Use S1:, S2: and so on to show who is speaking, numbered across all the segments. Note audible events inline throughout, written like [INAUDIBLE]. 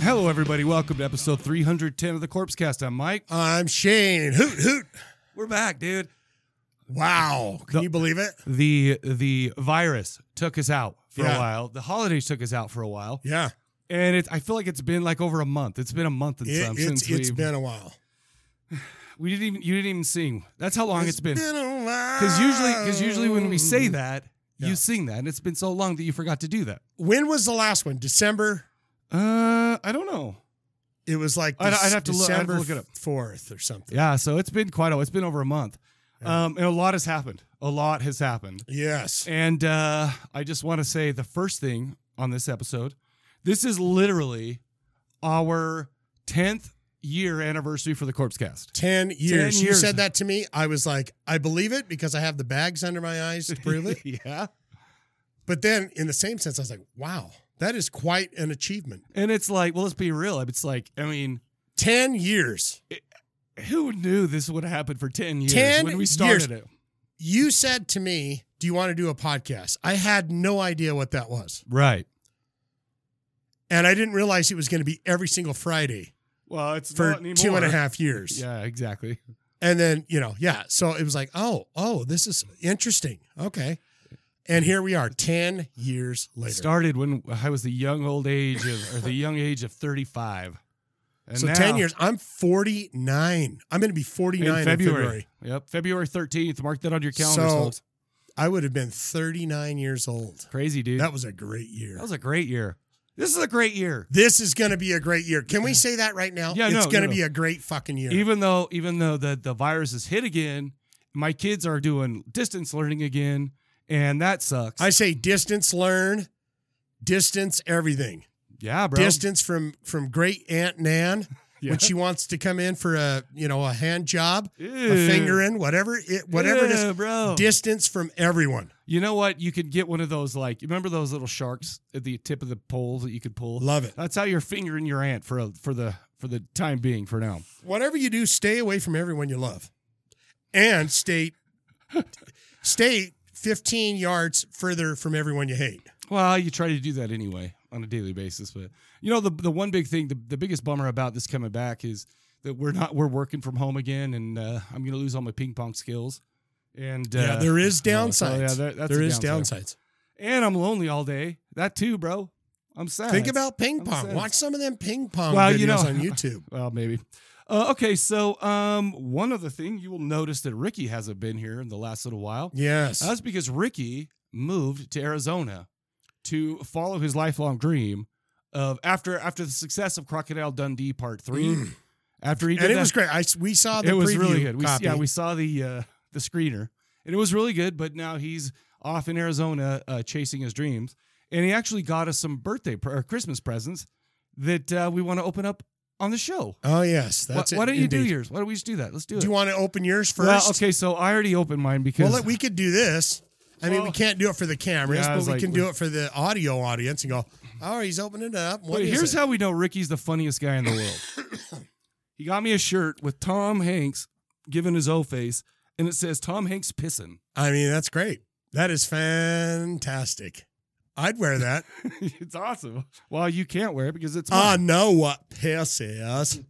S1: Hello, everybody. Welcome to episode 310 of the Corpse Cast. I'm Mike.
S2: I'm Shane. Hoot hoot.
S1: We're back, dude.
S2: Wow. Can
S1: The-
S2: you believe it?
S1: The the virus took us out for a
S2: Yeah.
S1: while. The holidays took us out for a while,
S2: Yeah.
S1: and it's I feel like it's been like over a month. It's been a month and
S2: It,
S1: some
S2: it's
S1: since
S2: it's
S1: we
S2: been a while.
S1: we didn't even you didn't even sing. That's how long it's been.
S2: a while.
S1: Because usually because usually when we say that,
S2: Yeah.
S1: you sing that, and it's been so long that you forgot to do that.
S2: When was the last one? December?
S1: Uh, I don't know.
S2: It was like
S1: I'd-
S2: this-
S1: I'd have to look- I'd have to
S2: December
S1: look it up.
S2: 4th or something.
S1: Yeah, so it's been quite a. It's been over a month, um, and a lot has happened. A lot has happened.
S2: Yes.
S1: And uh, I just want to say the first thing on this episode this is literally our 10th year anniversary for the Corpse Cast.
S2: 10 years. You
S1: years.
S2: said that to me. I was like, I believe it because I have the bags under my eyes to prove it.
S1: [LAUGHS] yeah.
S2: But then in the same sense, I was like, wow, that is quite an achievement.
S1: And it's like, well, let's be real. It's like, I mean,
S2: 10 years.
S1: who knew this would have happened for 10 years
S2: 10
S1: when we started it?
S2: You said to me, do you want to do a podcast? I had no idea what that was.
S1: Right.
S2: and I didn't realize it was going to be every single Friday
S1: Well, it's
S2: for
S1: not anymore.
S2: two and a half years.
S1: Yeah, exactly.
S2: And then, you know, yeah. So it was like, oh, oh, this is interesting. Okay. And here we are 10 years later.
S1: Started when I was the young old age of, or the young age of 35. And
S2: so
S1: now-
S2: 10 years. I'm 49. I'm going to be 49 in February.
S1: Yep. February 13th. Mark that on your calendar,
S2: So-
S1: folks.
S2: I would have been 39 years old.
S1: Crazy, dude.
S2: That was a great year.
S1: That was a great year. This is a great year.
S2: this is going to be a great year. Can we say that right now?
S1: Yeah,
S2: it's
S1: no,
S2: going to
S1: no, no.
S2: be a great fucking year.
S1: Even though even though the, the virus is hit again, my kids are doing distance learning again, and that sucks.
S2: I say distance learn, distance everything.
S1: yeah, bro.
S2: distance from from great aunt nan
S1: [LAUGHS] Yeah.
S2: when she wants to come in for a you know a hand job
S1: Ew.
S2: a finger in whatever it whatever it
S1: Yeah,
S2: is
S1: bro.
S2: distance from everyone
S1: you know what? You could get one of those like you remember those little sharks at the tip of the poles that you could pull.
S2: love it
S1: That's how you're fingering your aunt for a, for the for the time being for now.
S2: whatever you do stay away from everyone you love
S1: [LAUGHS]
S2: and stay stay 15 yards further from everyone you hate
S1: Well, you try to do that anyway on a daily basis, but you know the the one big thing, the, the biggest bummer about this coming back is that we're not we're working from home again, and uh, I'm going to lose all my ping pong skills. And uh,
S2: yeah there is
S1: no, so,
S2: downsides
S1: yeah, that- that's
S2: there
S1: a
S2: is
S1: downside.
S2: downsides
S1: And I'm lonely all day. That too, bro. I'm sad.
S2: think about ping pong
S1: Downsides.
S2: watch some of them ping pong
S1: Well,
S2: videos
S1: you know- [LAUGHS]
S2: on youtube
S1: well, maybe. Uh, okay, so um, one other thing you will notice that Ricky hasn't been here in the last little while.
S2: yes
S1: That's because Ricky moved to Arizona to follow his lifelong dream of after after the success of Crocodile Dundee Part Three.
S2: Mm.
S1: After he did
S2: and it
S1: that,
S2: was great I, s- we saw the
S1: it was
S2: preview
S1: really good. We,
S2: copy.
S1: yeah, we saw the uh, the screener, and it was really good. But now he's off in Arizona uh, chasing his dreams, and he actually got us some birthday pre- or Christmas presents that uh, we want to open up on the show.
S2: Oh yes,
S1: Why-
S2: that's
S1: why,
S2: it.
S1: don't you do
S2: indeed.
S1: yours? Why don't we just do that? Let's do,
S2: Do
S1: it.
S2: you want to open yours first?
S1: well, okay, so I already opened mine because
S2: Well, let- we could do this. I mean,
S1: Well-
S2: we can't do it for the cameras,
S1: Yeah, I
S2: but
S1: was
S2: we
S1: like-
S2: can do it for the audio audience and go. Oh, he's opening it up. What
S1: Wait,
S2: is
S1: here's
S2: it?
S1: how we know Ricky's the funniest guy in the world.
S2: [COUGHS]
S1: he got me a shirt with Tom Hanks giving his O face, and it says Tom Hanks pissing.
S2: I mean, that's great. That is fantastic. I'd wear that.
S1: [LAUGHS] it's awesome. [LAUGHS] Well, you can't wear it because it's
S2: I
S1: mine.
S2: know what piss is.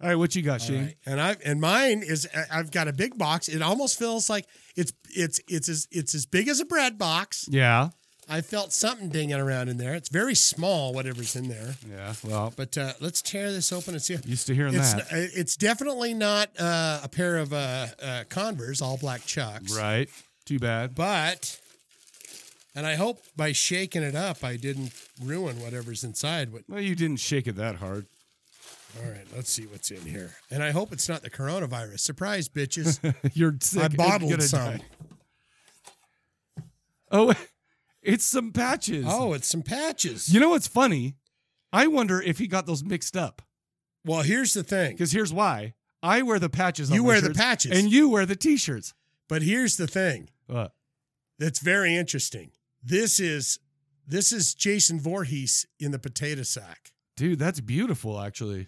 S1: All right, what you got, Shane?
S2: Right. And I and mine is I- I've got a big box. It almost feels like it's it's it's as it's as big as a bread box.
S1: Yeah,
S2: I felt something dinging around in there. It's very small, whatever's in there.
S1: yeah. Well,
S2: But uh, let's tear this open and see.
S1: used to hearing
S2: It's,
S1: that,
S2: it's definitely not uh, a pair of uh, uh, Converse all black chucks.
S1: right? Too bad.
S2: But And I hope by shaking it up, I didn't ruin whatever's inside. But
S1: Well, you didn't shake it that hard.
S2: all right, let's see what's in here. And I hope it's not the coronavirus. Surprise, bitches!
S1: [LAUGHS] You're sick.
S2: I
S1: and
S2: bottled
S1: gonna
S2: some.
S1: die. Oh, [LAUGHS] it's some patches.
S2: Oh, it's some patches.
S1: You know what's funny? I wonder if he got those mixed up.
S2: well, here's the thing.
S1: Because here's why: I wear the patches. on
S2: You
S1: my
S2: wear the
S1: shirts,
S2: patches.
S1: and you wear the t-shirts.
S2: But here's the thing
S1: What?
S2: that's very interesting. This is this is Jason Voorhees in the potato sack.
S1: Dude, that's beautiful. Actually,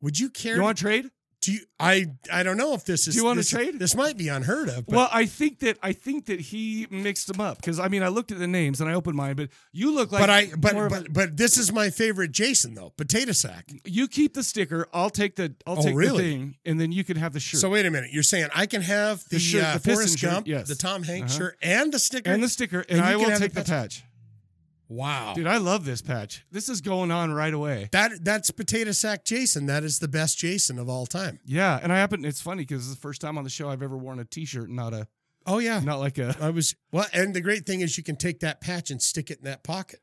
S2: Would you care?
S1: you want to trade?
S2: do you, I I don't know if this is.
S1: Do you wanna
S2: this-
S1: trade?
S2: This might be unheard of. Uh, But
S1: Well, I think that I think that he mixed them up because I mean I looked at the names and I opened mine, but you look like
S2: but I
S1: more
S2: but
S1: of a-
S2: but, but this is my favorite Jason though potato sack.
S1: you keep the sticker. I'll take the I'll
S2: Oh,
S1: take
S2: really?
S1: the thing, and then you can have the shirt
S2: So wait a minute, you're saying I can have the,
S1: The shirt,
S2: uh,
S1: the Piston
S2: Forrest
S1: shirt,
S2: Gump,
S1: yes.
S2: the Tom Hanks
S1: Uh-huh.
S2: shirt, and the sticker
S1: and the sticker, and,
S2: And you
S1: I
S2: can
S1: will
S2: have the
S1: take the patch.
S2: Wow,
S1: Dude, I love this patch. This is going on right away.
S2: that that's potato sack Jason. That is the best Jason of all time.
S1: Yeah, and I happen. It's funny because it's the first time on the show I've ever worn a T-shirt, not a,
S2: Oh yeah,
S1: not like a
S2: I was well. And the great thing is you can take that patch and stick it in that pocket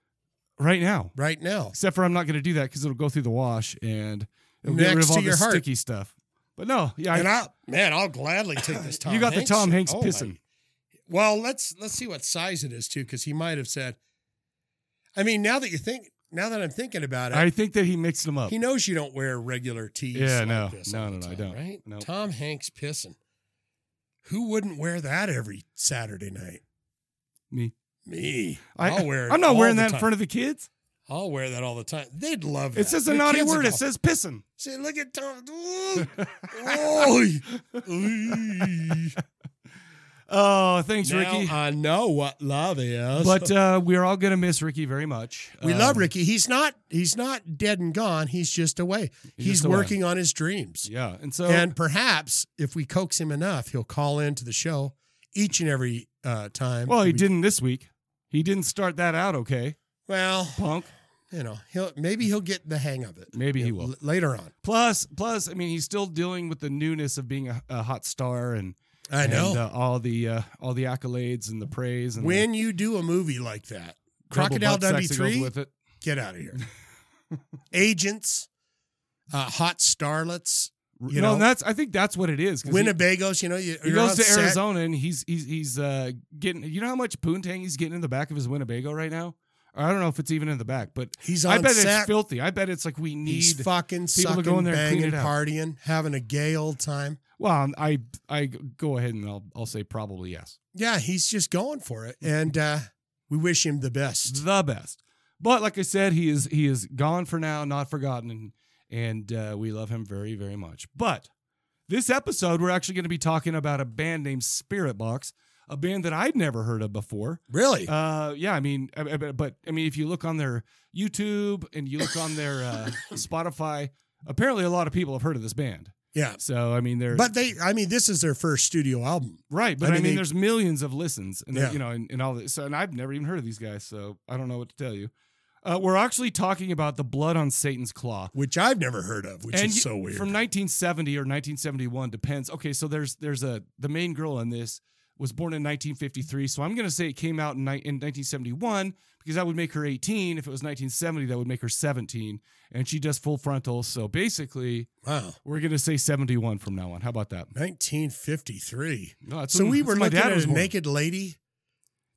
S1: right now.
S2: right now.
S1: Except for I'm not going to do that because it'll go through the wash and it'll get rid
S2: Next
S1: of
S2: to
S1: all
S2: your
S1: the
S2: heart.
S1: sticky stuff. But no, yeah, I-
S2: and I, man, I'll gladly take
S1: [LAUGHS]
S2: this Tom.
S1: you got
S2: Hanks
S1: the Tom
S2: shirt.
S1: Hanks
S2: Oh, my-
S1: pissing.
S2: Well, let's let's see what size it is too, because he might have said. I mean, now that you think, now that I'm thinking about it,
S1: I think that he mixed them up.
S2: he knows you don't wear regular tees.
S1: Yeah,
S2: like
S1: no.
S2: this
S1: No,
S2: all
S1: no, no,
S2: the
S1: I
S2: time,
S1: don't.
S2: Right?
S1: No.
S2: Tom Hanks pissing. Who wouldn't wear that every Saturday night?
S1: Me.
S2: Me.
S1: I,
S2: I'll wear it
S1: I'm not
S2: all
S1: wearing
S2: the
S1: that in
S2: time.
S1: front of the kids.
S2: I'll wear that all the time. They'd love that.
S1: It says a
S2: The
S1: naughty
S2: kids would
S1: word. It
S2: go,
S1: says pissing.
S2: "See, look at Tom. Ooh, [LAUGHS] Oy. Oy.
S1: Oh, thanks,
S2: now
S1: Ricky.
S2: I know what love is.
S1: but
S2: [LAUGHS]
S1: uh, we're all gonna miss Ricky very much.
S2: we love
S1: Um,
S2: Ricky. He's not he's not dead and gone. He's just away.
S1: He's
S2: He's,
S1: just away.
S2: working on his dreams.
S1: Yeah, and so
S2: And perhaps if we coax him enough, he'll call into the show each and every uh, time.
S1: well, he
S2: we-
S1: didn't this week. He didn't start that out okay,
S2: Well,
S1: punk.
S2: you know, he'll maybe he'll get the hang of it.
S1: Maybe he
S2: Yeah,
S1: will.
S2: l- later on.
S1: Plus, plus, I mean, he's still dealing with the newness of being a, a hot star and
S2: I
S1: and,
S2: know.
S1: uh, all the uh, all the accolades and the praise and
S2: when you do a movie like that,
S1: the double
S2: Crocodile
S1: butt sex
S2: Dundee
S1: that goes
S2: three,
S1: with it.
S2: get out
S1: [LAUGHS]
S2: of here. Agents, uh, hot starlets,
S1: You
S2: You
S1: know,
S2: know?
S1: and that's I think that's what it is. 'cause he-
S2: Winnebagos. You know, you,
S1: He,
S2: you're
S1: goes
S2: on
S1: to
S2: set.
S1: Arizona and he's he's he's uh, getting. You know how much poontang he's getting in the back of his Winnebago right now. I don't know if it's even in the back, but
S2: He's on
S1: I bet
S2: set.
S1: it's filthy. I bet it's like we
S2: He's
S1: need.
S2: fucking
S1: people to
S2: sucking,
S1: go in there and clean it
S2: banging,
S1: up.
S2: partying, having a gay old time.
S1: well, I I go ahead and I'll I'll say probably yes,
S2: Yeah, he's just going for it, and uh, we wish him the best.
S1: Mm-hmm. the best. But like I said, he is he is gone for now, not forgotten, and, and uh, we love him very very much. But this episode, we're actually going to be talking about a band named Spirit Box, a band that I'd never heard of before.
S2: Really,
S1: Uh, yeah, I mean, I- I- but but, I mean, if you look on their YouTube and you look on their uh, Spotify, apparently a lot of people have heard of this band.
S2: yeah.
S1: So I mean, they're
S2: But they, I mean, this is their first studio album.
S1: right, but I
S2: I
S1: mean,
S2: mean, they-
S1: there's millions of listens, and
S2: Yeah.
S1: you know, and, and all this. So, and I've never even heard of these guys, so I don't know what to tell you. Uh, we're actually talking about the Blood on Satan's Claw,
S2: which I've never heard of, which
S1: and
S2: is
S1: you-
S2: so weird.
S1: From 1970 or 1971, depends. Okay, so there's there's a the main girl in this was born in 1953, so I'm gonna say it came out in, ni- in 1971 because that would make her 18. If it was 1970, that would make her 17, and she does full frontal. So basically,
S2: wow,
S1: we're gonna say 71 from now on. How about that?
S2: 1953.
S1: No, that's
S2: So
S1: when-
S2: we
S1: that's
S2: were
S1: when my
S2: looking
S1: dad
S2: at
S1: was
S2: a
S1: born.
S2: naked lady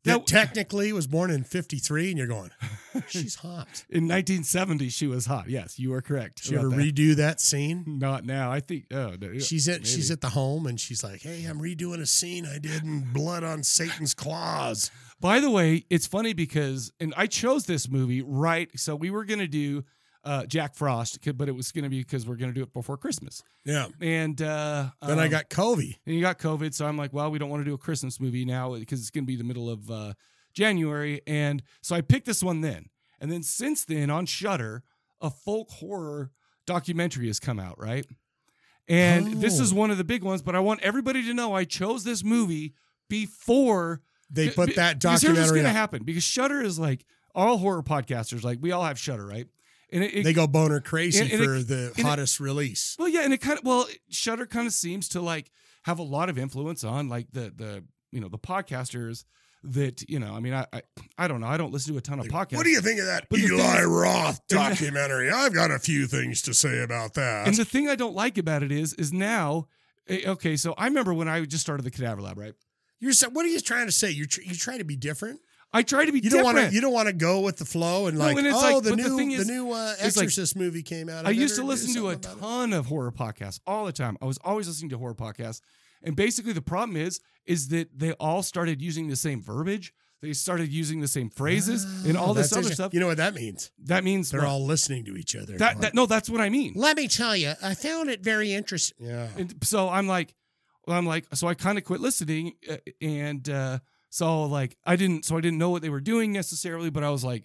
S2: that
S1: That-
S2: technically was born in 53, and
S1: [LAUGHS]
S2: you're going, she's hot.
S1: In 1970, she was hot. Yes, you are correct.
S2: Did you
S1: about
S2: ever
S1: that.
S2: redo that scene?
S1: Not now. I think. Oh, no, yeah,
S2: She's at she's
S1: maybe.
S2: at the home, and she's like, "Hey, I'm redoing a scene I did in Blood on Satan's Claws."
S1: By the way, it's funny because, and I chose this movie right. So we were gonna do uh, Jack Frost, c- but it was [LAUGHS] gonna be because we're gonna do it before Christmas.
S2: Yeah.
S1: And uh,
S2: Then I
S1: um,
S2: got Covey.
S1: and you got COVID, so I'm like, well, we don't want to do a Christmas movie now because it's gonna be the middle of uh, January, and so I picked this one then. And then since then, on Shutter, a folk horror documentary has come out, right? And this
S2: Oh.
S1: is one of the big ones, but I want everybody to know I chose this movie before
S2: They
S1: Be-
S2: put that
S1: because Here's what's
S2: documentary.
S1: going to
S2: Up.
S1: happen because Shutter is like all horror podcasters. Like we all have Shutter, right? And it, it-
S2: They go boner crazy
S1: And- and it-
S2: for the
S1: it-
S2: hottest release.
S1: well, yeah, and it kind of well, Shutter kind of seems to like have a lot of influence on like the the you know the podcasters that you know. I mean, I I, I don't know. I don't listen to a ton of podcasts.
S2: What do you think of that
S1: But the thing
S2: Eli
S1: is-
S2: Roth documentary? I've got a few things to say about that.
S1: And the thing I don't like about it is, is now, eh, okay, so I remember when I just started the Cadaver Lab, right?
S2: You're so, what are you trying to say? You tr- you try to be different.
S1: I try to be
S2: You don't
S1: different.
S2: want to. You don't want to go with the flow and
S1: No,
S2: like.
S1: and it's
S2: oh,
S1: like-
S2: the
S1: but the
S2: new
S1: thing
S2: the,
S1: is-
S2: new uh,
S1: it's like-
S2: Exorcist movie came out.
S1: I used to
S2: better do
S1: listen to a
S2: something about it.
S1: ton of horror podcasts all the time. I was always listening to horror podcasts. And basically the problem is is that they all started using the same verbiage. They started using the same phrases and all this
S2: Ah, That's
S1: other
S2: interesting.
S1: stuff.
S2: You know what that means?
S1: that means
S2: They're
S1: well,
S2: all listening to each other.
S1: that, that no, that's what I mean.
S2: Let me tell you, I found it very interesting. Yeah.
S1: And so I'm like, well, I'm like, so I kind of quit listening, uh, and uh, so like I didn't, so I didn't know what they were doing necessarily, but I was like,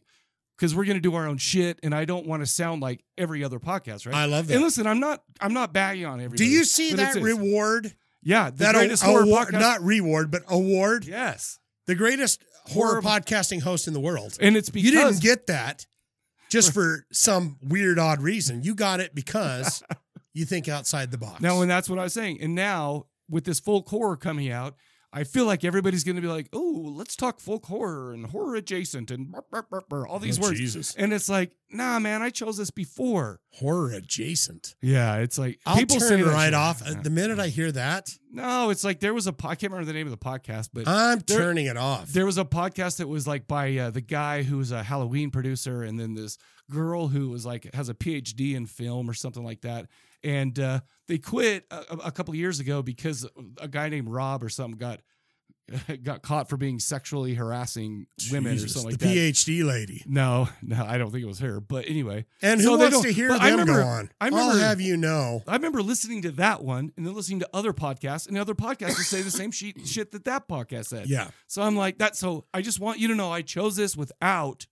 S1: because we're gonna do our own shit, and I don't want to sound like every other podcast, right?
S2: I love
S1: and
S2: that.
S1: listen, I'm not, I'm not bagging on everybody.
S2: Do you see
S1: but
S2: that
S1: it's- it's-
S2: reward?
S1: Yeah, the
S2: That
S1: greatest
S2: award,
S1: horror podcast.
S2: not reward, but award.
S1: yes,
S2: The greatest horror
S1: Horror-
S2: podcasting host in the world.
S1: and it's because
S2: you didn't get that
S1: [LAUGHS]
S2: just for some weird odd reason. You got it because
S1: [LAUGHS]
S2: you think outside the box.
S1: now, and that's what I was saying. And now with this folk horror coming out. I feel like everybody's going to be like, "Oh, let's talk folk horror and horror adjacent and brr, brr, brr, brr, all these
S2: Oh,
S1: words."
S2: Jesus,
S1: And it's like, nah, man, I chose this before.
S2: horror adjacent.
S1: Yeah, it's like
S2: I'll
S1: people
S2: turn
S1: say that
S2: right
S1: shit.
S2: off Uh, the minute I hear that.
S1: no, it's like there was a po- I can't remember the name of the podcast, but
S2: I'm
S1: There-
S2: turning it off.
S1: there was a podcast that was like by uh, the guy who's a Halloween producer, and then this girl who was like has a PhD in film or something like that. And uh, they quit a, a- a couple years ago because a guy named Rob or something got [LAUGHS] got caught for being sexually harassing women or
S2: Jesus,
S1: something like
S2: the
S1: that.
S2: PhD lady.
S1: no, [LAUGHS] no, I don't think it was her. But anyway,
S2: And
S1: So
S2: who
S1: they
S2: wants
S1: don't-
S2: to hear
S1: but
S2: them
S1: I remember-
S2: go on?
S1: I remember-
S2: I'll have you know.
S1: I remember listening to that one and then listening to other podcasts, and other podcasts would say the same
S2: [LAUGHS]
S1: sheet, shit that that podcast said.
S2: Yeah,
S1: So I'm like, that. So I just want you to know I chose this without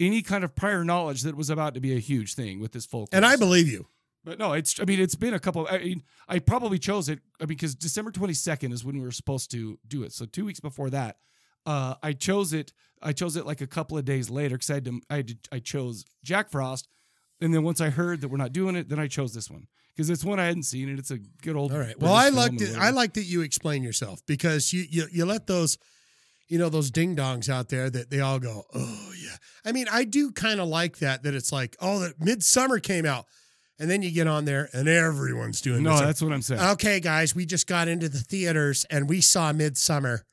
S1: any kind of prior knowledge that was about to be a huge thing with this folk.
S2: and I
S1: horse.
S2: believe you.
S1: but no, it's, I mean, it's been a couple, I mean, I probably chose it I mean, because December 22nd is when we were supposed to do it. So two weeks before that, uh, I chose it, I chose it like a couple of days later because I had to, I, had to, I chose Jack Frost. And then once I heard that we're not doing it, then I chose this one because it's one I hadn't seen and it's a good old.
S2: All right. Well, I
S1: British
S2: liked
S1: film or
S2: it. I
S1: whatever.
S2: like that you explain yourself because you you, you let those, you know, those ding dongs out there that they all go, oh yeah. I mean, I do kind of like that. That it's like, oh, that Midsummer came out, and then you get on there and everyone's doing.
S1: No,
S2: Midsommar.
S1: that's what I'm saying.
S2: okay, guys. We just got into the theaters and we saw Midsummer,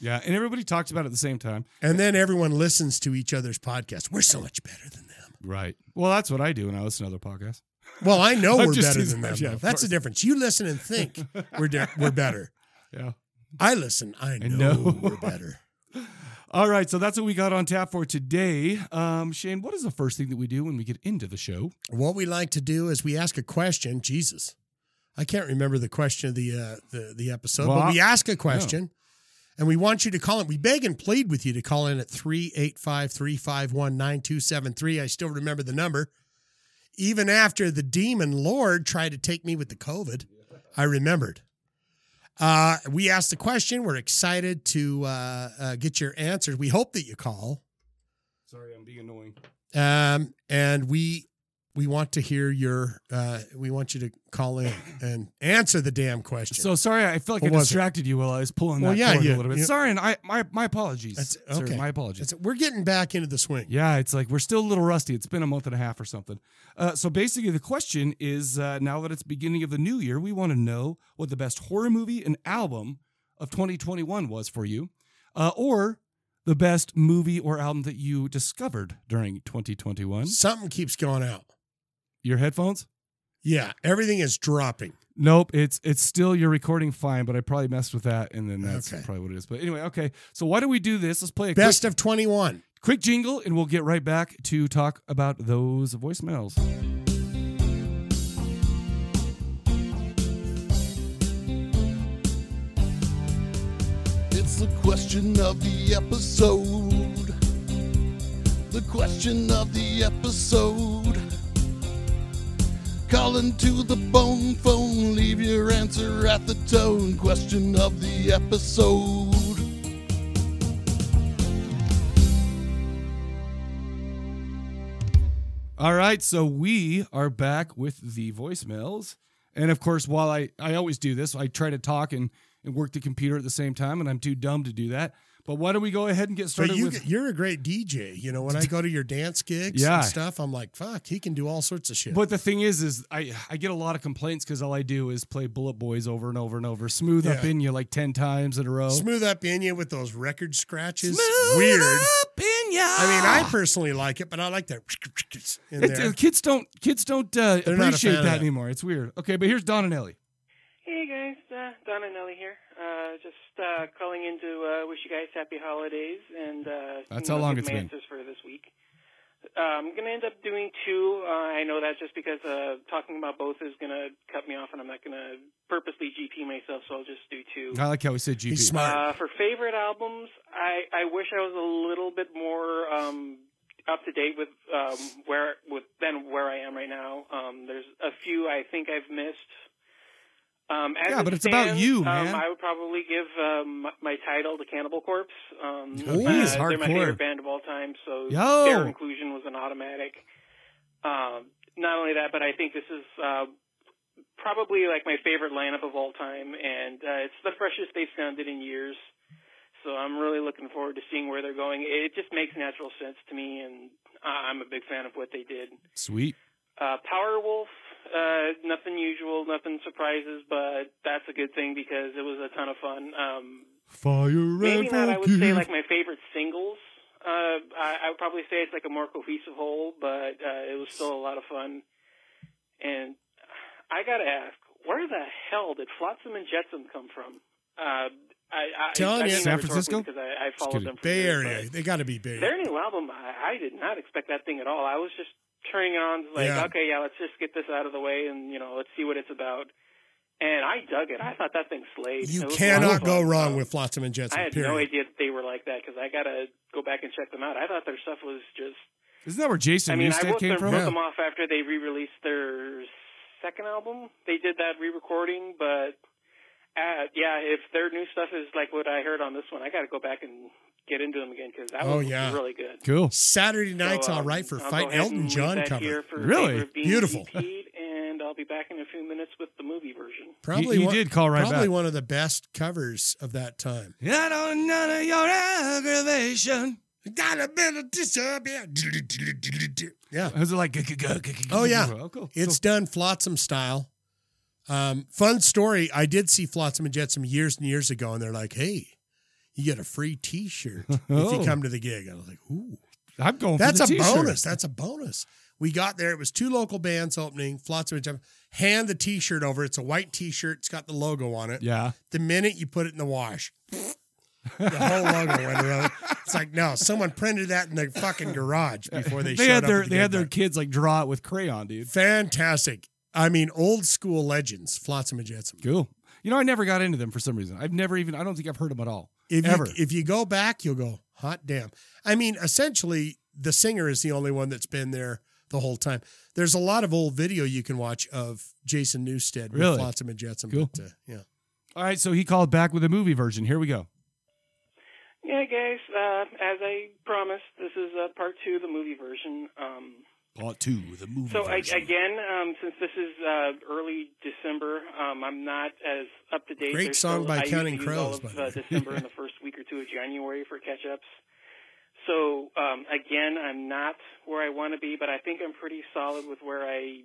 S1: yeah. And everybody talks about it at the same time.
S2: and then everyone listens to each other's podcast. We're so much better than them.
S1: Right. Well, that's what I do when I listen to other podcasts.
S2: Well, I
S1: [LAUGHS]
S2: know
S1: I'm
S2: we're
S1: just
S2: better
S1: teasing.
S2: than them.
S1: Yeah,
S2: though.
S1: of
S2: that's the
S1: course.
S2: difference. You listen and think we're de- we're better.
S1: [LAUGHS] Yeah.
S2: I listen. I know,
S1: know.
S2: we're
S1: [LAUGHS]
S2: better.
S1: All right. So that's what we got on tap for today. Um, Shane, what is the first thing that we do when we get into the show?
S2: What we like to do is we ask a question. Jesus, I can't remember the question of the uh, the the episode,
S1: Well,
S2: but we
S1: I-
S2: ask a question, and we want you to call in. We beg and plead with you to call in at 385-351-9273. I still remember the number, even after the demon lord tried to take me with the COVID. I remembered. Uh, we asked the question. We're excited to uh, uh, get your answers. We hope that you call.
S1: Sorry, I'm being annoying.
S2: Um, and we we want to hear your uh, we want you to call in and answer the damn question.
S1: So sorry, I feel like
S2: What
S1: I
S2: was it?
S1: distracted you while I was pulling
S2: Well,
S1: that
S2: yeah,
S1: cord
S2: you-
S1: a little bit.
S2: you-
S1: sorry, and I my my apologies.
S2: That's-
S1: sir,
S2: okay.
S1: my apologies.
S2: It's- we're getting back into the swing.
S1: Yeah, it's like we're still a little rusty. It's been a month and a half or something. Uh, so basically, the question is: uh, now that it's beginning of the new year, we want to know what the best horror movie and album of 2021 was for you, uh, or the best movie or album that you discovered during 2021.
S2: Something keeps going out.
S1: Your headphones?
S2: Yeah, everything is dropping.
S1: Nope. It's it's still you're recording fine, but I probably messed with that, and then that's
S2: Okay.
S1: probably what it is. But anyway, okay. So why don't we do this? Let's play a quick
S2: Best of twenty one.
S1: Quick jingle, and we'll get right back to talk about those voicemails.
S3: It's the question of the episode. The question of the episode. Calling to the bone phone, leave your answer at the tone. Question of the episode.
S1: All right, so we are back with the voicemails. And of course, while I, I always do this, I try to talk and, and work the computer at the same time, and I'm too dumb to do that. But why don't we go ahead and get
S2: But
S1: started
S2: you,
S1: with?
S2: you're a great DJ. You
S1: [LAUGHS]
S2: know, when I go to your dance gigs
S1: Yeah.
S2: and stuff, I'm like, fuck, he can do all sorts of shit.
S1: But the thing is, is I I get a lot of complaints because all I do is play Bullet Boys over and over and over, smooth up
S2: Yeah.
S1: in you like ten times in a row.
S2: Smooth up in you with those record scratches.
S1: Smooth
S2: Weird.
S1: up in ya.
S2: I mean, I personally like it, but I like that [LAUGHS] in
S1: It's-
S2: there.
S1: uh, kids don't kids don't uh,
S2: They're not a
S1: appreciate
S2: fan of
S1: that,
S2: that.
S1: anymore. It's weird. Okay, but here's Don and Ellie.
S4: Hey guys, uh, Don and Ellie here. Uh, just uh, calling in to uh, wish you guys happy holidays and uh,
S1: That's
S4: you
S1: how
S4: know,
S1: long
S4: get
S1: it's
S4: my
S1: been.
S4: answers for this week. Uh, I'm gonna end up doing two. Uh, I know that just because uh, talking about both is gonna cut me off, and I'm not gonna purposely GP myself, so I'll just do two.
S1: I like how he said GP.
S2: He's smart.
S4: Uh, for favorite albums, I, I wish I was a little bit more um, up to date with um, where with than where I am right now. Um, there's a few I think I've missed. Um, as
S1: Yeah,
S4: it
S1: but it's about
S4: stands,
S1: you,
S4: um,
S1: man.
S4: I would probably give um, my- my title to Cannibal Corpse. Um,
S1: Ooh,
S4: uh,
S1: he's
S4: they're my
S1: hardcore.
S4: favorite band of all time, so
S1: Yo.
S4: their inclusion was an automatic. Um, not only that, but I think this is uh, probably like my favorite lineup of all time, and uh, it's the freshest they've sounded in years. So I'm really looking forward to seeing where they're going. It just makes natural sense to me, and I- I'm a big fan of what they did.
S1: Sweet.
S4: Uh, Powerwolf, uh, nothing usual, nothing surprises, but that's a good thing because it was a ton of fun. Um,
S1: Fire
S4: maybe
S1: and
S4: not. I would say
S1: forgive.
S4: like my favorite singles. Uh, I, I would probably say it's like a more cohesive whole, but uh, it was still a lot of fun. And I gotta ask, where the hell did Flotsam and Jetsam come from? Uh, I, I,
S2: Telling
S4: I
S2: you.
S4: mean,
S1: San
S4: rhetorically
S1: Francisco?
S4: because I, I followed
S1: kidding.
S4: them. For
S2: Bay
S4: years,
S2: Area.
S4: but
S2: They got to be Bay Area.
S4: Their new album, I, I did not expect that thing at all. I was just turning it on, like,
S2: Yeah.
S4: okay, yeah, let's just get this out of the way, and you know, let's see what it's about. And I dug it. I thought that thing slayed. It
S2: You
S4: was a lot of
S2: cannot go
S4: fun.
S2: wrong
S4: Um,
S2: with Flotsam and Jetsam.
S4: I had
S2: period.
S4: no idea that they were like that because I gotta go back and check them out. I thought their stuff was just.
S1: Isn't that where Jason
S4: I mean, I
S1: Newsted
S4: wrote,
S1: came
S4: them,
S1: from?
S4: wrote them off after they re-released their second album. They did that re-recording, but uh, yeah, if their new stuff is like what I heard on this one, I gotta go back and get into them again because that
S2: Oh,
S4: was
S2: yeah.
S4: really good.
S1: Cool.
S2: Saturday
S4: So,
S2: night's all
S4: um,
S2: right for
S4: I'll go
S2: fighting
S4: ahead and
S2: Elton
S4: leave
S2: John
S4: that
S2: cover.
S4: here for
S1: Really?
S4: Favor of Being
S2: Beautiful.
S4: GP'd, and I'll be back in a few minutes with the movie version.
S2: Probably
S1: He- he
S2: one,
S1: did call right
S2: Probably
S1: back.
S2: one of the best covers of that time.
S1: I don't none of your aggravation.
S2: Got a bit of disability. Yeah,
S1: I was like, "Go, go, go, go, go,
S2: Oh,
S1: go,
S2: yeah.
S1: go." Oh, cool.
S2: it's done Flotsam style. Um, fun story. I did see Flotsam and Jetsam years and years ago, and they're like, "Hey, you get a
S1: [LAUGHS]
S2: free T-shirt if
S1: Oh.
S2: you come to the gig." I was like, "Ooh,
S1: Cool. I'm going.
S2: that's
S1: for
S2: a
S1: the t-shirt.
S2: bonus! That's a bonus." We got there. It was two local bands opening. Flotsam and Jetsam. Hand the T-shirt over. It's a white T-shirt. It's got the logo on it.
S1: Yeah.
S2: the minute you put it in the wash, the whole logo
S1: [LAUGHS]
S2: went around. It's like no, someone printed that in their fucking garage before they.
S1: They,
S2: showed
S1: had
S2: up
S1: their
S2: at the
S1: they had
S2: gig.
S1: their kids like draw it with crayon, dude.
S2: fantastic. I mean, old school legends, Flotsam and Jetsam.
S1: Cool. You know, I never got into them for some reason. I've never even. I don't think I've heard them at all.
S2: If you,
S1: ever.
S2: if you go back, you'll go, hot damn. I mean, essentially, the singer is the only one that's been there the whole time. There's a lot of old video you can watch of Jason Newstead with
S1: Really?
S2: Flotsam and Jetsam.
S1: Cool.
S2: But, uh, yeah.
S1: All right, so he called back with a movie version. Here we go.
S4: Yeah, guys. Uh, as I promised, this is uh, part two of the movie version. Um,
S1: Part two, the movie.
S4: so I, again, um, since this is uh, early December, um, I'm not as up to date.
S2: Great
S4: There's
S2: song
S4: still-
S2: by
S4: I used
S2: Counting
S4: to use all
S2: Crows, by
S4: Of,
S2: the
S4: uh,
S2: way. [LAUGHS]
S4: December and the first week or two of January for catch ups. So um, again, I'm not where I want to be, but I think I'm pretty solid with where I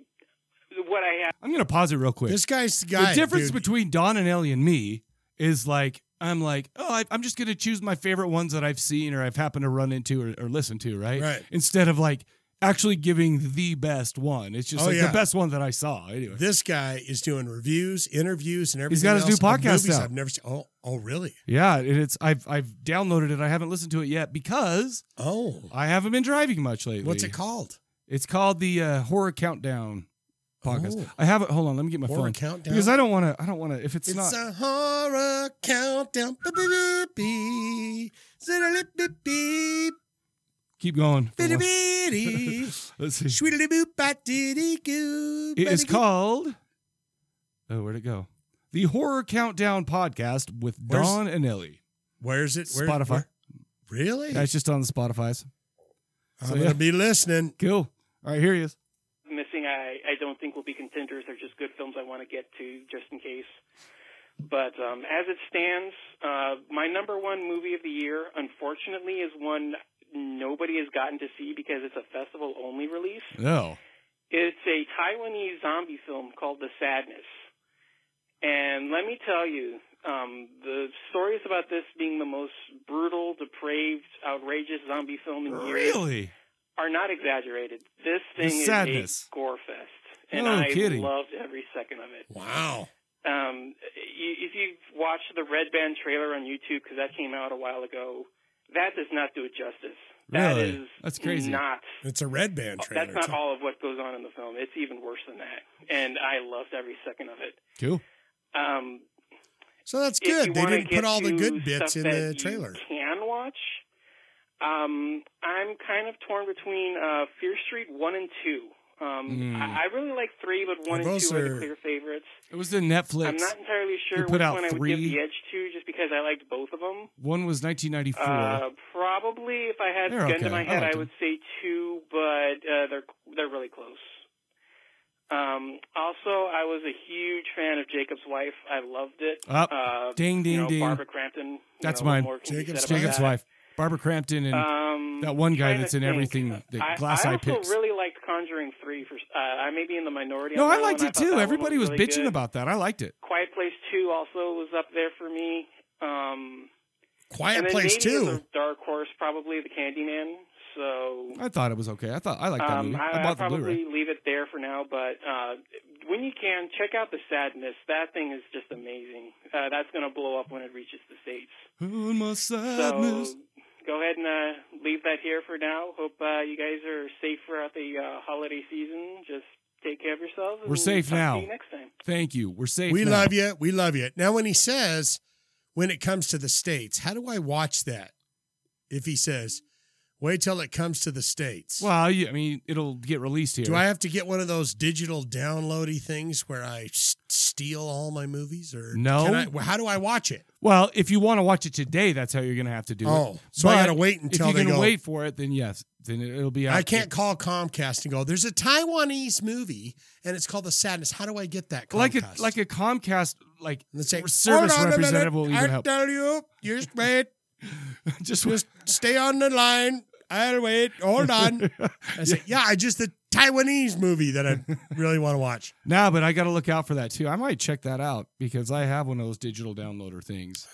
S4: what I have.
S1: I'm gonna pause it real quick.
S2: This guy's the
S1: the
S2: guy.
S1: difference
S2: dude.
S1: between Don and Ellie and me is like I'm like, oh, I, I'm just gonna choose my favorite ones that I've seen or I've happened to run into or, or listen to, right?
S2: Right.
S1: Instead of like actually giving the best one. It's just
S2: Oh,
S1: like
S2: yeah.
S1: the best one that I saw. Anyway,
S2: This guy is doing reviews, interviews, and everything.
S1: got his new
S2: else of
S1: podcast
S2: movies
S1: out.
S2: I've never seen. Oh, oh, really?
S1: yeah, and it's I've I've downloaded it. I haven't listened to it yet because
S2: Oh,
S1: I haven't been driving much lately.
S2: what's it called?
S1: It's called the uh, Horror Countdown podcast.
S2: Oh.
S1: I haven't. Hold on, let me get my
S2: Horror
S1: phone
S2: countdown.
S1: because I don't want to. I don't want to. If it's,
S2: It's
S1: not,
S2: a horror countdown. Beep, beep, beep, beep. Beep, beep,
S1: keep going. for
S2: beep,
S1: one.
S2: beep.
S1: [LAUGHS] Let's see.
S2: Shweedly-boop-ba-diddy-goo.
S1: It is called. Oh, where'd it go? The Horror Countdown podcast with
S2: Where's-
S1: Don and Ellie.
S2: Where's it? Where-
S1: Spotify.
S2: where- really?
S1: That's just on the Spotify's.
S2: I'm
S1: so,
S2: gonna
S1: yeah.
S2: be listening.
S1: Cool. All right, here he is.
S4: missing I, I don't think will be contenders. They're just good films I want to get to just in case. But um, as it stands, uh, my number one movie of the year, unfortunately, is one nobody has gotten to see because it's a festival only release.
S1: No.
S4: It's a Taiwanese zombie film called The Sadness. And let me tell you, um, the stories about this being the most brutal, depraved, outrageous zombie film in years
S1: Really?
S4: are not exaggerated. This
S1: The
S4: thing is
S1: Sadness.
S4: a gore fest. And
S1: No
S4: I
S1: kidding.
S4: loved every second of it.
S2: Wow.
S4: Um, you, if you've watched the Red Band trailer on YouTube, because that came out a while ago, that does not do it justice. That
S1: Really?
S4: is
S1: That's crazy.
S4: not
S2: It's a red band trailer.
S4: Oh, that's not
S2: too.
S4: all of what goes on in the film. It's even worse than that, and I loved every second of it.
S1: Cool.
S4: Um,
S2: So that's
S4: if you
S2: good. They
S4: wanna
S2: didn't
S4: get
S2: put all the
S4: to
S2: good bits
S4: stuff
S2: in
S4: that
S2: the
S4: you
S2: trailer.
S4: Can watch. Um, I'm kind of torn between uh, Fear Street one and two. Um,
S1: Mm.
S4: I, I really like three, but one and
S2: Those
S4: two are,
S2: are-
S4: the clear favorites.
S1: It was the Netflix.
S4: I'm not entirely sure
S1: put
S4: which
S1: out
S4: one I would give
S1: three.
S4: the edge to, just because I liked both of them.
S1: One was [LAUGHS] 1994.
S4: Uh, probably, if I had
S1: They're
S4: a gun
S1: okay.
S4: to my
S1: I
S4: head,
S1: liked
S4: I would say two, but uh, they're they're really close. Um, also, I was a huge fan of Jacob's Wife. I loved it.
S1: Up.
S4: uh,
S1: ding, ding,
S4: you know,
S1: ding.
S4: Barbara Crampton. you
S1: That's
S4: know, what
S1: mine.
S4: more can be
S2: Jacob's-
S4: said about
S1: Jacob's
S4: that?
S1: wife. Barbara Crampton and
S4: Um,
S1: that one guy
S4: trying to
S1: that's in
S4: think. uh,
S1: everything that
S4: I-
S1: Glass
S4: I,
S1: Eye
S4: also
S1: picks.
S4: really liked Conjuring Three. For uh, I may be in the minority.
S1: no,
S4: on
S1: I
S4: that
S1: liked
S4: one.
S1: it
S4: thought that
S1: too.
S4: one
S1: Everybody was
S4: really
S1: bitching
S4: good.
S1: about that. I liked it.
S4: Quiet Place Two. Also was up there for me. Um, and
S2: Quiet
S4: then
S2: Place
S4: maybe as
S2: too.
S4: a dark horse, probably the Candyman. So
S1: I thought it was okay. I thought I liked that
S4: um,
S1: movie.
S4: I,
S1: I,
S4: I'll
S1: bought the Blu-ray.
S4: probably leave it there for now. But uh, when you can, check out the Sadness. That thing is just amazing. Uh, that's going to blow up when it reaches the states.
S1: On my
S4: So
S1: sadness.
S4: go ahead and uh, leave that here for now. Hope uh, you guys are safe throughout the uh, holiday season. Just take care of yourselves. and
S1: We're safe
S4: talk to
S1: now.
S4: you next time.
S1: Thank you. We're safe.
S2: We
S1: now.
S2: love you. We love you. Now, when he says, when it comes to the States, how do I watch that? If he says, wait till it comes to the States.
S1: Well, you, I mean, it'll get released here.
S2: do I have to get one of those digital downloady things where I s- steal all my movies or
S1: No.
S2: can I- well, how do I watch it?
S1: Well, if you want to watch it today, that's how you're going to have to do it.
S2: oh, so I
S1: But
S2: got to wait
S1: If
S2: until
S1: you're
S2: they
S1: going to
S2: go.
S1: wait for it, then yes, then it'll be out.
S2: I can't call Comcast and go. There's a Taiwanese movie and it's called The Sadness. How do I get that? Comcast?
S1: like a like a Comcast like
S2: And let's say,
S1: service
S2: "Hold on a minute,
S1: representative will even
S2: I
S1: help.
S2: tell you,
S1: [LAUGHS]
S2: you just wait,
S1: Just
S2: just stay on the line. I'll wait.
S1: [LAUGHS]
S2: Hold on. I say, yeah, I just the Taiwanese movie
S1: [LAUGHS]
S2: that I really want to watch.
S1: No, but I got to look out for that too. I might check that out because I have one of those digital downloader things.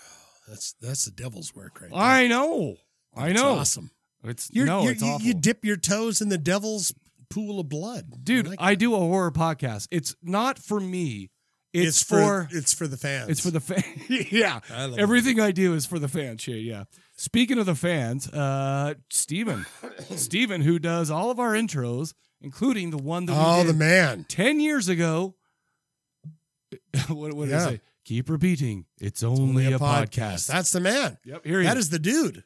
S2: That's that's the devil's work, right?
S1: I know. I
S2: That's
S1: know.
S2: awesome.
S1: It's
S2: You're,
S1: no,
S2: you're-
S1: it's
S2: you
S1: awful.
S2: you dip your toes in the devil's pool of blood,
S1: Dude,
S2: like
S1: I
S2: that.
S1: do a horror podcast. It's not for me. It's,
S2: It's
S1: for,
S2: it's for the fans.
S1: it's for the fan. [LAUGHS] yeah.
S2: I love
S1: Everything I do is for the fans, Shade. Yeah. Speaking of the fans, uh
S2: [COUGHS]
S1: Steven. Steven, who does all of our intros, including the one that we
S2: Oh,
S1: did
S2: the man.
S1: 10 years ago, [LAUGHS] what, what did I
S2: Yeah.
S1: say? Keep repeating. It's only, a, podcast.
S2: That's the man.
S1: yep, here he
S2: That
S1: is.
S2: is the dude.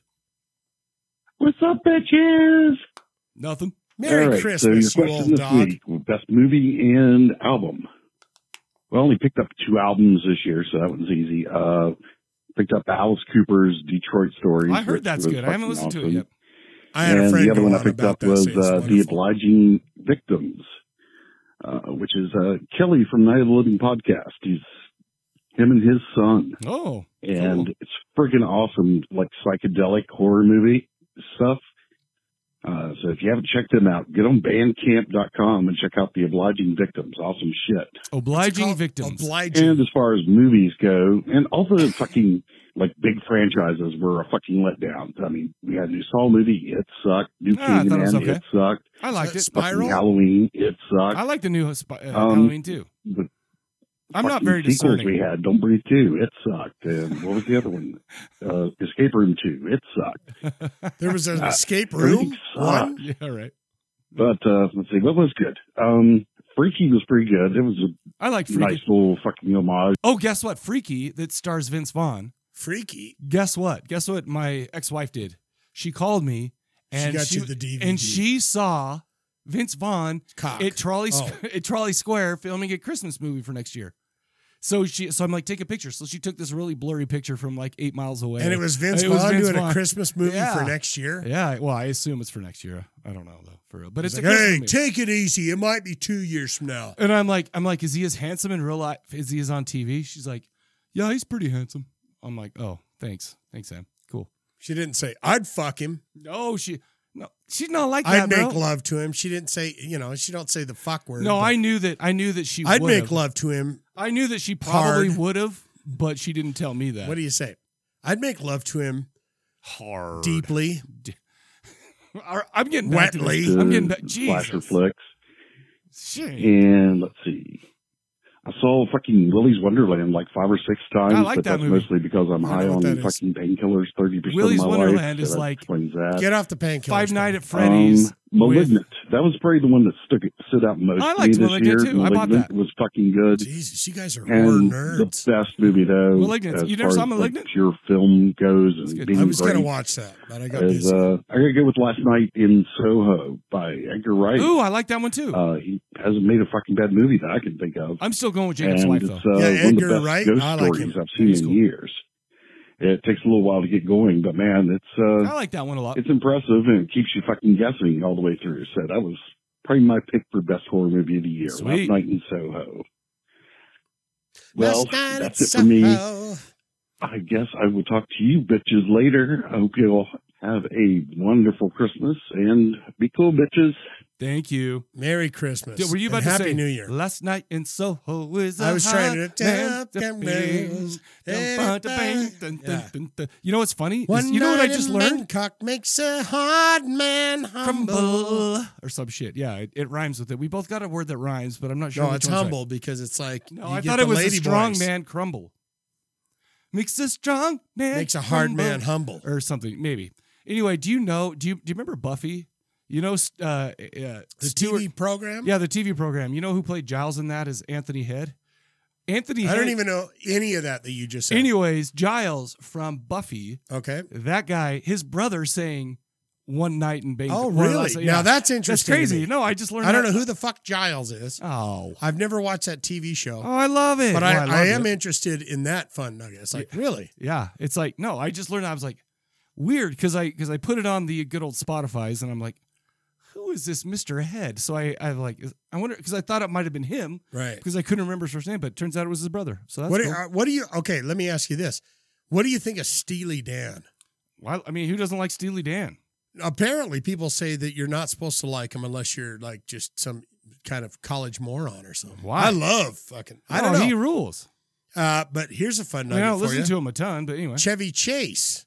S5: What's up, bitches?
S1: Nothing.
S2: Merry
S5: All right,
S2: Christmas,
S5: so your
S2: you
S5: question
S2: old
S5: this
S2: dog.
S5: week: best movie and album. Well, I only picked up two albums this year, so that one's easy. Uh, picked up Alice Cooper's Detroit Stories.
S1: I heard
S5: which
S1: that's
S5: was
S1: good. I haven't
S5: fucking
S1: listened to it
S5: awesome.
S1: yet.
S2: I had
S5: and
S2: a friend
S5: the other
S2: go
S5: one
S2: on
S5: I picked
S2: about
S5: up
S2: that,
S5: was
S2: say it's
S5: uh, The
S2: wonderful.
S5: Obliging Victims, uh, which is uh, Kelly from Night of the Living podcast. He's him and his son,
S1: Oh,
S5: and it's freaking awesome, like psychedelic horror movie stuff. Uh, so if you haven't checked them out, get on bandcamp.com and check out The Obliging Victims. Awesome shit.
S2: It's
S1: obliging
S2: called
S1: victims.
S2: Obliging.
S5: And as far as movies go, and also the fucking like big franchises were a fucking letdown. I mean, we had a new Saw movie, it sucked. New
S1: Ah, I thought it was
S5: Candyman,
S1: okay.
S5: it sucked.
S1: I liked it.
S2: That's-
S5: Fucking
S2: Spiral?
S5: Halloween, it sucked.
S1: I like the new sp- uh,
S5: Um,
S1: Halloween too.
S5: The
S1: I'm not
S5: fucking
S1: very
S5: sequels
S1: discerning.
S5: we had. Don't Breathe Two, it sucked. And what was the other one? Uh, Escape Room Two, it
S2: [LAUGHS]
S5: sucked.
S2: There was an
S5: Uh,
S2: escape room.
S5: everything
S2: One.
S1: yeah, right.
S5: But uh, let's see, what was good? Um, Freaky was pretty good. It was a
S1: I like Freaky.
S5: nice little fucking homage.
S1: Oh, guess what? Freaky that stars Vince Vaughn.
S2: Freaky.
S1: Guess what? Guess what? My ex-wife did. She called me and
S2: she got
S1: she,
S2: you the DVD.
S1: and she saw Vince Vaughn
S2: cock.
S1: at Trolley
S2: Oh.
S1: at Trolley Square filming a Christmas movie for next year. So she, so I'm like, take a picture. So she took this really blurry picture from like eight miles away.
S2: and it was Vince
S1: It was
S2: Vaughn
S1: Vince
S2: doing
S1: Vaughn.
S2: a Christmas movie
S1: Yeah.
S2: for next year.
S1: yeah. Well, I assume it's for next year. I don't know though, for real. But it's
S2: He's
S1: a
S2: like,
S1: Christmas
S2: hey,
S1: movie.
S2: take it easy. It might be two years from now.
S1: And I'm like, I'm like, is he as handsome in real life as he is on TV? She's like, yeah, he's pretty handsome. I'm like, oh, thanks, thanks, Sam. Cool.
S2: She didn't say, I'd fuck him.
S1: No, she, no, she's not like that,
S2: I'd
S1: bro.
S2: make love to him. She didn't say, you know, she don't say the fuck word.
S1: no,
S2: but
S1: I knew that. I knew that she.
S2: I'd
S1: would've.
S2: make love to him.
S1: I knew that she probably
S2: Hard.
S1: would have, but she didn't tell me that.
S2: What do you say? I'd make love to him
S1: hard?
S2: deeply.
S1: [LAUGHS] Ar- I'm getting back to this.
S2: Wetly.
S1: I'm getting back.
S5: Uh, Slasher
S1: Jesus.
S5: flicks.
S1: Shit.
S5: And let's see. I saw fucking Willy's Wonderland like five or six times,
S1: I like
S5: but
S1: that
S5: that's
S1: movie.
S5: mostly because I'm
S2: I know
S5: high
S2: what
S5: on
S2: that is.
S5: fucking painkillers 30%
S1: Willy's
S5: of my life.
S1: Wonderland
S5: so
S1: is
S5: that
S1: like-
S5: explains that.
S2: Get off the painkillers.
S1: Five Night
S2: man.
S1: at Freddy's.
S5: Um,
S1: with-
S5: Malignant. That was probably the one that stuck, stood out most
S1: I
S5: to me
S1: liked
S5: this
S1: Malignant,
S5: year.
S1: too. I bought
S5: Malignant
S1: that.
S5: was fucking good.
S2: Jesus, you guys are
S5: And
S2: horror
S5: the
S2: nerds.
S5: best movie though,
S1: Malignant.
S5: as
S1: You never
S5: far
S1: saw
S5: as, like,
S1: Malignant?
S5: pure film goes
S1: That's
S5: and
S1: good.
S5: being
S2: I was
S5: great
S2: gonna watch that, but I got
S5: is,
S2: busy.
S5: uh, I gotta go with Last Night in Soho by Edgar Wright.
S1: Ooh, I like that one too.
S5: Uh, he hasn't made a fucking bad movie that I can think of.
S1: I'm still going with Jacob's
S5: and
S1: wife
S5: it's
S1: though.
S2: Yeah,
S5: uh, one of the
S2: Edgar
S5: best
S2: Wright,
S5: ghost
S2: I like
S5: stories
S2: him.
S5: I've seen
S1: He's
S5: in
S1: cool.
S5: years. It takes a little while to get going, but man, it's uh,
S1: I like that one a lot.
S5: it's impressive and it keeps you fucking guessing all the way through. So that was probably my pick for best horror movie of the year.
S1: Sweet.
S5: Last Night in Soho. Well,
S2: Last night
S5: that's
S2: at
S5: it for me.
S2: Soho.
S5: I guess I will talk to you bitches later. I hope you all have a wonderful Christmas and be cool, bitches.
S1: Thank you.
S2: Merry Christmas.
S1: Were you about
S2: and
S1: to
S2: Happy
S1: say
S2: New Year?
S1: Last night in Soho is
S2: I
S1: a
S2: was trying to-
S1: hot damn
S2: Yeah.
S1: thing. You know what's funny? Is-
S2: One
S1: you know what I
S2: night
S1: just
S2: in
S1: learned?
S2: Bangkok makes a hard man humble.
S1: Crumble or some shit. Yeah, it, it rhymes with it. We both got a word that rhymes, but I'm not sure.
S2: No,
S1: which
S2: it's
S1: one's right.
S2: humble because it's like
S1: No,
S2: you
S1: I
S2: get
S1: thought it
S2: the
S1: was a
S2: lady
S1: strong
S2: voice.
S1: man crumble. Makes a strong man
S2: makes a hard
S1: crumble.
S2: man humble.
S1: or something maybe. Anyway, do you know? Do you do you remember Buffy? You know, uh, uh,
S2: The
S1: Stuart-
S2: TV program.
S1: Yeah, the TV program. You know who played Giles in that is Anthony Head. Anthony.
S2: I don't
S1: Head-
S2: even know any of that that you just said.
S1: Anyways, Giles from Buffy,
S2: okay.
S1: that guy, his brother sang "One Night in Bangkok."
S2: Oh,
S1: One
S2: really?
S1: Last-
S2: Now
S1: yeah.
S2: that's
S1: that's
S2: interesting. to
S1: crazy.
S2: me.
S1: No, I just learned.
S2: I don't know
S1: that-
S2: who the fuck Giles is.
S1: Oh,
S2: I've never watched that TV show,
S1: oh, I love it.
S2: but
S1: Well,
S2: I,
S1: love
S2: I, am
S1: it.
S2: interested in that fun nugget. It's like, really?
S1: Yeah, it's like no, I just learned. I was like weird because I because I put it on the good old Spotify's and I'm like, who is this Mister Head? So I I like is- I wonder because I thought it might have been him
S2: Right.
S1: because I couldn't remember his first name, but it turns out it was his brother. So that's
S2: What do,
S1: cool.
S2: uh, what do you, okay, let me ask you this. What do you think of Steely Dan?
S1: Well, I mean, who doesn't like Steely Dan?
S2: Apparently, people say that you're not supposed to like him unless you're like just some kind of college moron or something.
S1: Why?
S2: I love fucking, I
S1: No,
S2: don't know.
S1: He rules.
S2: uh, but here's a fun
S1: I, mean,
S2: nugget
S1: I don't
S2: for
S1: listen
S2: you.
S1: to him a ton, but anyway.
S2: Chevy Chase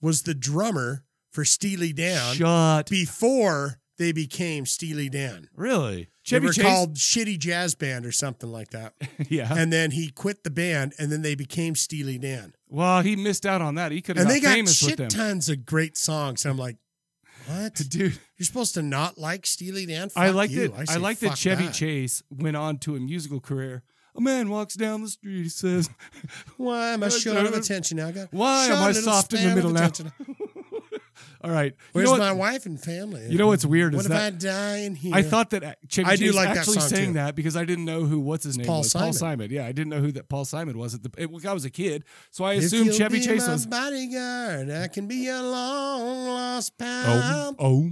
S2: was the drummer for Steely Dan
S1: Shut.
S2: before they became Steely Dan.
S1: Really?
S2: They
S1: Chevy
S2: were
S1: Chase.
S2: called Shitty Jazz Band or something like that.
S1: [LAUGHS] yeah.
S2: and then he quit the band, and then they became Steely Dan.
S1: well, he missed out on that. He could have
S2: And
S1: got
S2: they got
S1: famous with
S2: shit
S1: them.
S2: tons of great songs. And I'm like,
S1: [LAUGHS]
S2: what?
S1: Dude,
S2: You're supposed to not like Steely Dan?
S1: I
S2: Fuck
S1: liked
S2: you.
S1: it. I,
S2: say
S1: liked
S2: fuck
S1: that Chevy
S2: that.
S1: Chase went on to a musical career. A man walks down the street. He says,
S2: [LAUGHS] Why am I
S1: Uh,
S2: short
S1: uh,
S2: of attention? I got
S1: "Why
S2: short
S1: am I
S2: little
S1: soft in
S2: span
S1: the
S2: of
S1: middle now?"
S2: attention.
S1: [LAUGHS] All right. You
S2: Where's
S1: know,
S2: my
S1: what,
S2: wife and family?
S1: you know what's weird
S2: What
S1: is
S2: if I
S1: that
S2: die in here?
S1: I thought that uh, Chevy
S2: I do
S1: Chase
S2: like that
S1: actually
S2: song,
S1: sang
S2: too.
S1: that because I didn't know who what's his name
S2: Paul
S1: was. Paul
S2: Simon.
S1: Simon. Yeah, I didn't know who that Paul Simon was at the. It, I was a kid, so I
S2: If
S1: assumed
S2: you'll
S1: Chevy
S2: be
S1: Chase
S2: my
S1: was.
S2: bodyguard, I can be a long lost pal.
S1: Oh, oh.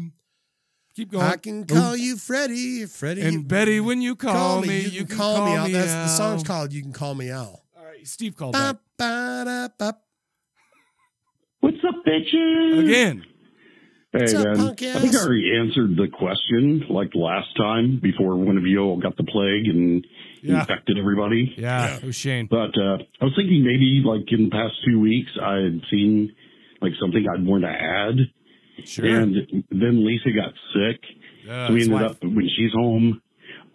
S1: Keep going. Oh.
S2: I can call you Freddie. Freddie
S1: And Betty, when you call, me, you, can call, me.
S2: Al.
S1: out.
S2: That's the song's called "You Can Call Me Al."
S1: All right, Steve called
S2: Ba,
S1: that
S2: ba, da, ba.
S5: What's up, bitches?
S1: again.
S5: Hey,
S2: What's up,
S5: man.
S2: punk
S5: I think I
S2: ass?
S5: already answered the question like last time before one of you all got the plague and
S1: Yeah.
S5: infected everybody.
S1: Yeah, it was Shane.
S5: But uh, I was thinking maybe like in the past two weeks, I had seen like something I'd want to add.
S1: Sure. Uh,
S5: And then Lisa got sick.
S1: Yeah,
S5: so we
S1: his
S5: ended
S1: wife.
S5: up, when she's home,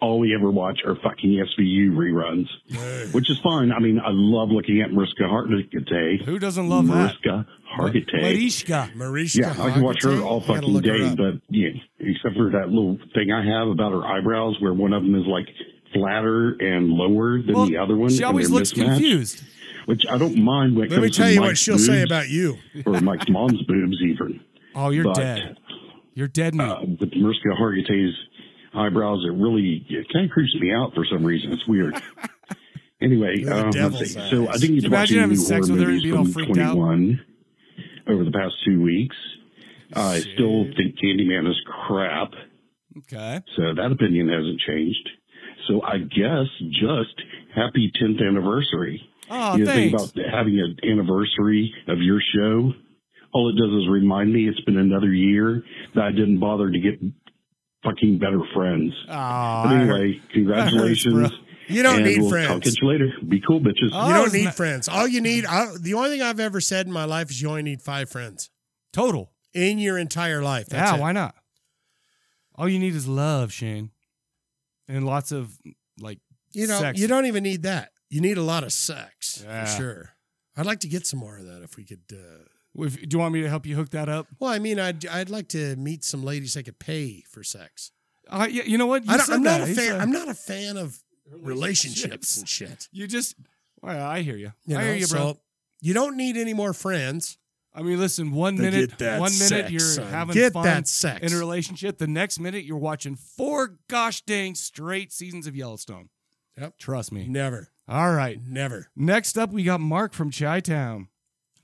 S5: all we ever watch are fucking SVU reruns, which is fun. I mean, I love looking at Mariska Hargitay.
S1: Who doesn't love that?
S5: Mariska Hargitay.
S1: Mariska.
S2: Marisha.
S5: Yeah, I can watch her all
S2: Hargitay. Gotta
S5: fucking
S2: look her
S5: day,
S2: up.
S5: but yeah, except for that little thing I have about her eyebrows where one of them is like flatter and lower than
S1: Well,
S5: the other one.
S1: she
S5: and
S1: always
S5: they're
S1: looks
S5: mismatched,
S1: confused.
S5: Which I don't mind when it
S2: Let me
S5: comes
S2: tell
S5: to
S2: you
S5: Mike's
S2: what she'll
S5: boobs
S2: say
S5: [LAUGHS]
S2: about you.
S5: or Mike's mom's boobs even.
S1: Oh, you're
S5: But-
S1: dead. You're dead, meat.
S5: Uh, with Mariska Hargitay's eyebrows, it really it kind of creeps me out for some reason. It's
S1: [LAUGHS]
S5: weird. anyway,
S2: You're the
S5: um, let's
S2: devil's
S5: see. so I
S2: eyes.
S5: didn't
S1: Can you
S5: get to watch
S1: imagine
S5: any
S1: having
S5: new
S1: sex
S5: horror
S1: with her and
S5: movies
S1: being all
S5: from
S1: freaked out?
S5: 21 over the past two weeks. I still think Candyman is crap,
S1: okay.
S5: so that opinion hasn't changed. So I guess just happy 10th anniversary.
S1: Oh,
S5: you know, think
S1: thanks.
S5: about having an anniversary of your show. All it does is remind me it's been another year that I didn't bother to get fucking better friends.
S1: Aw,
S5: But
S1: I [LAUGHS] heard-
S5: anyway, congratulations.
S1: bro.
S2: You don't
S5: and
S2: need
S5: we'll Talk
S2: friends.
S5: at you later. Be cool, bitches.
S1: Oh, I
S2: you don't
S1: was
S2: need
S1: ma-
S2: friends. All you need, I, the only thing I've ever said in my life is you only need five friends
S1: total.
S2: in your entire life. That's
S1: yeah,
S2: it.
S1: why not? All you need is love, Shane, and lots of like.
S2: you know,
S1: Sex.
S2: you don't even need that. You need a lot of sex
S1: Yeah.
S2: for sure. I'd like to get some more of that if we could. Uh,
S1: If, do you want me to help you hook that up?
S2: well, I mean, I'd I'd like to meet some ladies that could pay for sex.
S1: Uh, you, you know what? You
S2: I don't,
S1: said
S2: I'm not
S1: that.
S2: a
S1: You
S2: fan.
S1: said-
S2: I'm not a fan of relationships and shit.
S1: You just. Well, I hear you.
S2: You
S1: I
S2: know,
S1: hear you, bro.
S2: so you don't need any more friends.
S1: I mean, listen. One
S2: Then
S1: minute,
S2: get that
S1: one minute
S2: sex,
S1: you're
S2: son.
S1: having
S2: Get
S1: fun
S2: that sex.
S1: in a relationship. The next minute, you're watching four gosh dang straight seasons of Yellowstone.
S2: Yep.
S1: Trust me.
S2: Never,
S1: All right.
S2: never.
S1: Next up, we got Mark from Chi Town.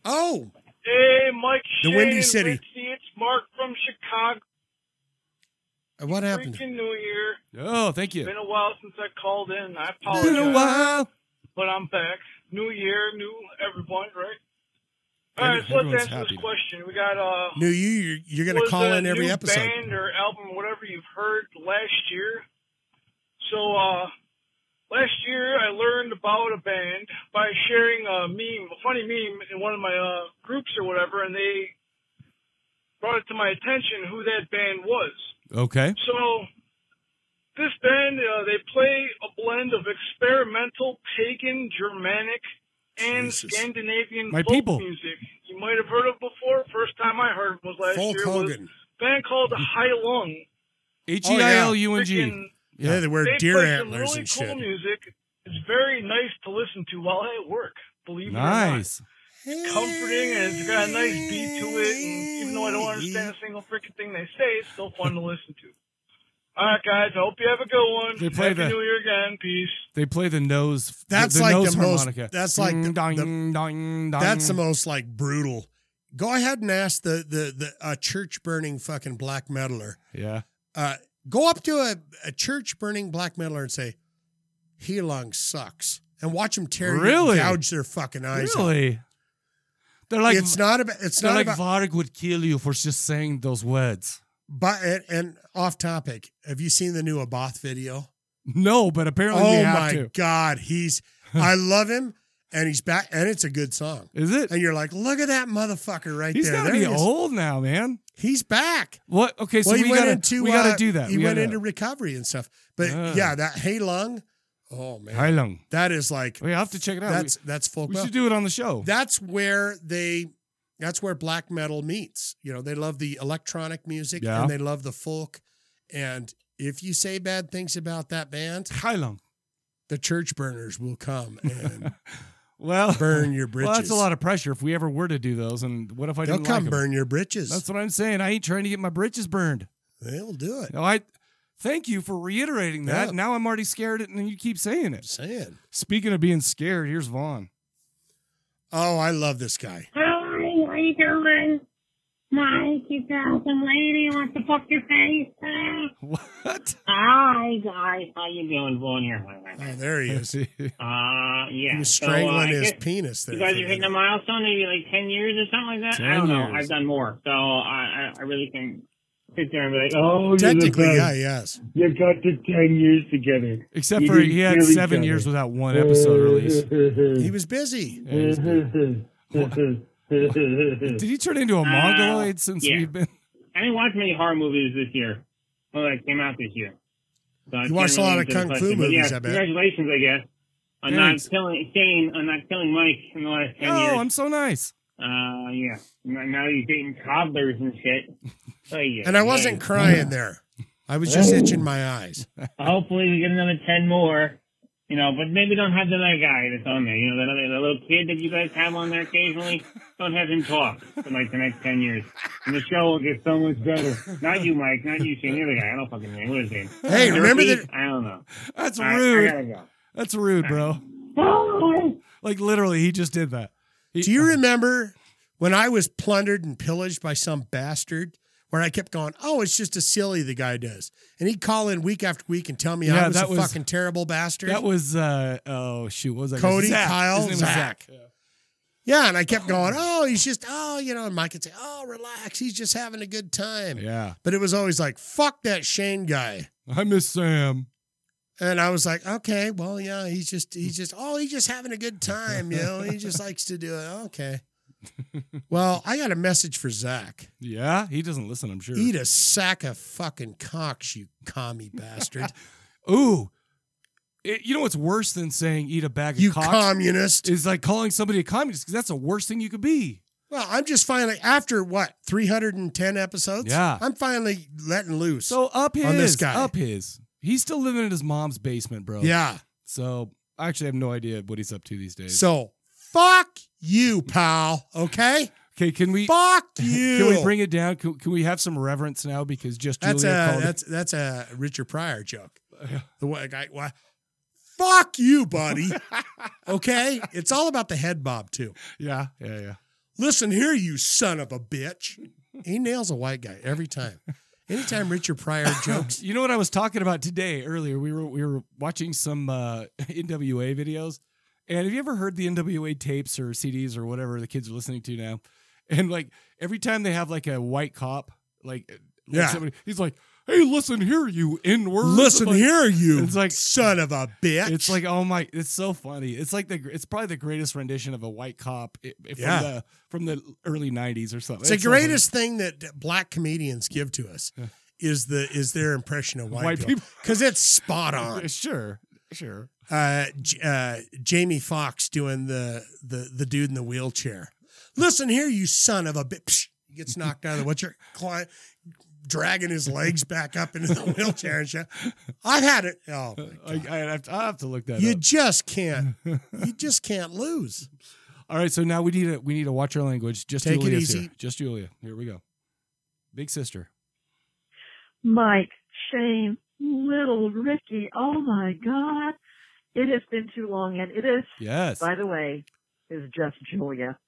S2: Oh,
S6: Hey, Mike.
S2: The
S6: Shane
S2: Windy
S6: and
S2: City.
S6: Ritzy, it's Mark from Chicago.
S2: what happened?
S6: Freaking New Year.
S1: Oh, thank you.
S6: Been a while since I called in. I
S1: It's
S6: apologize.
S1: while.
S6: But I'm back. New Year, new everyone, right?
S1: Yeah,
S6: All right, so
S1: everyone's
S6: let's answer
S1: happy
S6: this
S1: now.
S6: question. We got uh,
S2: New you, you're, you're going to
S6: was
S2: call
S6: a
S2: in every
S6: new
S2: episode.
S6: band or album, whatever you've heard last year. So uh, last year I learned about a band by sharing a meme, a funny meme in one of my uh, groups or whatever, and they brought it to my attention who that band was.
S1: Okay.
S6: So this band uh, they play a blend of experimental, pagan, Germanic, and
S2: Jesus.
S6: Scandinavian
S1: My
S6: folk
S1: people.
S6: music. You might have heard of before. First time I heard it was last
S2: Folk
S6: year. Was
S2: Hogan.
S6: a band called High Lung.
S1: H e i l u n g.
S6: Freaking,
S2: Yeah, they wear
S6: they
S2: deer
S6: play
S2: antlers
S6: some really
S2: and
S6: cool
S2: shit.
S6: music. It's very nice to listen to while at work. Believe
S1: Nice.
S6: it or not, comforting and it's got a nice beat to it. And even though I don't understand a single freaking thing they say, it's still fun to listen to. All right, guys. I hope you have a good one.
S1: They play
S6: Happy
S1: the-
S6: New Year again. Peace.
S1: They play the nose.
S2: That's
S1: the,
S2: like
S1: nose
S2: the most-
S1: harmonica.
S2: that's like the-
S1: Ding, dong,
S2: the-
S1: dong, dong.
S2: That's the most like brutal. Go ahead and ask the the the uh, church burning fucking black metaler.
S1: yeah.
S2: Uh, go up to a, a church burning black metaler and say, "Heelong sucks," and watch them tear you-
S1: Really?
S2: gouge their fucking eyes. out.
S1: Really. They're like
S2: it's not about. It's
S1: they're
S2: not
S1: like
S2: about.
S1: Varg would kill you for just saying those words.
S2: But and, and off topic. Have you seen the new Abath video?
S1: No, but apparently we
S2: Oh
S1: have
S2: my
S1: to.
S2: god,
S1: [LAUGHS]
S2: he's. I love him, and he's back, and it's a good song.
S1: Is it?
S2: And you're like, look at that motherfucker right
S1: He's
S2: there.
S1: gotta
S2: There
S1: be
S2: he is.
S1: old now, man.
S2: He's back.
S1: What? Okay, so
S2: well, he
S1: we
S2: went
S1: gotta
S2: into
S1: we gotta
S2: uh,
S1: do that.
S2: He
S1: we
S2: went
S1: gotta,
S2: into recovery and stuff. But
S1: Ah.
S2: yeah, that Hey Lung. Oh man,
S1: Hai Lung.
S2: that is like
S1: We have to check it out.
S2: that's that's folk.
S1: we, we
S2: metal.
S1: should do it on the show.
S2: That's where they. That's where black metal meets. You know, they love the electronic music
S1: Yeah.
S2: and they love the folk. And if you say bad things about that band,
S1: Hai Lung.
S2: the church burners will
S1: [LAUGHS]
S2: come and
S1: Well, [LAUGHS]
S2: burn your britches.
S1: Well, that's a lot of pressure if we ever were to do those. And what if I
S2: They'll
S1: didn't like
S2: come
S1: 'em?
S2: burn your britches.
S1: That's what I'm saying. I ain't trying to get my britches burned.
S2: They'll do it.
S1: No, I thank you for reiterating that.
S2: Yeah.
S1: Now I'm already scared, and then you keep saying
S2: I'm
S1: it.
S2: saying.
S1: Speaking of being scared, here's Vaughn.
S2: Oh, I love this guy.
S7: Hi, how you doing? Mike, you got some lady wants to fuck your face.
S1: What?
S7: Hi, guys, how you doing? Vaughn here.
S2: Oh, there he is.
S7: Uh, yeah.
S2: He was
S7: so, uh,
S2: strangling
S7: I
S2: his
S7: guess
S2: penis there.
S7: You guys
S2: for a
S7: are hitting
S2: minute.
S7: a milestone, maybe like 10 years or something like that?
S1: 10
S7: I don't know.
S1: years.
S7: I've done more, so I, I, I really can sit there and be like, oh, you're the
S2: Technically,
S7: best.
S2: yeah, yes.
S7: You got the 10 years together. [LAUGHS]
S1: Except
S7: You
S1: for
S7: didn't
S1: he had
S7: kill each
S1: seven
S7: other.
S1: years without one episode
S7: [LAUGHS]
S1: release.
S7: Mm-hmm.
S2: He was busy.
S1: Yeah, he's good. Did he turn into a mongoloid since
S7: Mm-hmm. yeah.
S1: we've been?
S7: I didn't watch many horror movies this year. Well, that came out this year. So I
S2: You
S7: can't
S2: watched a
S7: really
S2: lot of
S7: answer the
S2: kung fu
S7: question, but
S2: movies,
S7: yeah,
S2: I bet.
S7: Congratulations, I guess. On
S1: Thanks.
S7: not killing Shane, on not killing Mike in the last ten
S1: Oh,
S7: years.
S1: I'm so nice.
S7: Uh, yeah. Now now he's dating toddlers and
S2: [LAUGHS]
S7: shit. Oh, yeah.
S2: And I wasn't crying there. I was just itching my eyes.
S7: Oh.
S2: [LAUGHS]
S7: [LAUGHS] Hopefully, we get another ten more. You know, but maybe don't have the other guy that's on there. You know, that other that little kid that you guys have on there occasionally. Don't have him talk for like the next ten years, and the show will get so much better. Not you, Mike. Not you, Shane. The other guy. I don't fucking know. What is his name?
S2: Hey, remember
S7: Murphy?
S2: that?
S7: I don't know.
S1: That's
S7: All right,
S1: rude.
S7: I gotta go.
S1: That's rude, bro. Like literally, he just did that. He- uh-huh.
S2: Do you remember when I was plundered and pillaged by some bastard? where I kept going, oh, it's just a silly the guy does. And he'd call in week after week and tell me
S1: Yeah,
S2: I was
S1: that
S2: a
S1: was-
S2: fucking terrible bastard.
S1: That was uh oh shoot, what was that?
S2: Cody,
S1: Zach.
S2: Kyle,
S1: His name was
S2: Zach.
S1: Zach.
S2: yeah, and I kept going, oh, he's just, oh, you know, and Mike would say, oh, relax, he's just having a good time.
S1: Yeah.
S2: But it was always like, fuck that Shane guy.
S1: I miss Sam.
S2: And I was like, okay, well, yeah, he's just, he's just, oh, he's just having a good time, you know, he just likes to do it.
S1: [LAUGHS]
S2: Okay. Well, I got a message for Zach.
S1: Yeah, he doesn't listen, I'm sure.
S2: Eat a sack of fucking cocks, you commie bastard.
S1: Ooh. It- you know what's worse than saying eat a bag of
S2: you
S1: cocks?
S2: communist.
S1: is like calling somebody a communist because that's the worst thing you could be.
S2: Well, I'm just finally, after what, 310 episodes?
S1: Yeah.
S2: I'm finally letting loose.
S1: So up his
S2: On this guy.
S1: up his. He's still living in his mom's basement, bro.
S2: yeah.
S1: So I actually have no idea what he's up to these days.
S2: So fuck you, pal. Okay?
S1: okay, can we
S2: Fuck
S1: [LAUGHS] [LAUGHS]
S2: you.
S1: can we bring it down? Can, can we have some reverence now because just Julia
S2: that's
S1: called
S2: a
S1: it-
S2: that's that's a Richard Pryor joke. The way a guy why fuck you,
S1: [LAUGHS]
S2: buddy. okay? It's all about the head bob too.
S1: Yeah, yeah, yeah.
S2: Listen here, you son of a bitch. He nails a white guy every time. Anytime Richard Pryor jokes,
S1: You know what I was talking about today earlier? We were we were watching some uh, [LAUGHS] NWA videos, and have you ever heard the NWA tapes or CDs or whatever the kids are listening to now? And like every time they have like a white cop, like uh, like
S2: Yeah.
S1: somebody, he's like, [LAUGHS] "Hey, listen here, you N word."
S2: listen here, you
S1: It's like-
S2: son of a bitch.
S1: It's like oh my, it's so funny. It's like the it's probably the greatest rendition of a white cop i- i- from
S2: Yeah.
S1: the from the early '90s or something.
S2: it's the
S1: so funny.
S2: greatest thing that that black comedians give to us is the is their impression of white,
S1: White
S2: people because it's spot
S1: [LAUGHS]
S2: on.
S1: Sure, sure.
S2: Uh, J- uh, Jamie Foxx doing the the the dude in the wheelchair. Listen here, you son of a bitch. He gets knocked out of the wheelchair, cli- dragging his legs back up into the wheelchair and shit. I've had it. Oh, my God.
S1: I, I have to, I have to look that
S2: you
S1: up. [LAUGHS]
S2: just can't. You just can't lose.
S1: All right, so now we need to we need to watch our language. Just
S2: Take it
S1: Julia's
S2: easy.
S1: Here. [LAUGHS] Just Julia. Here we go. Big sister.
S8: Mike, Shane, little Ricky. Oh my God. It has been too long. And it is,
S1: Yes.
S8: by the way, is just Julia.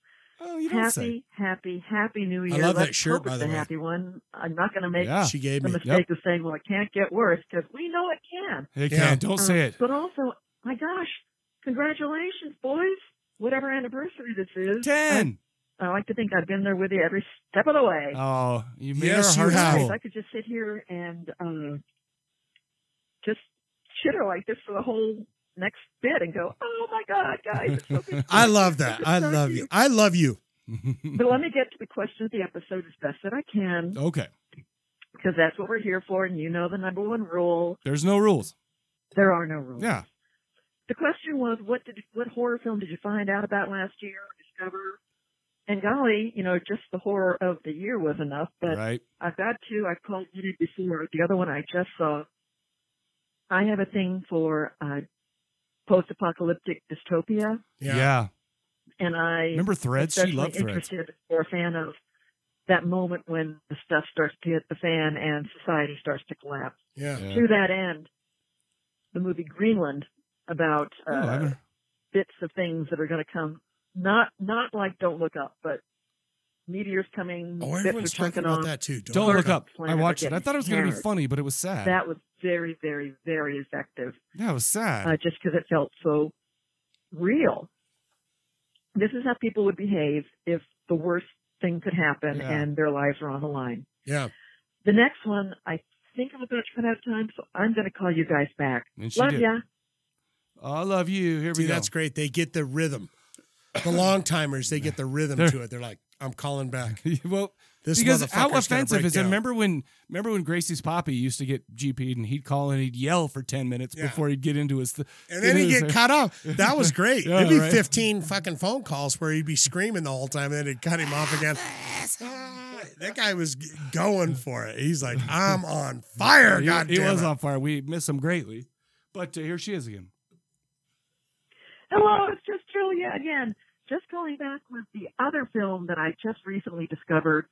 S1: Oh, you don't say.
S8: Happy, happy, happy New Year.
S2: love that
S8: Let's
S2: shirt,
S8: hope
S2: by
S8: it's
S2: the
S8: a
S2: way.
S8: happy one. I'm not going to make
S1: Yeah.
S2: She gave
S8: the
S2: me.
S8: mistake of saying, well, it can't get worse because we know it can.
S1: Hey,
S2: Yeah.
S1: Ken, don't
S8: Uh,
S1: say it.
S8: But also, my gosh, congratulations, boys. Whatever anniversary this is.
S1: Ten.
S8: I, I like to think I've been there with you every step of the way.
S1: Oh, you made
S2: Yes,
S1: our
S2: you
S1: hearts
S2: have.
S8: Guys,
S1: full.
S8: I could just sit here and uh, just chitter like this for the whole next bit and go, oh my God, guys.
S1: [LAUGHS]
S8: It's so good.
S2: I love that. I love you. I love you.
S8: but let me get to the question of the episode as best that I can
S1: okay.
S8: because that's what we're here for. And you know the number one rule
S1: There's no rules.
S8: there are no rules.
S1: Yeah.
S8: The question was, what did what horror film did you find out about last year, discover? And golly, you know, just the horror of the year was enough, but
S1: right.
S8: I've got two. I've called one in before. The other one I just saw. I have a thing for uh, post-apocalyptic dystopia,
S1: Yeah.
S2: Yeah.
S8: and I
S1: Remember threads? She
S8: especially
S1: loved threads.
S8: interested or a fan of that moment when the stuff starts to hit the fan and society starts to collapse.
S2: Yeah.
S1: Yeah.
S8: To that end, the movie Greenland about
S1: Oh, I
S8: uh,
S1: haven't-
S8: bits of things that are going to come. Not not like Don't Look Up, but meteors coming,
S2: Oh,
S8: bits are
S2: everyone's talking
S8: chunking
S2: about
S8: off.
S2: that too.
S1: don't
S8: Look
S1: look up.
S8: Planet
S1: I watched it.
S8: Getting
S1: I thought it was going to be
S8: Hammered.
S1: funny, but it was sad.
S8: That was very, very, very effective
S1: yeah, it was sad.
S8: uh, just because it felt so real. This is how people would behave if the worst thing could happen
S1: Yeah.
S8: and their lives are on the line.
S2: Yeah.
S8: The next one, I think I'm about to run out of time, so I'm going to call you guys back.
S1: and she
S8: Love
S1: did.
S8: ya.
S1: I love you. Here
S2: See,
S1: we go.
S2: that's great. They get the rhythm. The long timers, they get the rhythm
S1: They're-
S2: to it. They're like, I'm
S1: [LAUGHS]
S2: calling back.
S1: well,
S2: This
S1: because
S2: motherfucker's
S1: how
S2: gonna
S1: offensive
S2: break
S1: is it?
S2: down.
S1: Remember when remember when Gracie's poppy used to get GP'd and he'd call and he'd yell for ten minutes
S2: Yeah.
S1: before he'd get into his. Th-
S2: And then
S1: into [LAUGHS]
S2: he
S1: his
S2: get
S1: thing?
S2: cut off. That was great.
S1: Yeah,
S2: It'd be
S1: right.
S2: 15 fucking phone calls where he'd be screaming the whole time, and then it'd cut him off again. Ah, that guy was g- going for it. He's like, I'm on fire.
S1: He-
S2: God
S1: he, was
S2: it.
S1: on fire. We miss him greatly, but uh, here she is again.
S8: Hello, it's just Julia again. Just going back with the other film that I just recently discovered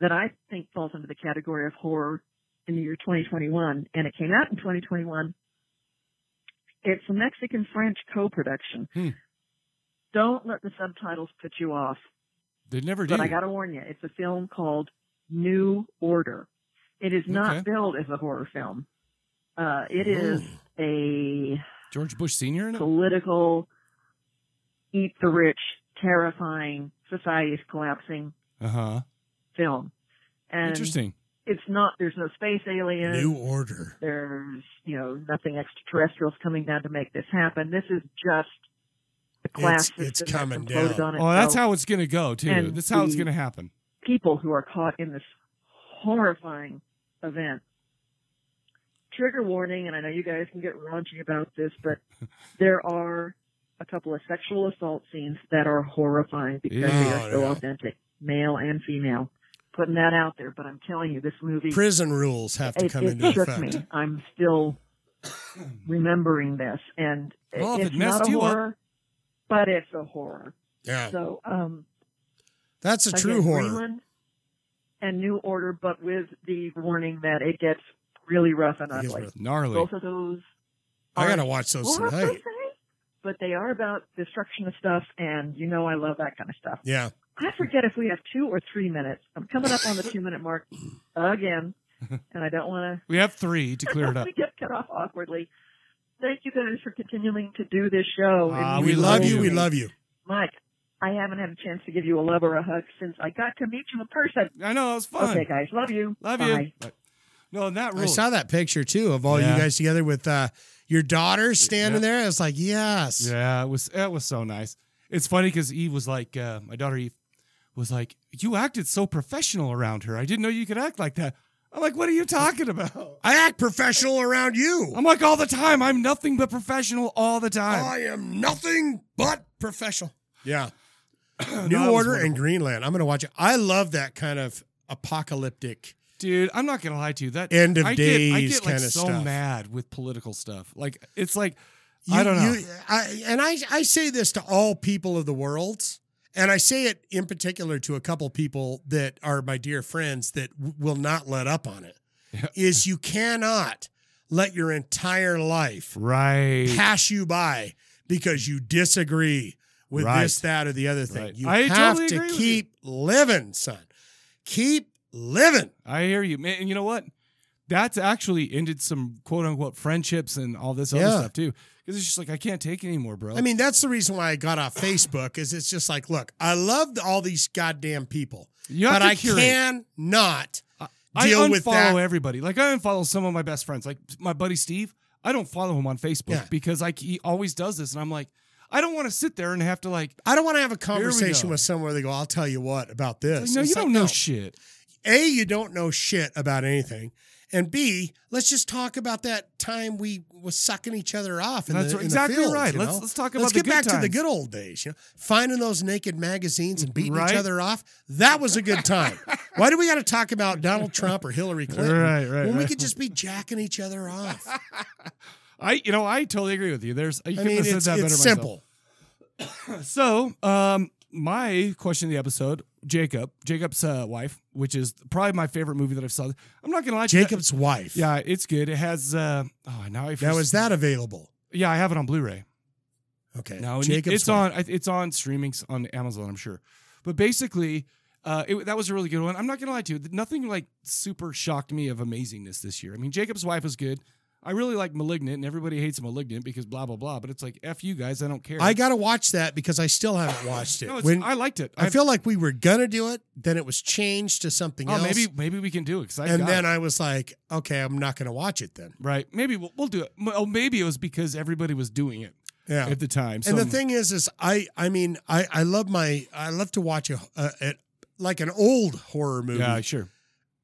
S8: that I think falls under the category of horror in the year 2021, and it came out in 2021. It's a Mexican French co production.
S1: Hmm.
S8: Don't let the subtitles put you off,
S1: They never did.
S8: but I got to warn you, it's a film called New Order. It is not
S1: Okay.
S8: billed as a horror film. Uh, it is a
S1: George Bush Senior in it.
S8: political, eat the rich, terrifying, society's collapsing
S1: Uh
S2: Uh-huh.
S1: huh.
S8: film. And
S1: Interesting.
S8: it's not, there's no space aliens.
S2: New order.
S8: There's, you know, nothing extraterrestrials coming down to make this happen. This is just the class
S2: it's
S8: system that's
S2: coming
S8: imploded
S2: down.
S8: on
S1: Oh, that's
S8: itself.
S1: how it's gonna go too.
S8: And
S1: That's how it's
S8: the-
S1: gonna happen.
S8: people who are caught in this horrifying event. Trigger warning, and I know you guys can get raunchy about this,
S2: [LAUGHS]
S8: but there are a couple of sexual assault scenes that are horrifying because they
S2: Oh,
S8: are so
S2: yeah.
S8: authentic, male and female. Putting that out there, but I'm telling you, this movie
S2: Prison rules have to
S8: it,
S2: come
S8: it
S2: into
S8: shook
S2: effect.
S8: me. I'm still remembering this, and it-
S1: Well, if
S8: it's
S1: it messed
S8: not a
S1: you up-
S8: horror, but it's a horror.
S2: Yeah,
S8: So, um,
S2: that's a true
S8: again,
S2: horror.
S8: Greenland and New Order, but with the warning that it gets really rough and
S2: It is
S8: ugly.
S2: rough.
S1: Gnarly.
S8: Both of those
S2: I
S8: are
S2: gotta watch those
S8: horror per
S2: tonight.
S8: se, but they are about destruction of stuff, and you know I love that kind of stuff.
S2: Yeah,
S8: I forget if we have two or three minutes. I'm coming up on the two minute mark
S1: [LAUGHS]
S8: again, and I don't want to
S1: We have three to clear it up.
S8: we [LAUGHS] get cut off awkwardly. Thank you guys for continuing to do this show.
S1: Ah,
S8: and
S2: we, love you.
S8: really-
S2: We love you.
S8: Mike. I haven't had a chance to give you a love or a hug since I got to meet you in person.
S1: I know that was fun.
S8: Okay, guys. Love you.
S1: Love
S8: Bye.
S1: you. Bye. No, and that
S2: I
S1: rules.
S2: saw that picture too of all
S1: Yeah.
S2: you guys together with uh, your daughter standing
S1: Yeah.
S2: there. I was like, yes.
S1: Yeah, it was it was so nice. It's funny because Eve was like, uh, my daughter Eve was like, you acted so professional around her. I didn't know you could act like that. I'm like, what are you talking about?
S2: [LAUGHS] I act professional around you.
S1: I'm like all the time. I'm nothing but professional all the time.
S2: I am nothing but professional. Yeah.
S1: [CLEARS THROAT] No, that
S2: New
S1: was
S2: Order
S1: wonderful.
S2: and Greenland. I'm going to watch it. I love that kind of apocalyptic.
S1: dude, I'm not gonna lie to you. That
S2: End of
S1: I get, I
S2: days
S1: get like
S2: kinda
S1: so
S2: stuff.
S1: mad with political stuff. Like it's like I don't know.
S2: You, I, and I, I say this to all people of the world, and I say it in particular to a couple people that are my dear friends that w- will not let up on it. Is
S1: Yeah.
S2: you cannot let your entire life
S1: right.
S2: pass you by because you disagree with
S1: Right.
S2: this, that, or the other thing.
S1: Right.
S2: You
S1: I
S2: have
S1: totally agree
S2: to
S1: with
S2: keep living, son. Keep living.
S1: I hear you, man. And you know what? That's actually ended some quote unquote friendships and all this
S2: Yeah.
S1: other stuff too. Because it's just like I can't take it anymore, bro.
S2: I mean, that's the reason why I got off Facebook. Is it's just like, look, I love all these goddamn people,
S1: you have
S2: but
S1: to
S2: I
S1: curate.
S2: cannot
S1: I
S2: deal
S1: unfollow
S2: with that.
S1: everybody. Like I unfollow some of my best friends, like my buddy Steve. I don't follow him on Facebook
S2: Yeah.
S1: because like he always does this, and I'm like, I don't want to sit there and have to like.
S2: I don't want to have a
S1: we
S2: conversation
S1: go.
S2: with someone where they go, I'll tell you what about this.
S1: no,
S2: It's
S1: you
S2: like,
S1: don't know shit.
S2: A, you don't know shit about anything. And B, let's just talk about that time we was sucking each other off. In
S1: That's
S2: the,
S1: right.
S2: in the
S1: exactly
S2: field,
S1: right.
S2: you
S1: Let's
S2: know?
S1: let's talk about
S2: Let's
S1: the
S2: get
S1: good
S2: back to the
S1: times. Mm,
S2: good old days. You know, finding those naked magazines and beating
S1: Right.
S2: each other off. That was a
S1: [LAUGHS]
S2: good time. Why do we got to talk about Donald Trump or Hillary Clinton?
S1: Right, right,
S2: When we
S1: right.
S2: could just be jacking each other off. [LAUGHS]
S1: I you know I totally agree with you. There's you
S2: I
S1: couldn't
S2: mean,
S1: have said
S2: it's,
S1: that better
S2: it's
S1: myself.
S2: simple.
S1: [CLEARS THROAT] So, um, my question of the episode, Jacob, Jacob's uh, wife, which is probably my favorite movie that I've saw. I'm not gonna lie, to you.
S2: Jacob's wife.
S1: Yeah, it's good. It has. Uh, oh, now I.
S2: Now is that available?
S1: Yeah, I have it on Blu-ray.
S2: Okay.
S1: No, and
S2: Jacob's
S1: it's on.
S2: wife.
S1: I- It's on streaming s- on Amazon, I'm sure. But basically, uh, it, that was a really good one. I'm not gonna lie to you. Nothing like super shocked me of amazingness this year. I mean, Jacob's Wife was good. I really like Malignant, and everybody hates Malignant because blah blah blah. But it's like f you guys, I don't care.
S2: I got to watch that because I still haven't watched it.
S1: no, it's,
S2: when
S1: I liked it.
S2: I feel like we were gonna do it, then it was changed to something
S1: Oh,
S2: else.
S1: maybe maybe we can do it. 'cause I've
S2: and
S1: got
S2: then
S1: it.
S2: I was like, okay, I'm not gonna watch it then.
S1: right, maybe we'll, we'll do it. M- Oh, maybe it was because everybody was doing it
S2: Yeah.
S1: at the time. So
S2: and the thing is, is I, I mean, I, I love my, I love to watch a, a, a like an old horror movie,
S1: yeah, sure,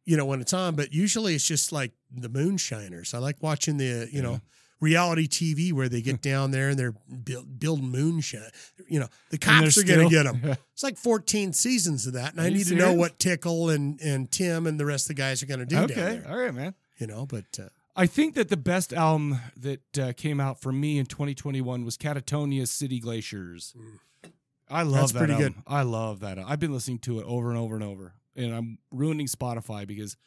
S2: you know, when it's on. But usually, it's just like the Moonshiners. I like watching the, you
S1: Yeah.
S2: know. Reality TV where they
S1: [LAUGHS]
S2: get down there and they're build, build moonshine. You know the cops are gonna get them. It's like 14 seasons of that, and
S1: Are
S2: I
S1: you
S2: need to know
S1: serious?
S2: what Tickle and and Tim and the rest of the guys are going to do down
S1: okay,
S2: there.
S1: all right, man.
S2: You know, but uh,
S1: [LAUGHS] I think that the best album that uh, came out for me in 2021 was Catatonia City Glaciers. I love
S2: Mm. That's
S1: that
S2: pretty
S1: album. I love that. I've been listening to it over and over and over, and I'm ruining Spotify because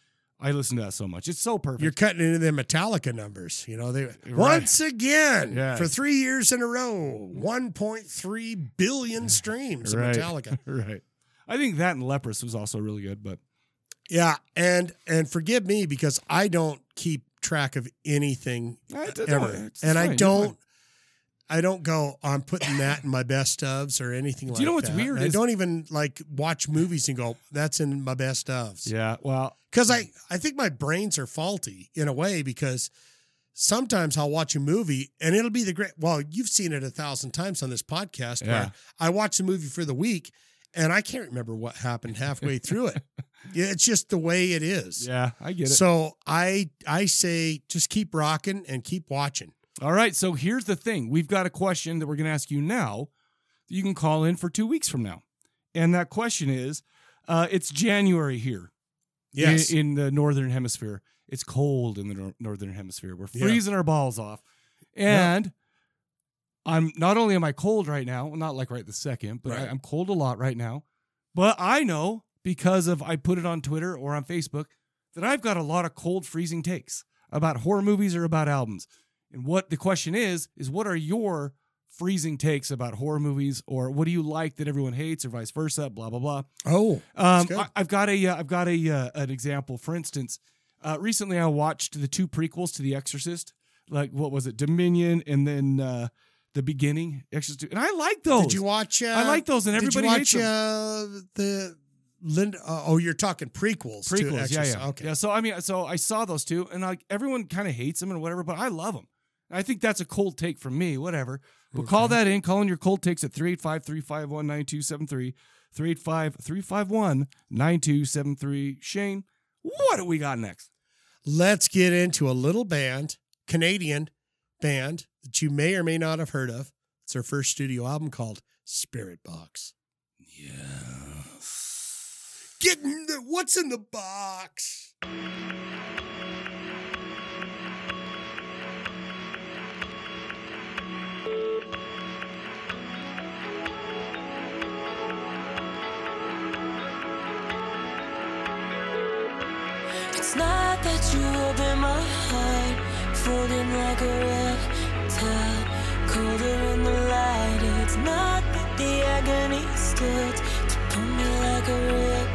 S1: I listen to that so much. It's so perfect.
S2: you're cutting into the Metallica numbers. You know, they
S1: Right.
S2: once again
S1: Yes.
S2: for three years in a row, 1.3 billion streams
S1: [LAUGHS]
S2: of
S1: Right.
S2: Metallica.
S1: right. I think that and Leprous was also really good, but
S2: Yeah, and and forgive me because I don't keep track of anything
S1: I d- no,
S2: ever,
S1: it's
S2: and
S1: fine,
S2: I
S1: you're
S2: don't.
S1: fine.
S2: I don't go. "Oh, I'm putting that in my best ofs or anything like.
S1: Do you know what's
S2: that.
S1: weird
S2: And I
S1: is-
S2: don't even like watch movies and go. That's in my best ofs.
S1: Yeah. Well, mm.
S2: because I, I think my brains are faulty in a way because sometimes I'll watch a movie and it'll be the great. Well, you've seen it a thousand times on this podcast.
S1: Yeah.
S2: Where I watch the movie for the week and I can't remember what happened halfway
S1: [LAUGHS]
S2: through it. Yeah, It's just the way it is.
S1: yeah, I get it.
S2: So I I say just keep rocking and keep watching.
S1: All right. So here's the thing we've got a question that we're going to ask you now that you can call in for two weeks from now. And that question is uh, it's January here
S2: Yes.
S1: in, in the Northern Hemisphere. It's cold in the nor- Northern Hemisphere. We're
S2: Yeah.
S1: freezing our balls off. And I'm not only am I cold right now, well, not like right this second, but I,
S2: Right.
S1: I'm cold a lot right now. But I know because of I put it on Twitter or on Facebook that I've got a lot of cold freezing takes about horror movies or about albums. And what the question is is what are your freezing takes about horror movies or what do you like that everyone hates or vice versa? Blah blah blah.
S2: oh,
S1: Um,
S2: good.
S1: I, I've got a, uh, I've got a, uh, an example. For instance, uh, recently I watched the two prequels to The Exorcist. Like what was it, Dominion, and then uh, the beginning, Exorcist, II. and I like those.
S2: did you watch? Uh,
S1: I like those, and everybody hates
S2: did you watch
S1: them.
S2: uh, the Linda? Uh, oh, you're talking prequels. to
S1: prequels, yeah,
S2: Exorcist.
S1: yeah,
S2: Okay.
S1: yeah. So I mean, so I saw those two, and like everyone kind of hates them and whatever, but I love them. And I think that's a cold take from me, whatever. But call that in. Call in your cold takes at 385 351 9273. 385 351 9273. Shane, what do we got next?
S2: let's get into a little band, Canadian band that you may or may not have heard of. It's their first studio album called Spirit Box. Yes. Get in the, what's in the box?
S9: It's not that you open my heart, folding like a red tide, colder in the light. It's not that the agony stood to pull me like a rip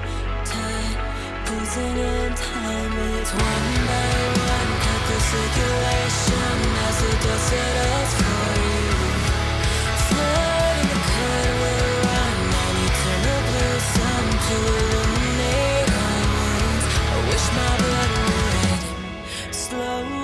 S9: tide, pulsing in time. It's one by one, cut the circulation as it does settles for you. Flood in the cut will run, an eternal blue sun to illuminate our wounds. I wish my blood would slow down.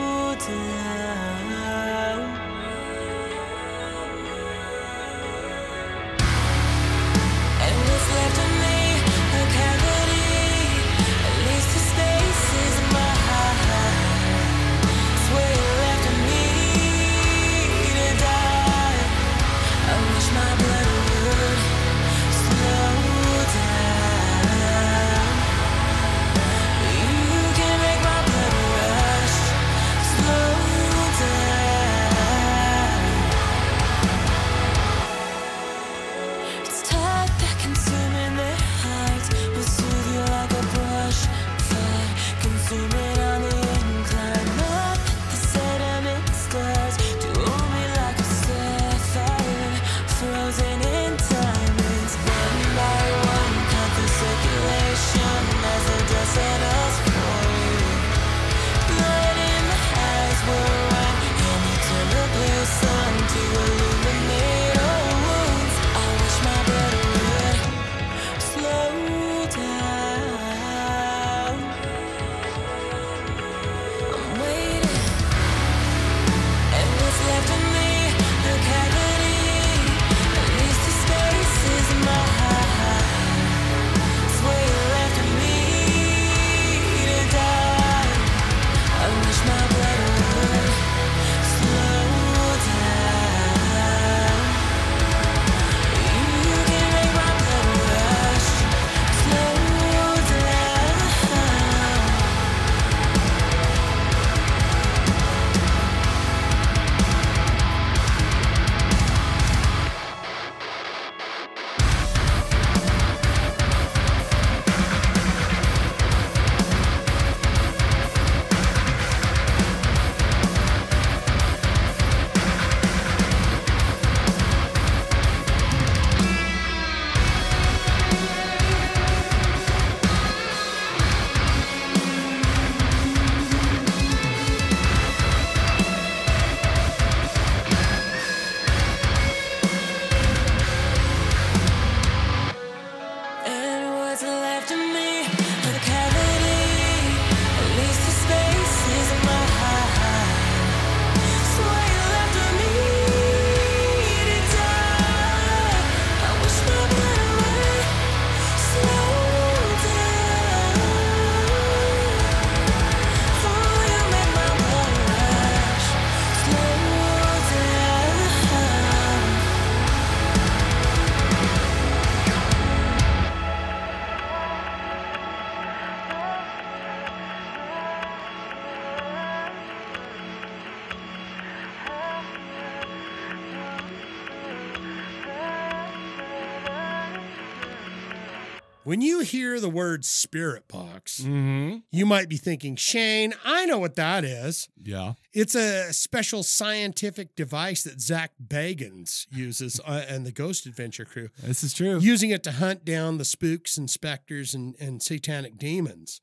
S2: When you hear the word spirit box,
S1: Mm-hmm.
S2: you might be thinking, Shane, I know what that is.
S1: Yeah.
S2: It's a special scientific device that Zach Bagans uses uh, and the Ghost Adventure crew,
S1: This is true.
S2: using it to hunt down the spooks and specters and, and satanic demons.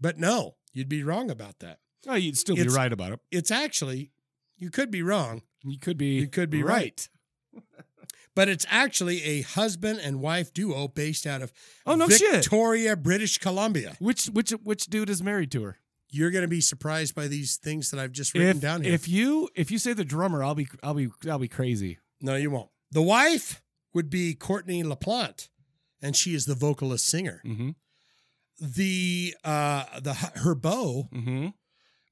S2: But no, you'd be wrong about that.
S1: Oh, you'd still be
S2: It's-
S1: right about it.
S2: It's actually, you could be wrong,
S1: You could be.
S2: you could be right. But it's actually a husband and wife duo based out of
S1: Oh no shit.
S2: Victoria, British Columbia.
S1: Which which which dude is married to her?
S2: You're going to be surprised by these things that I've just written
S1: If,
S2: down here.
S1: if you if you say the drummer, I'll be I'll be I'll be crazy.
S2: No, you won't. The wife would be Courtney LaPlante, and she is the vocalist singer.
S1: Mm-hmm.
S2: The uh the her beau
S1: Mm-hmm.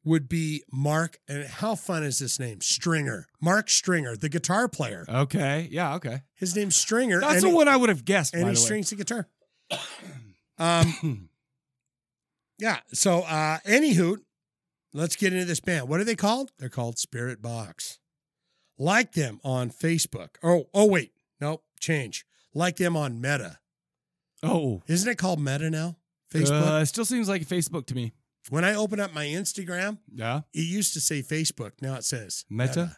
S2: would be Mark, and how fun is this name? Stringer. Mark Stringer, the guitar player.
S1: Okay. Yeah. Okay.
S2: His name's Stringer.
S1: That's
S2: and
S1: the
S2: he-
S1: one I would have guessed.
S2: and
S1: by
S2: he
S1: the way.
S2: strings
S1: [COUGHS]
S2: the guitar. um, yeah. So, uh, anywho, let's get into this band. What are they called? They're called Spirit Box. Like them on Facebook. Oh, oh wait, nope, change. Like them on Meta.
S1: Oh.
S2: Isn't it called Meta now?
S1: Uh,
S2: Facebook.
S1: it still seems like Facebook to me.
S2: when I open up my Instagram,
S1: Yeah.
S2: it used to say Facebook. Now it says
S1: Meta.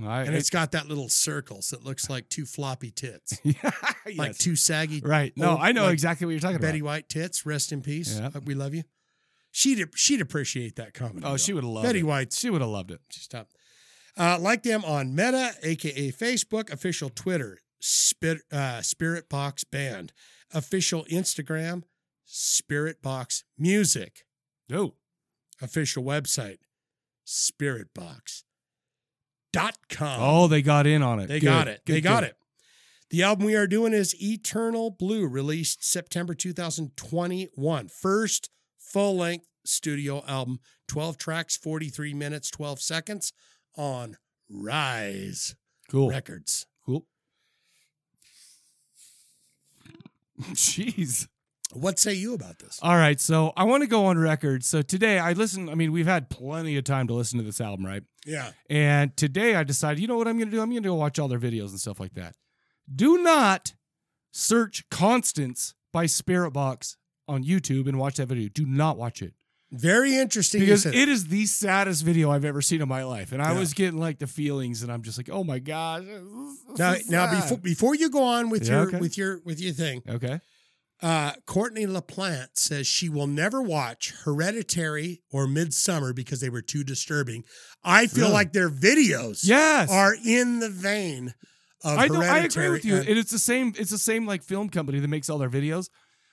S1: I,
S2: and it's got that little circles that
S1: [LAUGHS]
S2: looks like two floppy tits,
S1: yeah,
S2: like
S1: yes.
S2: two saggy
S1: right. No,
S2: old,
S1: I know
S2: like,
S1: exactly what you're talking
S2: Betty
S1: about.
S2: White tits, rest in peace.
S1: Yeah.
S2: Uh, We love you. She'd she'd appreciate that comment.
S1: Oh, she would have loved
S2: Betty
S1: it.
S2: White.
S1: She would have loved it.
S2: She stopped. Uh, like them on Meta, aka Facebook, official Twitter, Spirit uh, Spirit Box Band, official Instagram, Spirit Box Music,
S1: Oh.
S2: official website, SpiritBox.com.
S1: Oh, they got in on it.
S2: They
S1: Good,
S2: got it.
S1: good,
S2: they got
S1: good.
S2: it. The album we are doing is Eternal Blue, released September 2021. First full length studio album, 12 tracks, 43 minutes, 12 seconds on Rise
S1: Cool.
S2: Records.
S1: Cool. [LAUGHS] Jeez.
S2: What say you about this?
S1: All right, so I want to go on record. So today I listened, I mean, we've had plenty of time to listen to this album, right?
S2: yeah.
S1: And today I decided, you know what I'm going to do? I'm going to go watch all their videos and stuff like that. Do not search Constance by Spirit Box on YouTube and watch that video. Do not watch it
S2: Very interesting. you
S1: because
S2: said
S1: it is the saddest video I've ever seen in my life. And I
S2: Yeah.
S1: was getting like the feelings, and I'm just like, oh my gosh. this is- this
S2: now,
S1: is
S2: now
S1: sad.
S2: before, before you go on with
S1: Yeah,
S2: your
S1: okay.
S2: with your with your thing,
S1: Okay.
S2: uh, Courtney LaPlante says she will never watch Hereditary or Midsummer because they were too disturbing. I feel
S1: Really?
S2: like their videos
S1: Yes.
S2: are in the vein of
S1: I, know,
S2: Hereditary.
S1: I agree with you.
S2: and-
S1: And it's the same. It's the same like film company that makes all their videos,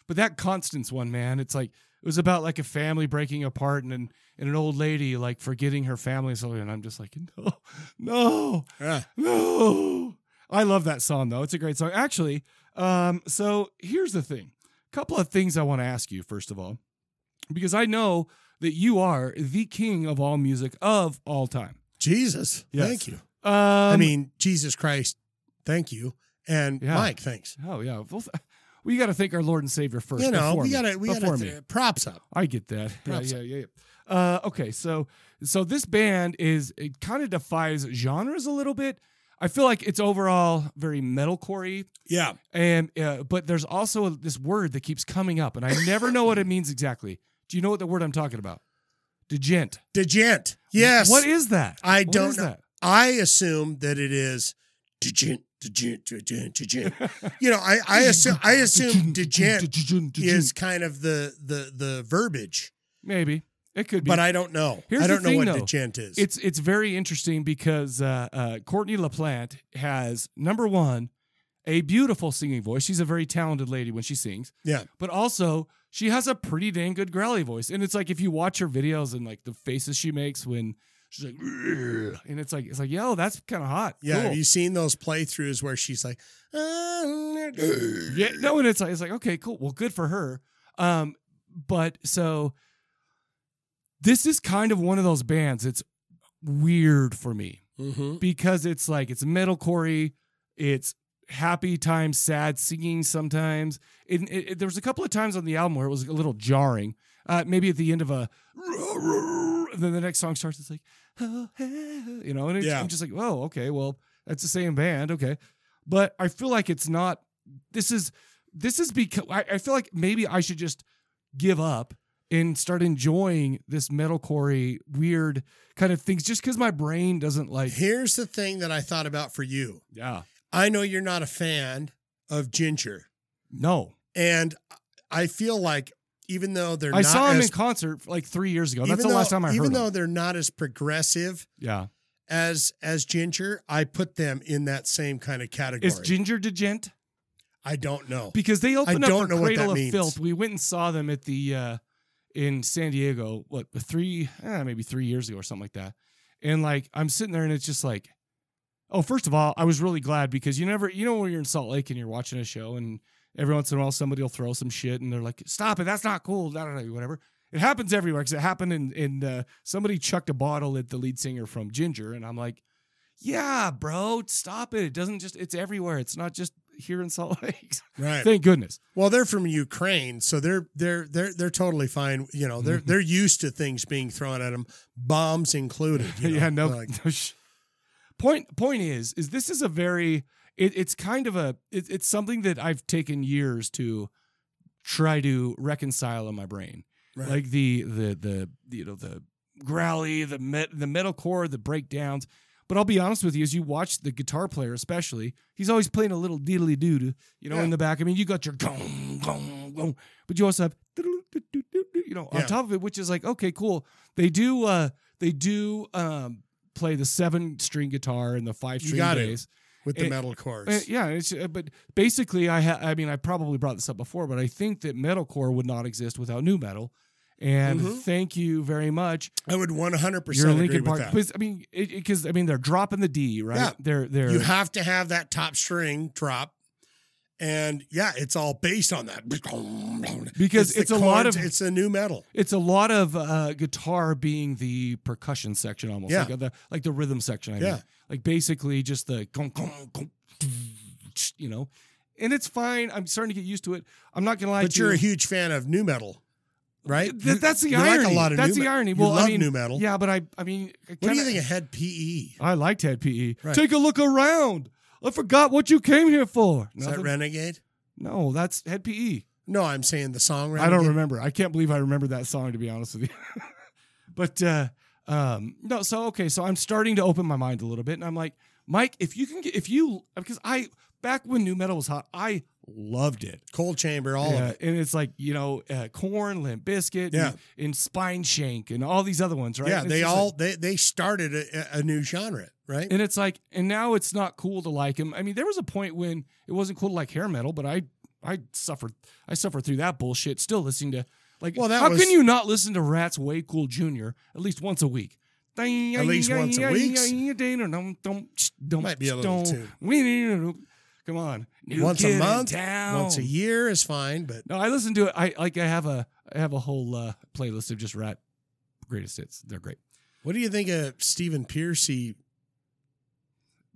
S1: but that Constance one, man, it's like it was about like a family breaking apart and an, and an old lady like forgetting her family and something. And I'm just like, no, no,
S2: Yeah.
S1: no. I love that song though. It's a great song, actually. Um, so here's the thing: a couple of things I want to ask you first of all, because I know that you are the king of all music of all time.
S2: Jesus,
S1: Yes.
S2: thank you.
S1: Um,
S2: I mean, Jesus Christ, thank you. And
S1: Yeah.
S2: Mike, thanks.
S1: Oh yeah. Well, th- [LAUGHS] we got to thank our Lord and Savior first.
S2: you know,
S1: before
S2: we
S1: me.
S2: gotta we
S1: Before
S2: gotta
S1: me.
S2: props up.
S1: I get that. Yeah,
S2: Props
S1: yeah, yeah. yeah. Uh, okay, so so this band is it kind of defies genres a little bit. I feel like it's overall very metalcore
S2: Yeah.
S1: and uh, but there's also this word that keeps coming up, and I never know
S2: [COUGHS]
S1: what it means exactly. Do you know what the word I'm talking about? Degent.
S2: Degent. Yes.
S1: What is that?
S2: I
S1: What
S2: don't
S1: is
S2: know.
S1: that?
S2: I assume that it is degent, degent,
S1: [LAUGHS]
S2: degent, degent. you know, I, I assume I assume degent is kind of the the the verbiage,
S1: maybe it could be.
S2: but I don't know.
S1: Here's
S2: I
S1: the
S2: don't know
S1: thing,
S2: what
S1: though.
S2: degent is.
S1: It's it's very interesting because uh, uh, Courtney LaPlante has number one a beautiful singing voice. She's a very talented lady when she sings.
S2: Yeah.
S1: But also she has a pretty dang good growly voice, and it's like if you watch her videos and like the faces she makes when she's like, "Ugh," and it's like it's like yo, that's kind of hot.
S2: yeah,
S1: Cool.
S2: have you seen those playthroughs where she's like, "Ah,
S1: [LAUGHS] Yeah, no, and it's like it's like okay, cool. Well, good for her. Um, but so this is kind of one of those bands. It's weird for me.
S2: mhm.
S1: because it's like it's metalcore, it's happy times, sad singing sometimes. It, it, it- there was a couple of times on the album where it was a little jarring. Uh, maybe at the end of a, and then the next song starts. It's like, "Oh, hey," you know, and it's,
S2: Yeah.
S1: I'm just like, oh, okay, well, that's the same band, okay. But I feel like it's not. This is this is because I, I feel like maybe I should just give up and start enjoying this metalcore weird kind of things just because my brain doesn't like.
S2: Here's the thing that I thought about for you.
S1: Yeah.
S2: I know you're not a fan of ginger,
S1: No.
S2: and I feel like even though they're
S1: I
S2: not
S1: saw him
S2: as,
S1: in concert like three years ago.
S2: even
S1: That's the
S2: though-
S1: last time I heard
S2: even
S1: him.
S2: though they're not as progressive
S1: Yeah.
S2: as as ginger, I put them in that same kind of category.
S1: Is Ginger Degent?
S2: I don't know.
S1: Because they opened
S2: don't
S1: up
S2: know
S1: for
S2: what that
S1: Cradle of
S2: means.
S1: Filth. We went and saw them at the uh in San Diego, what three eh, maybe three years ago or something like that. And like I'm sitting there and it's just like oh, first of all, I was really glad because you never you know when you're in Salt Lake and you're watching a show and every once in a while somebody'll throw some shit and they're like, Stop it, that's not cool, da, da, da, whatever. It happens everywhere because it happened and and uh, somebody chucked a bottle at the lead singer from Ginger and I'm like yeah, bro, stop it. It doesn't just, it's everywhere. It's not just here in Salt [LAUGHS] Lake.
S2: Right.
S1: Thank goodness.
S2: Well, they're from Ukraine, so they're they're they're they're totally fine. You know,
S1: Mm-hmm.
S2: they're they're used to things being thrown at them, bombs included.
S1: [LAUGHS]
S2: you know,
S1: yeah, no,
S2: like-
S1: no sh- point point is is this is a very it, it's kind of a it, it's something that I've taken years to try to reconcile in my brain.
S2: Right.
S1: Like the the the you know the growly, the met, the metalcore, the breakdowns. But I'll be honest with you, as you watch the guitar player, especially, he's always playing a little diddly doo, you know,
S2: Yeah.
S1: in the back. I mean, you got your gong, gong, gong, but you also have, you know, on
S2: Yeah.
S1: top of it, which is like, okay, cool. They do, uh, they do um, play the seven string guitar and the five
S2: You
S1: string
S2: got it.
S1: bass.
S2: with the
S1: it-
S2: metal chords.
S1: Uh, yeah, it's, uh, but basically, I ha- I mean, I probably brought this up before, but I think that metalcore would not exist without new metal. And
S2: Mhm.
S1: thank you very much.
S2: I would one hundred
S1: You're
S2: percent agree
S1: Lincoln
S2: with
S1: Park.
S2: that.
S1: Because, I mean, because I mean, they're dropping the D, right?
S2: Yeah.
S1: They're they're
S2: You have to have that top string drop, and yeah, it's all based on that
S1: Because
S2: the
S1: it's a lot
S2: chords,
S1: of-
S2: it's a new metal.
S1: It's a lot of uh, guitar being the percussion section almost,
S2: Yeah.
S1: like uh, the like the rhythm section. I
S2: Yeah.
S1: mean, like basically just the gong, gong, gong, you know, and it's fine. I'm starting to get used to it. I'm not gonna lie
S2: But
S1: to
S2: you're
S1: you.
S2: a huge fan of new metal, right?
S1: Th- that's the
S2: You like a
S1: irony.
S2: lot of
S1: that's
S2: nu
S1: the
S2: metal.
S1: irony.
S2: You
S1: Well, I
S2: love
S1: mean,
S2: nu metal.
S1: Yeah, but I I mean,
S2: What do you
S1: kinda-
S2: think of Head PE?
S1: I liked Head PE.
S2: Right.
S1: Take a look around. I forgot what you came here for.
S2: Is that
S1: Nothing-
S2: Renegade?
S1: No, that's Head E. PE.
S2: No, I'm saying the song.
S1: I
S2: Renegade.
S1: don't remember. I can't believe I remember that song to be honest with you. [LAUGHS] but uh um no, so okay, so I'm starting to open my mind a little bit and I'm like, Mike, if you can get if you because I back when new metal was hot, I loved it.
S2: Cold Chamber, all
S1: Yeah,
S2: of it.
S1: and it's like, you know, uh, Corn, Limp Biscuit,
S2: Yeah.
S1: and, and Spine Shank and all these other ones, right?
S2: Yeah,
S1: And it's
S2: they
S1: just like-
S2: all they they started a, a new genre, right?
S1: and it's like, and now it's not cool to like him. I mean, there was a point when it wasn't cool to like hair metal, but I, I suffered, I suffered through that bullshit. Still listening to, like,
S2: Well, that
S1: how
S2: was-
S1: can you not listen to Rats Way Cool Junior at least once a week? At
S2: least once a week? Might be a little
S1: too. Come on, New
S2: once
S1: kid
S2: a
S1: in
S2: month,
S1: town.
S2: once a year is fine, but
S1: No, I listen to it. I like. I have a, I have a whole uh, playlist of just Rat greatest hits. They're great.
S2: what do you think of Stephen Piercy?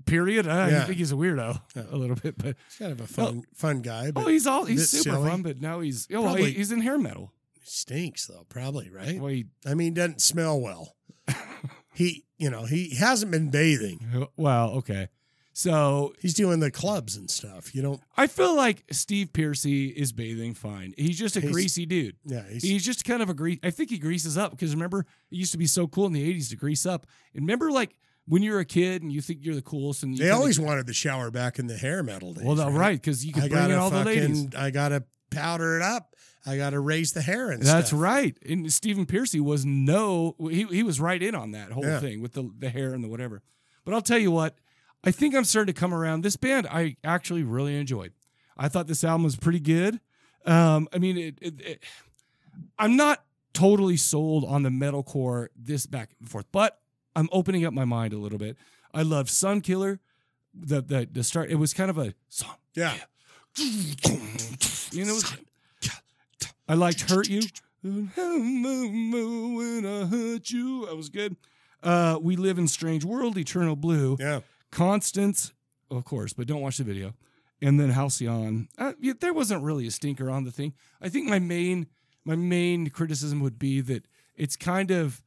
S1: Period. I
S2: Yeah.
S1: think he's a weirdo
S2: Yeah.
S1: a little bit, but
S2: He's kind of a fun fun guy, but
S1: Oh, he's all he's
S2: bit
S1: super
S2: silly.
S1: fun, but now he's oh, well,
S2: Probably-
S1: he- he's in hair metal.
S2: stinks though, probably right.
S1: Well, he,
S2: I mean, doesn't smell well. he, you know, he hasn't been bathing.
S1: well, okay. So
S2: He's doing the clubs and stuff. You don't.
S1: I feel like Steve Piercy is bathing fine. He's just a
S2: He's-
S1: greasy dude.
S2: Yeah, he's,
S1: He's just kind of a grease. I think he greases up because remember it used to be so cool in the '80s to grease up. And remember, like when you're a kid and you think you're the coolest, and you
S2: they
S1: kinda-
S2: always wanted the shower back in the hair metal days.
S1: well, no, right because you
S2: I
S1: could bring
S2: gotta
S1: in all the
S2: fucking,
S1: ladies.
S2: I gotta powder it up. I gotta raise the hair and
S1: That's
S2: stuff.
S1: right. And Stephen Piercy was no, he, he was right in on that whole
S2: Yeah.
S1: thing with the, the hair and the whatever. But I'll tell you what, I think I'm starting to come around. This band I actually really enjoyed. I thought this album was pretty good. Um, I mean, it, it, it, I'm not totally sold on the metalcore this back and forth, but I'm opening up my mind a little bit. I love Sun Killer. The, the the start it was kind of a song.
S2: Yeah.
S1: You know, it was- I liked Hurt You. When I hurt you, that was good. Uh, we live in strange world, eternal blue,
S2: Yeah.
S1: Constance, of course, but don't watch the video. And then Halcyon. Uh, yeah, there wasn't really a stinker on the thing. I think my main my main criticism would be that it's kind of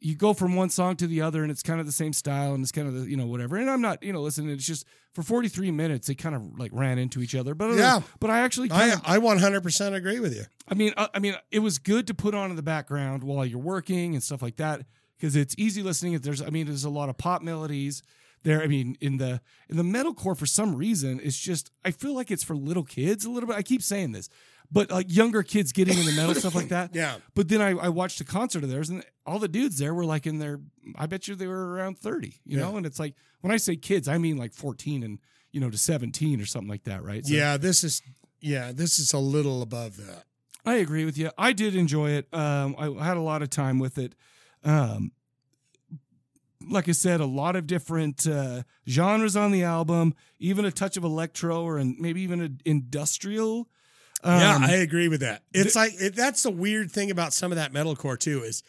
S1: you go from one song to the other and it's kind of the same style and it's kind of the you know whatever and i'm not you know listen it's just for 43 minutes they kind of like ran into each other but
S2: Yeah.
S1: yeah but i actually kind
S2: I,
S1: of,
S2: I 100% agree with you.
S1: I mean, uh, I, I mean, it was good to put on in the background while you're working and stuff like that because it's easy listening. If There's, I mean, there's a lot of pop melodies there. I mean, in the in the metalcore, for some reason, it's just I feel like it's for little kids a little bit. I keep saying this, but like younger kids getting into metal stuff like that.
S2: [LAUGHS] Yeah.
S1: But then I, I watched a concert of theirs, and all the dudes there were like in their, I bet you they were around 30, you
S2: Yeah.
S1: know? And it's like, when I say kids, I mean like 14 and, you know, to 17 or something like that, right? So-
S2: yeah, this is yeah, this is a little above that.
S1: I agree with you. I did enjoy it. Um, I had a lot of time with it. Um, like I said, a lot of different uh, genres on the album, even a touch of electro or and maybe even an industrial. Um,
S2: yeah, I agree with that. It's like it, that's the weird thing about some of that metalcore too is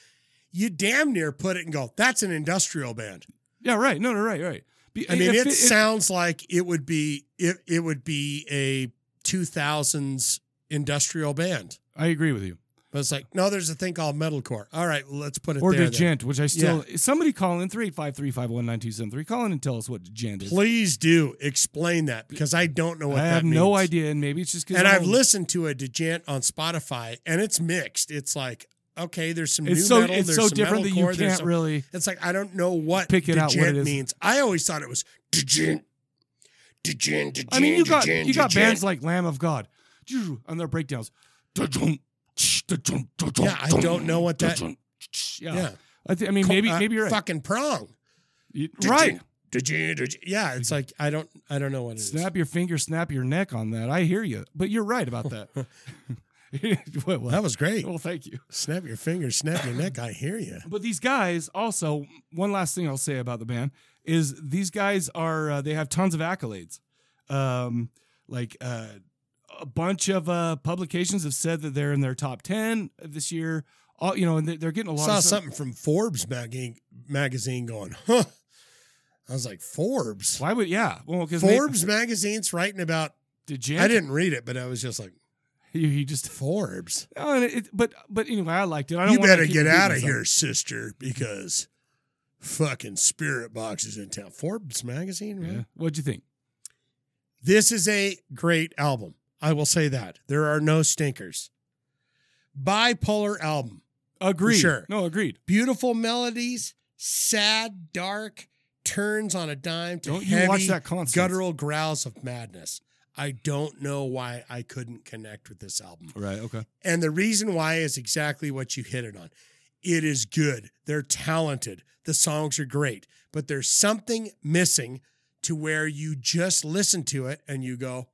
S2: you damn near put it and go, that's an industrial band.
S1: yeah, right. No, no, right, right. Be-
S2: I mean,
S1: if
S2: it,
S1: if-
S2: sounds like it would be it, it would be a 2000s industrial band.
S1: I agree with you.
S2: But it's like, no, there's a thing called metalcore. All right, well, let's put it
S1: Or
S2: there. then.
S1: degent, which I still somebody call in three eight five three five one nine two seven three. Call in and tell us what degent is.
S2: Please do explain that because I don't know
S1: I
S2: what that
S1: have
S2: means.
S1: no idea, and maybe it's just because
S2: And I've listened to a degent on Spotify, and it's mixed. It's like okay, there's some
S1: It's
S2: new
S1: so
S2: metal,
S1: it's
S2: there's
S1: so
S2: some
S1: different that you
S2: metalcore, there's
S1: can't
S2: some-
S1: really.
S2: It's like I don't know what
S1: Pick it out, what
S2: degent
S1: it is.
S2: means. I always thought it was degent, degent, degent.
S1: I mean, you got
S2: degent,
S1: you got
S2: degent.
S1: bands like Lamb of God on their breakdowns.
S2: yeah, I don't know what that.
S1: Yeah,
S2: Yeah,
S1: I, thi- I mean, maybe
S2: Uh,
S1: maybe you're right.
S2: fucking prong,
S1: You- right.
S2: Degent, degent. Yeah, it's like I don't, I don't know what it is.
S1: Snap your finger, snap your neck on that. I hear you, but you're right about
S2: [LAUGHS]
S1: that. [LAUGHS] What- what?
S2: That was great.
S1: well, thank you.
S2: Snap your fingers, snap your neck. I hear you.
S1: But these guys also, one last thing I'll say about the band is these guys are, uh, they have tons of accolades. Um, like uh, a bunch of uh, publications have said that they're in their top 10 this year. All, you know, and they- they're getting a lot
S2: saw
S1: of stuff.
S2: something from Forbes magazine, magazine going, huh? I was like, Forbes?
S1: Why would, yeah. Well, because
S2: Forbes magazine's writing about,
S1: did you?
S2: I didn't read it, but I was just like,
S1: You, you just,
S2: Forbes?
S1: oh, and it, but, but anyway, I liked it. I don't
S2: You
S1: wanna
S2: better
S1: keep
S2: get
S1: repeating
S2: out of
S1: myself.
S2: here, sister, because fucking Spirit Box is in town. Forbes magazine, really?
S1: Yeah. What'd you think?
S2: This is a great album. I will say that. There are no stinkers. Bipolar album.
S1: Agreed.
S2: sure.
S1: No, agreed.
S2: Beautiful melodies, sad, dark, turns on a dime to
S1: Don't you
S2: heavy,
S1: watch that concert.
S2: guttural growls of madness. I don't know why I couldn't connect with this album.
S1: Right. Okay.
S2: And the reason why is exactly what you hit it on. It is good. They're talented. The songs are great, but there's something missing to where you just listen to it and you go,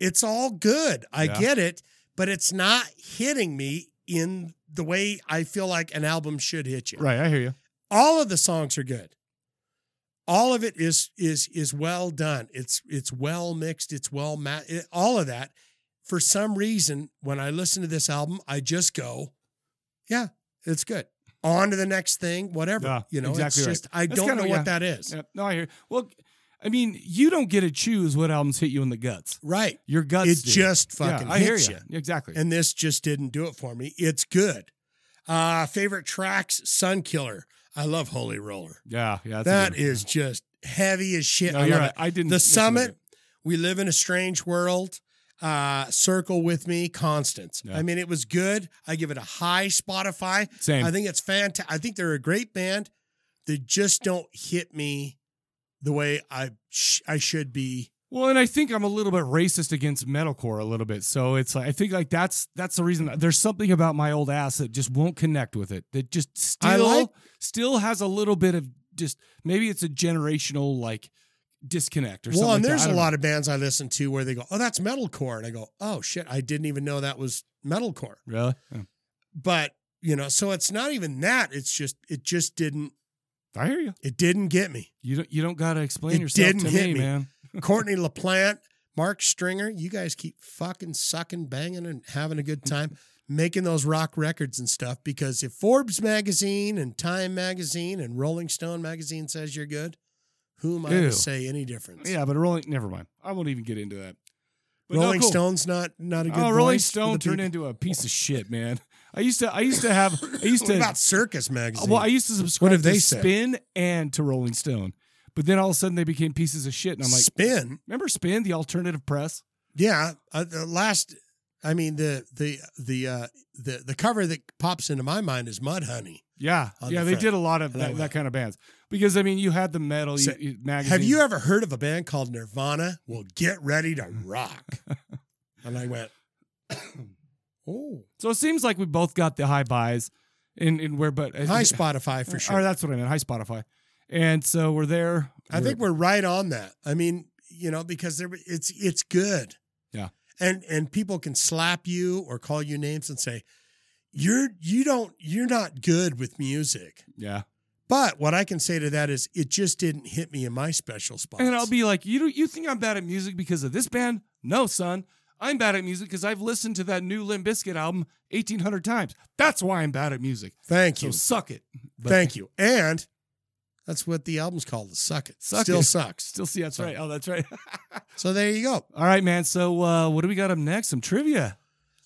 S2: it's all good. I
S1: Yeah.
S2: get it, but it's not hitting me in the way I feel like an album should hit you.
S1: Right. I hear you.
S2: All of the songs are good. All of it is is is well done. It's it's well mixed. It's well ma- it- all of that. For some reason, when I listen to this album, I just go, "Yeah, it's good." On to the next thing, whatever.
S1: Yeah,
S2: you know,
S1: exactly
S2: it's
S1: right.
S2: just I
S1: That's
S2: don't
S1: kinda-
S2: know what
S1: yeah.
S2: that is.
S1: Yeah, no, I hear. Well, I mean, you don't get to choose what albums hit you in the guts.
S2: Right.
S1: Your guts.
S2: it
S1: do.
S2: just
S1: Yeah,
S2: fucking
S1: I hear
S2: hits
S1: ya.
S2: you.
S1: Exactly.
S2: and this just didn't do it for me. It's good. Uh favorite tracks, Sun Killer. I love Holy Roller.
S1: yeah, yeah.
S2: That is just heavy as shit.
S1: No,
S2: I
S1: you're
S2: love
S1: right.
S2: it.
S1: I didn't
S2: The
S1: listen to
S2: summit,
S1: it.
S2: we live in a strange world. Uh, circle with me, Constance.
S1: Yeah.
S2: I mean, it was good. I give it a high Spotify.
S1: Same.
S2: I think it's fantastic. I think they're a great band. They just don't hit me the way I sh- I should be.
S1: Well, and I think I'm a little bit racist against metalcore a little bit. So it's like I think like that's that's the reason. There's something about my old ass that just won't connect with it. That just
S2: I
S1: still
S2: like-
S1: still has a little bit of just maybe it's a generational like disconnect or something.
S2: Well, and
S1: like
S2: there's
S1: that.
S2: a lot of bands I listen to where they go, "Oh, that's metalcore," and I go, "Oh shit, I didn't even know that was metalcore."
S1: of really. Oh. Yeah.
S2: But you know, so it's not even that. It's just it just didn't
S1: I hear you.
S2: it didn't get me.
S1: You don't you don't gotta explain
S2: It
S1: yourself
S2: didn't
S1: to
S2: hit
S1: me,
S2: me.
S1: man. [LAUGHS]
S2: Courtney LaPlante, Mark Stringer, you guys keep fucking sucking, banging, and having a
S1: [LAUGHS]
S2: good time making those rock records and stuff. Because if Forbes magazine and Time magazine and Rolling Stone magazine says you're good, who am I
S1: Ew.
S2: to say any difference?
S1: Yeah, but Rolling. Never mind. I won't even get into that. But no,
S2: Rolling
S1: cool.
S2: Stone's not not a good.
S1: Oh, Rolling
S2: voice for the
S1: Stone turned
S2: people.
S1: into a piece of shit, man. I used to. I used to have. I used
S2: What
S1: to.
S2: about Circus magazine?
S1: Well, I used to subscribe
S2: What have
S1: to
S2: they said?
S1: Spin and to Rolling Stone, but then all of a sudden they became pieces of shit, and I'm like,
S2: Spin.
S1: Remember Spin, the alternative press?
S2: Yeah, uh, the last. I mean the the the uh, the the cover that pops into my mind is Mud Honey.
S1: Yeah,
S2: On
S1: yeah,
S2: the
S1: they
S2: front.
S1: did a lot of
S2: And I
S1: that,
S2: went,
S1: that kind of bands because I mean, you had the metal you,
S2: So,
S1: you, magazine.
S2: Have you ever heard of a band called Nirvana? Well, get ready to
S1: [LAUGHS]
S2: rock. and I went, oh,
S1: So it seems like we both got the high buys, in in where, but uh,
S2: hi Spotify for sure.
S1: Or that's what I meant. Hi Spotify, and so we're there.
S2: I think we're right on that. I mean, you know, because there it's it's good.
S1: Yeah.
S2: And and people can slap you or call you names and say, You're you don't you're not good with music.
S1: yeah.
S2: But what I can say to that is it just didn't hit me in my special spot.
S1: And I'll be like, you do, you think I'm bad at music because of this band? No, son. I'm bad at music because I've listened to that new Limp Bizkit album 1,800 times. That's why I'm bad at music.
S2: Thank
S1: So
S2: you.
S1: suck it. But-
S2: Thank you. And that's what the album's called, the Suck It.
S1: Suck
S2: Still
S1: It.
S2: sucks.
S1: Still see that's right. Oh, that's right. [LAUGHS]
S2: So there you go.
S1: All right, man. So uh, what do we got up next? Some trivia.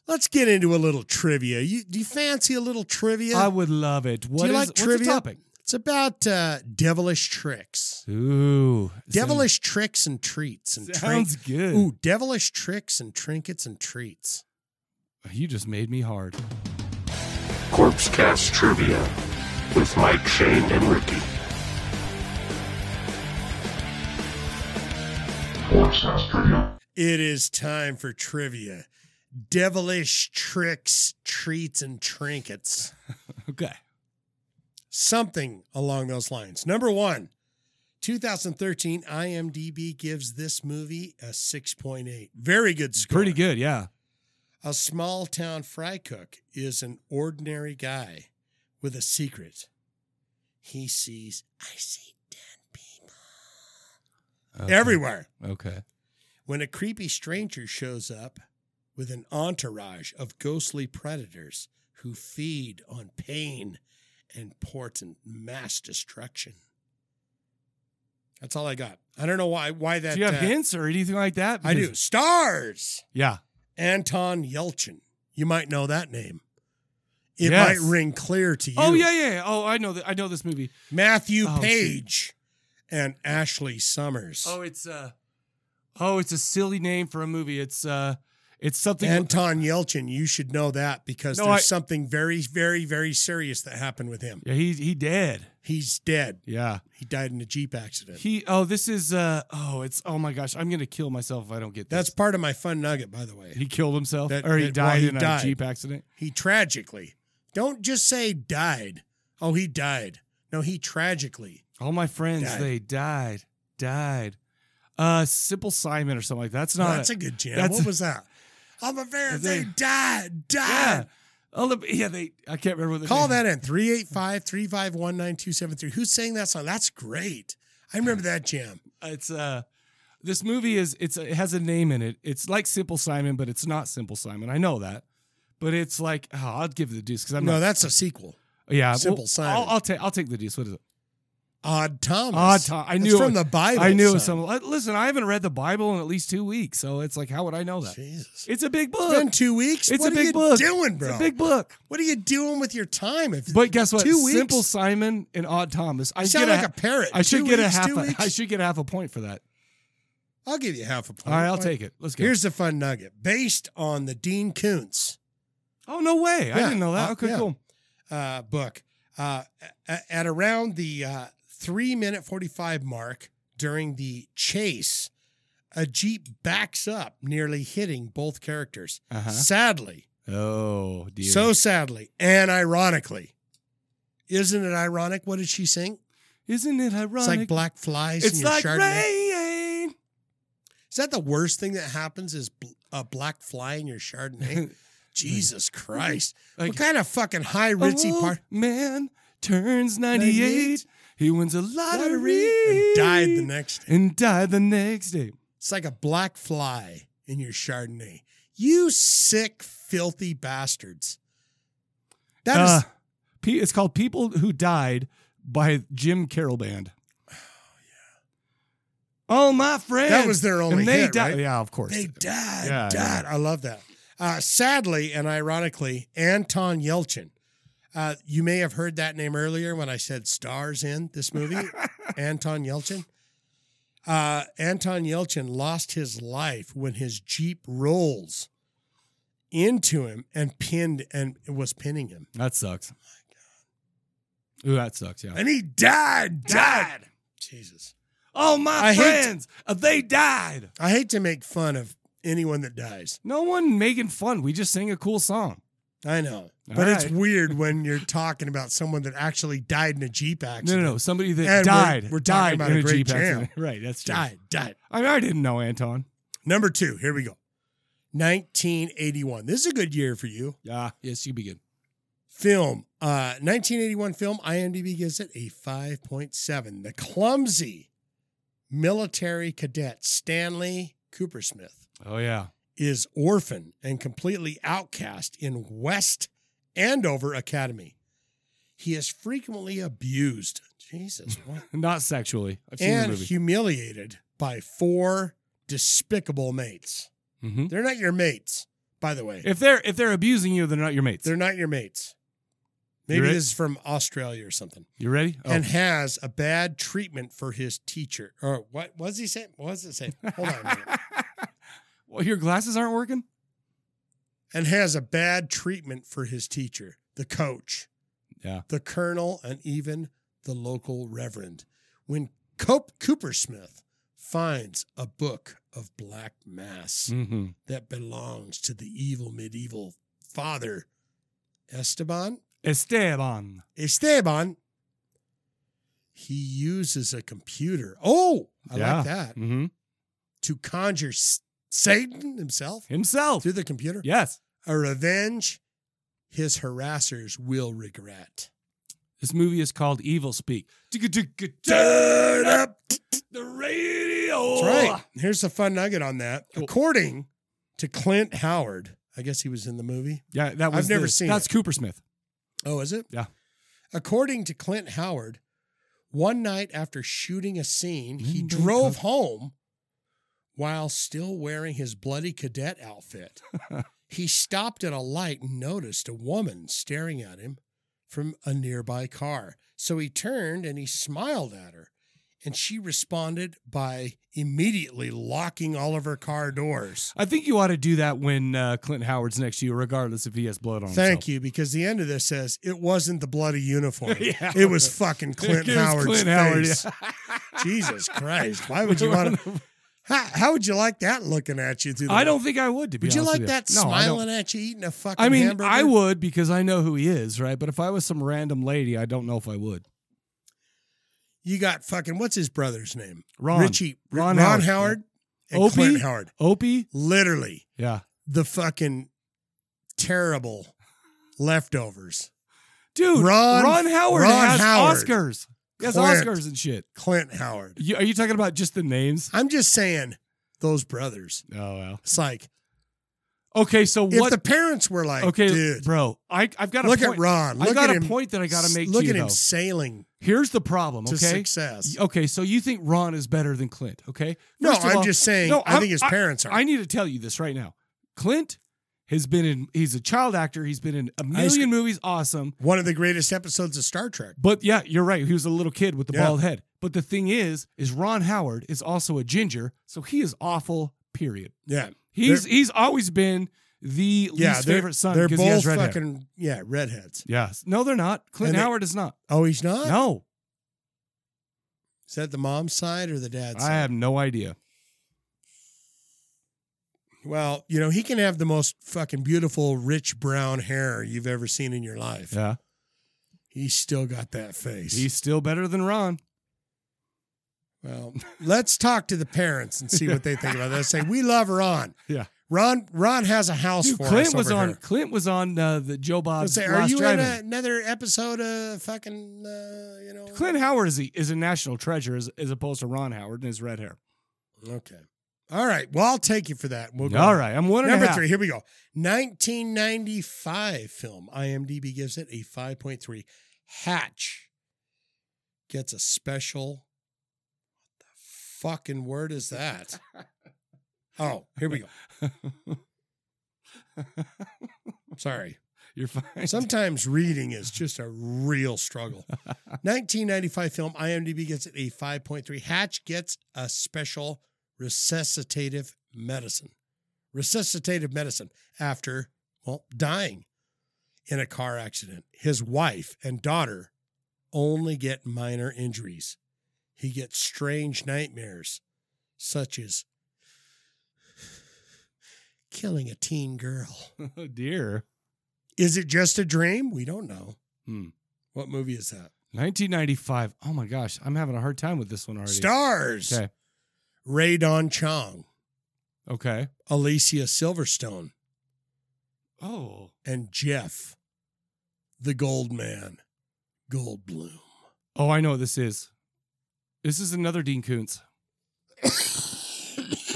S2: Let's get into a little trivia. You do you fancy a little trivia?
S1: I would love it. What
S2: you
S1: is-
S2: like
S1: what's
S2: trivia?
S1: the topic?
S2: it's about uh, devilish tricks.
S1: Ooh,
S2: Devilish tricks and treats and
S1: sounds,
S2: trinkets.
S1: sounds good.
S2: Ooh, devilish tricks and trinkets and treats.
S1: You just made me hard.
S10: Corpse Cast Trivia with Mike, Shane, and Ricky.
S11: Corpse Cast Trivia.
S2: It is time for trivia. Devilish tricks, treats, and trinkets.
S1: Okay.
S2: Something along those lines. Number one, 2013 IMDb gives this movie a 6.8. Very good score.
S1: Pretty good, yeah.
S2: A small town fry cook is an ordinary guy with a secret. He sees, I see dead people
S1: Okay.
S2: everywhere.
S1: Okay.
S2: when a creepy stranger shows up with an entourage of ghostly predators who feed on pain and portend mass destruction. That's all I got. I don't know why why that
S1: do you have
S2: uh,
S1: hints or anything like that?
S2: I do.
S1: Because-
S2: Stars.
S1: Yeah.
S2: Anton Yelchin. You might know that name. It
S1: Yes.
S2: might ring clear to you.
S1: Oh yeah, yeah. yeah. Oh, I know. Th- I know this movie.
S2: Matthew
S1: Oh, shoot.
S2: Page and Ashley Summers.
S1: Oh, it's uh Oh, it's a silly name for a movie. It's uh it's something
S2: Anton Yelchin, you should know that because
S1: No,
S2: there's
S1: I-
S2: something very, very, very serious that happened with him.
S1: Yeah, he he dead.
S2: He's dead.
S1: Yeah.
S2: He died in a Jeep accident.
S1: He oh, this is uh oh, it's oh my gosh, I'm going to kill myself if I don't get
S2: That's
S1: this.
S2: part of my fun nugget, by the way.
S1: he killed himself
S2: That-
S1: or he
S2: that- well,
S1: died
S2: he
S1: in
S2: died.
S1: a Jeep accident.
S2: He tragically, don't just say died. Oh, he died. No, he tragically.
S1: All my friends
S2: Died.
S1: they died. Died. Uh Simple Simon or something like that. That's not
S2: that's a,
S1: a-
S2: good jam.
S1: that's
S2: What
S1: a- [LAUGHS]
S2: was that? I'm a very,
S1: That's
S2: they
S1: a-
S2: died,
S1: yeah.
S2: died.
S1: Oh, the- yeah, they I can't remember what the
S2: Call
S1: name-
S2: that in 385 351 9273. Who sang that song? That's great. I remember that jam.
S1: it's uh this movie is it's it has a name in it. It's like Simple Simon, but it's not Simple Simon. I know that, but it's like oh, I'll give the deuce because I'm
S2: No,
S1: not.
S2: that's a sequel.
S1: yeah,
S2: Simple
S1: well,
S2: Simon.
S1: I'll, I'll take I'll take the deuce. What is it?
S2: Odd Thomas.
S1: Odd Tom. I
S2: That's
S1: knew
S2: from
S1: it.
S2: the Bible.
S1: I knew it was
S2: son.
S1: some. uh, Listen, I haven't read the Bible in at least two weeks, so it's like how would I know that?
S2: Jesus.
S1: It's a big book.
S2: It's been two weeks.
S1: It's
S2: what
S1: a
S2: are
S1: big
S2: you
S1: book.
S2: doing, bro?
S1: It's a big book.
S2: what are you doing with your time? If
S1: But guess what?
S2: Two weeks.
S1: Simple Simon and Odd Thomas. I
S2: you sound
S1: get
S2: like a, parrot.
S1: I should
S2: Two
S1: get
S2: weeks,
S1: a half.
S2: Two
S1: A,
S2: weeks.
S1: I should get a half a point for that.
S2: I'll give you half a point.
S1: All right, I'll take it. Let's go.
S2: Here's the fun nugget based on the Dean Koontz
S1: oh no way! I
S2: Yeah,
S1: didn't know that.
S2: uh,
S1: okay,
S2: yeah.
S1: cool.
S2: uh, book. Uh, a- at around the uh, three minute 45 mark during the chase, a Jeep backs up, nearly hitting both characters.
S1: Uh-huh.
S2: Sadly,
S1: Oh dear.
S2: So sadly and ironically, isn't it ironic? What did she sing?
S1: Isn't it ironic?
S2: It's like black flies in
S1: It's
S2: your
S1: like
S2: Chardonnay.
S1: rain.
S2: Is that the worst thing that happens? Is bl- a black fly in your
S1: [LAUGHS]
S2: Chardonnay? Jesus Christ!
S1: Like-
S2: what kind of fucking high ritzy
S1: Old
S2: part?
S1: man turns 98.
S2: 98.
S1: He wins a
S2: Lottery
S1: lottery.
S2: and died the next day.
S1: And died the next day.
S2: It's like a black fly in your Chardonnay. You sick, filthy bastards! That is
S1: Uh, P- it's called People Who Died by Jim Carroll Band. Oh, my friend.
S2: That was their only
S1: Oh, and they
S2: hit,
S1: died.
S2: right?
S1: Yeah, of course.
S2: they died,
S1: Yeah,
S2: died. I love that. Uh, sadly and ironically, Anton Yelchin. Uh, you may have heard that name earlier when I said stars in this movie.
S1: [LAUGHS]
S2: Anton Yelchin. Uh, Anton Yelchin lost his life when his jeep rolls into him and pinned and was pinning him.
S1: That sucks. Ooh, that sucks. Yeah.
S2: Oh And he died. Died. Jesus.
S1: All my
S2: I hate-
S1: friends, uh, they died.
S2: I hate to make fun of anyone that dies.
S1: No one making fun. We just sing a cool song.
S2: I know.
S1: All
S2: but it's
S1: right.
S2: weird when you're talking about someone that actually died in a Jeep
S1: No,
S2: accident.
S1: no, no. Somebody that
S2: And we're-
S1: died.
S2: we're
S1: died
S2: talking about
S1: in
S2: a
S1: a,
S2: great
S1: Jeep
S2: jam.
S1: accident. [LAUGHS] Right. That's true.
S2: Died, died.
S1: I mean, I didn't know Anton.
S2: Number two, here we go. 1981. This is a good year for you.
S1: Yeah. Yes, you begin.
S2: Film. Uh, 1981 film. IMDb gives it a 5.7. The clumsy military cadet Stanley Coopersmith
S1: Oh yeah.
S2: is orphan and completely outcast in West Andover Academy. He is frequently abused. Jesus, what?
S1: [LAUGHS] Not sexually. I've seen the
S2: and
S1: movie.
S2: humiliated by four despicable mates.
S1: Mhm.
S2: They're not your mates, by the way.
S1: If they're if they're abusing you, they're not your mates.
S2: They're not your mates. Maybe
S1: You're right.
S2: this is from Australia or something.
S1: you ready? Oh.
S2: And has a bad treatment for his teacher. Or what was he saying? What was it saying? Hold on. a minute.
S1: [LAUGHS] well, your glasses aren't working.
S2: and has a bad treatment for his teacher, the coach,
S1: Yeah.
S2: the colonel, and even the local reverend. When Cope Cooper Smith finds a book of black mass
S1: Mm-hmm.
S2: that belongs to the evil medieval father, Esteban,
S1: Esteban.
S2: Esteban, he uses a computer. Oh, I
S1: Yeah.
S2: like that.
S1: Mm-hmm.
S2: To conjure S- Satan himself
S1: Himself.
S2: through the computer.
S1: Yes.
S2: A revenge his harassers will regret.
S1: This movie is called Evil Speak. Turn
S2: Turn
S1: up
S2: up.
S1: the radio.
S2: That's right. Here's the fun nugget on that.
S1: Cool.
S2: According to Clint Howard, I guess he was in the movie.
S1: Yeah, that
S2: I've
S1: was.
S2: never
S1: the-
S2: seen
S1: That's
S2: it.
S1: Cooper Smith.
S2: Oh, is it?
S1: Yeah.
S2: According to Clint Howard, one night after shooting a scene, he
S1: Window
S2: drove home while still wearing his bloody cadet outfit. he stopped at a light and noticed a woman staring at him from a nearby car. So he turned and he smiled at her. And she responded by immediately locking all of her car doors.
S1: I think you ought to do that when uh, Clint Howard's next to you, regardless if he has blood on.
S2: Thank you, because the end of this says it wasn't the bloody uniform.
S1: [LAUGHS] Yeah.
S2: It was
S1: [LAUGHS]
S2: fucking Clint Howard's
S1: Clint
S2: face.
S1: Howard. yeah.
S2: Jesus Christ! Why
S1: [LAUGHS]
S2: would you want to? How, how would you like that looking at you through? The
S1: I don't think I would. To be
S2: Would you
S1: honest
S2: like
S1: with
S2: that
S1: you. No, I don't.
S2: smiling at you eating a fucking?
S1: I mean,
S2: hamburger?
S1: I would because I know who he is, right? But if I was some random lady, I don't know if I would.
S2: You got fucking what's his brother's name?
S1: Ron.
S2: Richie. R-
S1: Ron
S2: Ron,
S1: Howard.
S2: Howard. and
S1: Opie?
S2: Clint Howard.
S1: Opie?
S2: Literally
S1: Yeah.
S2: the fucking terrible leftovers.
S1: Dude, Ron,
S2: Ron-
S1: Howard
S2: Ron
S1: has
S2: Howard.
S1: Oscars. He has
S2: Clint.
S1: Oscars and shit.
S2: Clint Howard.
S1: You, are you talking about just the names?
S2: I'm just saying those brothers.
S1: Oh, well.
S2: It's like
S1: Okay, so
S2: if
S1: what?
S2: the parents were like,
S1: okay,
S2: dude,
S1: bro, I, I've got a
S2: look
S1: point.
S2: at Ron. Look
S1: I got
S2: at
S1: a
S2: him,
S1: point that I got to make
S2: Look
S1: to you,
S2: at him
S1: though.
S2: sailing
S1: Here's the problem,
S2: to
S1: okay?
S2: success.
S1: Okay, so you think Ron is better than Clint, okay?
S2: No,
S1: First of
S2: I'm
S1: all-
S2: just saying.
S1: No,
S2: I
S1: I'm-
S2: think his
S1: I-
S2: parents are.
S1: I need to tell you this right now. Clint has been in, he's a child actor. He's been in a million movies. Awesome.
S2: One of the greatest episodes of Star Trek.
S1: But yeah, you're right. He was a little kid with the
S2: Yeah.
S1: bald head. But the thing is, is Ron Howard is also a ginger, so he is awful. Period.
S2: Yeah,
S1: He's
S2: They're-
S1: he's always been the
S2: yeah.
S1: least
S2: they're-
S1: favorite son
S2: They're
S1: because
S2: both
S1: he has red hair.
S2: fucking yeah redheads.
S1: Yes. No, they're not. Clint
S2: And they-
S1: Howard is not.
S2: Oh, he's not.
S1: No,
S2: Is that the mom's side or the dad's?
S1: I
S2: side?
S1: have no idea.
S2: Well, you know, he can have the most fucking beautiful, rich brown hair you've ever seen in your life.
S1: Yeah,
S2: He's still got that face.
S1: he's still better than Ron.
S2: well, let's talk to the parents and see what they think about that. Say we love Ron.
S1: Yeah.
S2: Ron. Ron has a house
S1: Dude,
S2: for
S1: Clint
S2: us
S1: was
S2: over
S1: on.
S2: here.
S1: Clint was on uh, the Joe Bob.
S2: Let's say, are
S1: Last
S2: you in
S1: Drive-In.
S2: a, another episode of fucking? Uh, you know,
S1: Clint Howard is a, is a national treasure as, as opposed to Ron Howard and his red hair.
S2: Okay. All right. Well, I'll take you for that. We'll go.
S1: All right, I'm one and a
S2: Number
S1: half.
S2: three. Here we go. 1995 film. IMDb gives it a 5.3. Hatch gets a special. What the
S1: [LAUGHS]
S2: fucking word is that? oh, here we go. [LAUGHS] Sorry.
S1: You're fine. [LAUGHS]
S2: Sometimes reading is just a real struggle. 1995 film IMDb gets it a 5.3. Hatch gets a special resuscitative medicine. Resuscitative medicine after, well, dying in a car accident. His wife and daughter only get minor injuries. He gets strange nightmares, such as killing a
S1: [LAUGHS]
S2: teen girl.
S1: Oh dear.
S2: Is it just a dream? We don't know.
S1: Hmm.
S2: What movie is that?
S1: 1995. Oh my gosh, I'm having a hard time with this one already.
S2: Stars.
S1: Okay.
S2: Ray Don Chong,
S1: Okay.
S2: Alicia Silverstone,
S1: Oh.
S2: and Jeff, the Gold Man, Goldblum.
S1: Oh, I know what this is. This is another Dean
S2: [COUGHS]
S1: Koontz.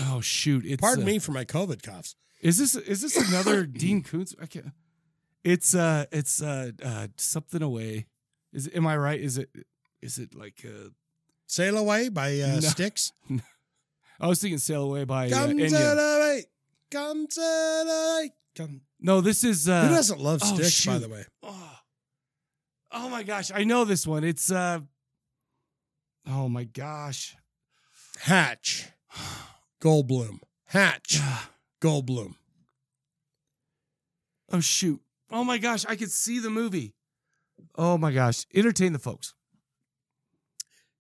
S1: oh shoot! It's
S2: Pardon
S1: uh,
S2: me for my COVID coughs.
S1: Is this is this
S2: [COUGHS]
S1: another Dean Koontz? I can't. It's uh, it's uh, uh, something away. Is am I right? Is it is it like uh?
S2: Sail Away by uh,
S1: No.
S2: Styx.
S1: [LAUGHS] I was thinking "Sail Away" by uh,
S2: Come
S1: Enya.
S2: sail away. Come sail away. Come.
S1: No, this is uh.
S2: Who doesn't love
S1: oh,
S2: Styx, by
S1: shoot.
S2: the way?
S1: Oh. Oh my gosh, I know this one. It's uh. Oh my gosh.
S2: Hatch, Goldblum. Hatch,
S1: [SIGHS]
S2: Goldblum.
S1: Oh shoot. Oh my gosh, I could see the movie. Oh my gosh, entertain the folks.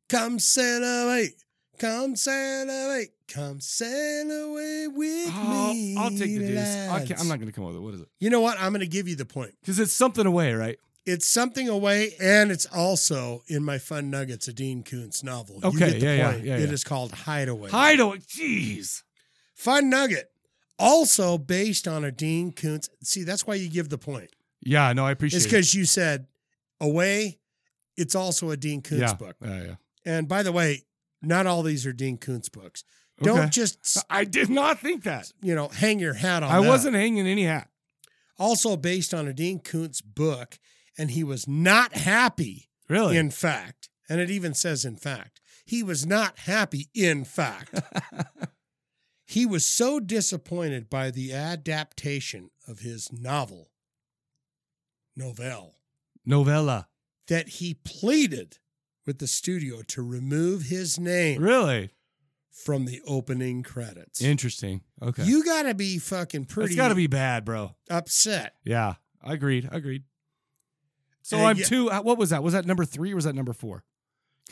S2: Come sail away. Come sail away. Come sail away with
S1: Oh,
S2: me.
S1: I'll take the deuce. I can't,
S2: lads.
S1: I'm not going to come up with it. What is it?
S2: You know what? I'm going to give you the point.
S1: Because it's something away, right?
S2: It's something away, and it's also in my fun nuggets, a Dean Koontz novel. You
S1: Okay,
S2: get the
S1: yeah, yeah,
S2: point.
S1: yeah,
S2: It
S1: yeah.
S2: is called Hideaway.
S1: Hideaway. Jeez.
S2: Fun nugget, also based on a Dean Koontz. See, that's why you give the point.
S1: Yeah, no, I appreciate
S2: It's
S1: it.
S2: because you said away. It's also a Dean Koontz
S1: yeah.
S2: book.
S1: Yeah, yeah.
S2: And by the way, not all these are Dean Koontz books.
S1: Okay.
S2: Don't just
S1: I did not think that.
S2: you know, hang your hat on.
S1: I
S2: that.
S1: wasn't hanging any hat.
S2: also based on a Dean Koontz book, and he was not happy.
S1: Really?
S2: In fact, and it even says in fact, he was not happy.
S1: [LAUGHS]
S2: In fact, he was so disappointed by the adaptation of his novel, novelle,
S1: Novella.
S2: that he pleaded with the studio to remove his name
S1: Really?
S2: from the opening credits.
S1: Interesting. Okay.
S2: You got to be fucking pretty
S1: it's got to be bad, bro.
S2: upset.
S1: Yeah. Agreed. Agreed. So
S2: Uh,
S1: I'm
S2: yeah.
S1: two. What was that? Was that number three or was that number four?
S2: It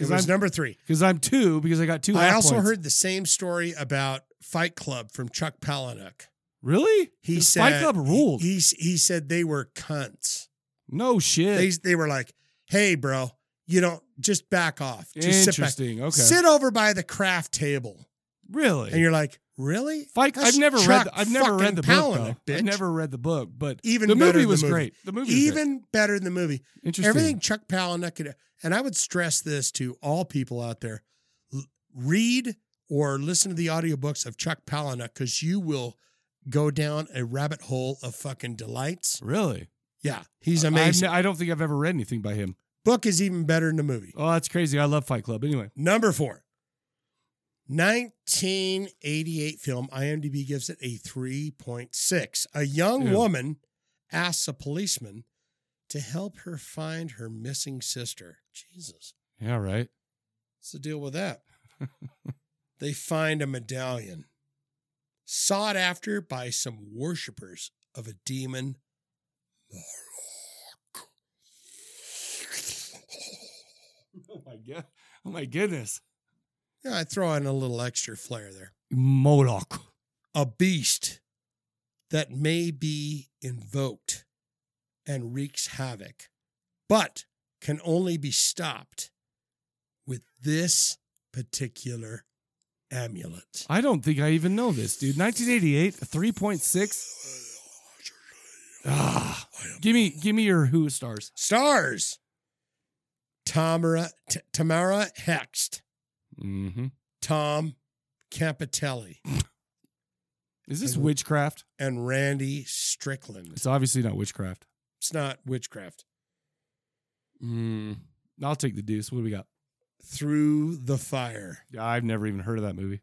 S1: Because
S2: was
S1: I'm,
S2: number three.
S1: 'cause I'm two because I got two.
S2: I
S1: half
S2: also
S1: points.
S2: heard the same story about Fight Club from Chuck Palahniuk.
S1: Really?
S2: He
S1: The
S2: said
S1: Fight Club ruled.
S2: He, he he said they were cunts.
S1: no shit.
S2: They they were like, "Hey, bro, you don't just back off. Just sit back.
S1: Interesting. Okay.
S2: Sit over by the craft table." And
S1: really?
S2: you're like, "Really?
S1: Fight.
S2: That's
S1: I've never
S2: Chuck
S1: read. The, I've never
S2: fucking
S1: read the
S2: Palahniuk,
S1: book. Though.
S2: bitch.
S1: I've never read the book, but
S2: Even
S1: the
S2: better
S1: movie
S2: than
S1: was
S2: the movie.
S1: great. The movie was great.
S2: Even better than the movie.
S1: interesting.
S2: Everything Chuck Palahniuk could, and I would stress this to all people out there: l- read or listen to the audiobooks of Chuck Palahniuk because you will go down a rabbit hole of fucking delights.
S1: Really?
S2: Yeah, he's
S1: I've
S2: amazing.
S1: n- I don't think I've ever read anything by him.
S2: Book is even better than the movie.
S1: Oh, that's crazy. I love Fight Club. Anyway,
S2: Number four. 1988 film, IMDb gives it a 3.6. A young
S1: Yeah.
S2: woman asks a policeman to help her find her missing sister. Jesus.
S1: yeah, right.
S2: What's the deal
S1: [LAUGHS]
S2: with that? they find a medallion sought after by some worshippers of a demon.
S1: [LAUGHS] Oh my god. Oh my goodness.
S2: Yeah, I throw in a little extra flair there.
S1: Moloch.
S2: A beast that may be invoked and wreaks havoc, but can only be stopped with this particular amulet.
S1: I don't think I even know this, dude. 1988, 3.6. Ah, give me, give me your Who stars.
S2: Stars. Tamara T- Tamara Hext,
S1: Mm-hmm.
S2: Tom Campitelli,
S1: Is this
S2: I don't-
S1: witchcraft?
S2: and Randy Strickland.
S1: It's obviously not witchcraft.
S2: It's not witchcraft.
S1: Mm. I'll take the deuce. What do we got?
S2: Through the fire.
S1: Yeah, I've never even heard of that movie.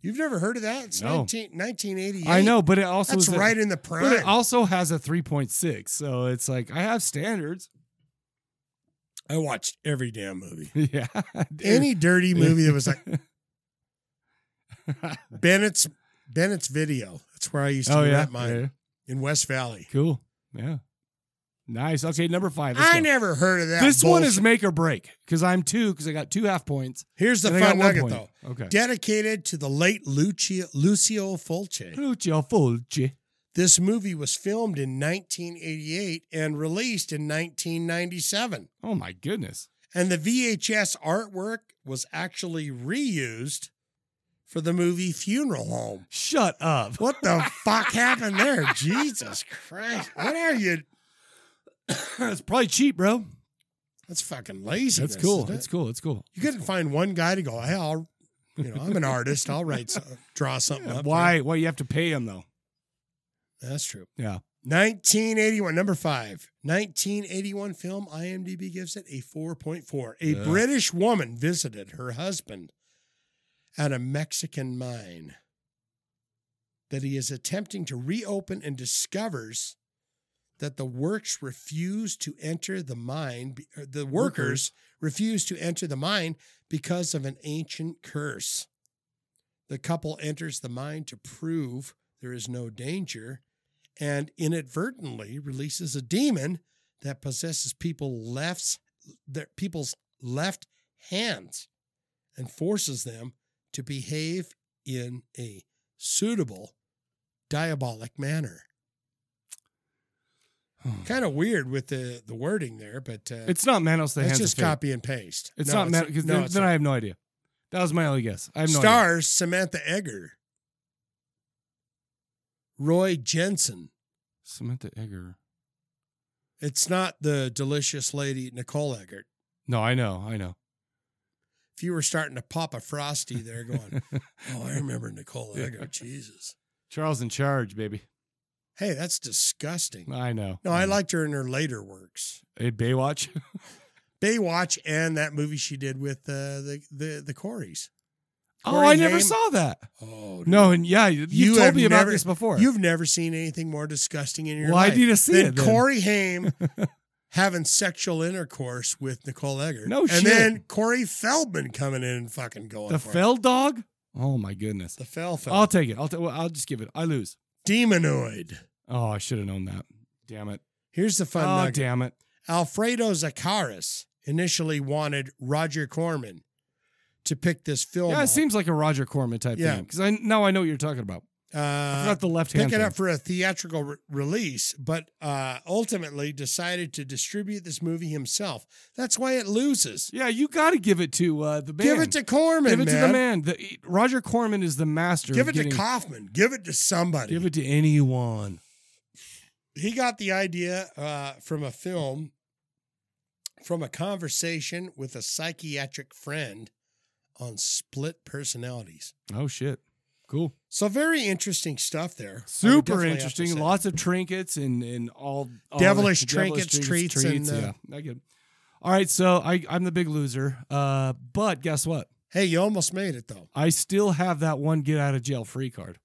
S2: You've never heard of that? It's
S1: No.
S2: 19, 1988.
S1: I know, but it also
S2: That's
S1: is a-
S2: right in the
S1: But it uh,
S2: prime.
S1: also has a 3.6, so it's like I have standards.
S2: I watched every damn movie.
S1: [LAUGHS] Yeah. [LAUGHS]
S2: Any dirty movie that was like Bennett's Bennett's video. That's where I used to
S1: Oh, yeah?
S2: rent mine
S1: Yeah.
S2: in West Valley.
S1: Cool. Yeah. Nice. Okay, number five. Let's
S2: I
S1: go.
S2: never heard of that.
S1: This one is
S2: bullshit.
S1: make or break because I'm two because I got two half points.
S2: Here's the
S1: and I got
S2: fun
S1: one
S2: nugget
S1: point.
S2: though.
S1: Okay.
S2: Dedicated to the late Lucio Lucio Fulci.
S1: Lucio Fulci.
S2: This movie was filmed in 1988 and released in 1997.
S1: Oh my goodness.
S2: And the VHS artwork was actually reused for the movie Funeral Home.
S1: Shut up.
S2: What
S1: [LAUGHS]
S2: the fuck happened there? Jesus Christ. What are you?
S1: It's probably cheap, bro.
S2: That's fucking lazy.
S1: That's cool. That's cool. That's cool.
S2: You couldn't find one guy to go, hey, I'll, you know, I'm an artist. I'll
S1: [LAUGHS]
S2: write, some, draw something up.
S1: Why? Why you have to pay him though?
S2: That's true.
S1: Yeah.
S2: 1981, number five. 1981 film, IMDb gives it a 4.4. A
S1: Yeah.
S2: British woman visited her husband at a Mexican mine that he is attempting to reopen and discovers that the works refuse to enter the mine, be- or the workers refuse to enter the mine because of an ancient curse. The couple enters the mine to prove there is no danger and inadvertently releases a demon that possesses people left's their people's left hands and forces them to behave in a suitable
S1: [SIGHS]
S2: diabolic manner. Kind of weird with the the wording there, but uh,
S1: It's not Manos the
S2: that's
S1: hands
S2: just
S1: of fate.
S2: copy and paste.
S1: It's
S2: No,
S1: not Manos because
S2: no,
S1: then,
S2: it's
S1: then
S2: not.
S1: I have no idea. That was my only guess. I have no idea.
S2: Stars Samantha Egger, Roy Jensen.
S1: Samantha Egger.
S2: It's not the delicious lady Nicole Eggert.
S1: No, I know. I know.
S2: If you were starting to pop a frosty
S1: [LAUGHS]
S2: there, going, "Oh, I remember Nicole Eggert." Jesus,
S1: Charles in charge, baby.
S2: hey, that's disgusting.
S1: I know.
S2: No, I liked her in her later works,
S1: Hey, Baywatch.
S2: [LAUGHS] Baywatch, and that movie she did with uh, the the the Coreys.
S1: oh,
S2: Corey
S1: I never
S2: Haim-
S1: saw that.
S2: Oh
S1: No, and yeah, you, you
S2: You
S1: told
S2: have
S1: me about
S2: never-
S1: this before.
S2: You've never seen anything more disgusting in your
S1: Well, I
S2: life.
S1: need to see
S2: than
S1: it then.
S2: Corey
S1: [LAUGHS]
S2: Haim having sexual intercourse with Nicole Eggert.
S1: No
S2: and
S1: shit.
S2: then Corey Feldman coming in and fucking going
S1: the
S2: for
S1: Fell Dog. Oh my goodness.
S2: it. the Fel
S1: I'll
S2: Fel
S1: take it. I'll ta- well, I'll just give it. I lose.
S2: Demonoid.
S1: Oh, I should have known that. Damn it.
S2: Here's the fun
S1: oh,
S2: nugget.
S1: damn it.
S2: Alfredo Zacharis initially wanted Roger Corman to pick this film.
S1: Yeah,
S2: up.
S1: it seems like a Roger Corman type
S2: Yeah.
S1: thing because I now I know what you're talking about. I
S2: uh,
S1: forgot the left hand.
S2: pick it
S1: thing.
S2: up for a theatrical re- release, but uh, ultimately decided to distribute this movie himself. That's why it loses.
S1: Yeah, you got to give it to uh, the man.
S2: Give it to Corman.
S1: Give it
S2: man.
S1: to the man. The, e, Roger Corman is the master.
S2: Give
S1: of
S2: it to
S1: getting-
S2: Kaufman. Give it to somebody.
S1: Give it to anyone.
S2: he got the idea uh, from a film, from a conversation with a psychiatric friend on split personalities.
S1: Oh shit. Cool.
S2: So very interesting stuff there. I would
S1: Super
S2: definitely have to
S1: interesting.
S2: say.
S1: Lots of trinkets and and all, all
S2: Devilish
S1: the-
S2: trinkets, treats, and, uh,
S1: yeah, I get. It. All right, so I I'm the big loser. Uh, but guess what?
S2: Hey, you almost made it though.
S1: I still have that one get out of jail free card.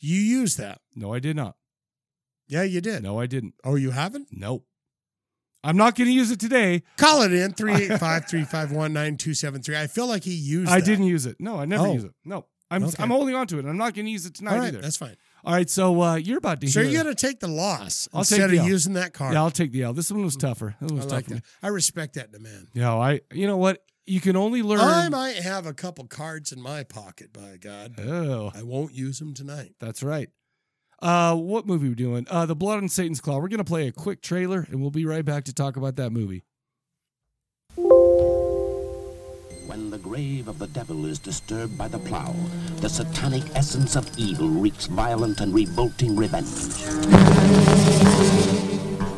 S2: You used that.
S1: No, I did not.
S2: Yeah, you did.
S1: No, I didn't.
S2: Oh, you haven't?
S1: Nope. I'm not going to use it today.
S2: Call it in 385-351-9273. I feel like he used
S1: I
S2: that.
S1: didn't use it. No, I never
S2: Oh.
S1: use it. No, I'm
S2: Okay.
S1: I'm holding on to it. I'm not going to use it tonight
S2: All right,
S1: either.
S2: that's fine.
S1: All right, so uh, you're about to
S2: So
S1: hear.
S2: you're going to take the loss
S1: I'll take
S2: instead
S1: the
S2: of
S1: L.
S2: using that card.
S1: yeah, I'll take the L. This one was tougher. This one
S2: I
S1: was
S2: like
S1: tough.
S2: that. I respect that in a man.
S1: Yeah, I. You know what? You can only learn.
S2: I might have a couple cards in my pocket, by God. but
S1: oh,
S2: I won't use them tonight.
S1: that's right. Uh, what movie we doing? Uh, The Blood on Satan's Claw. We're gonna play a quick trailer, and we'll be right back to talk about that movie.
S12: When the grave of the devil is disturbed by the plow, the satanic essence of evil wreaks violent and revolting revenge.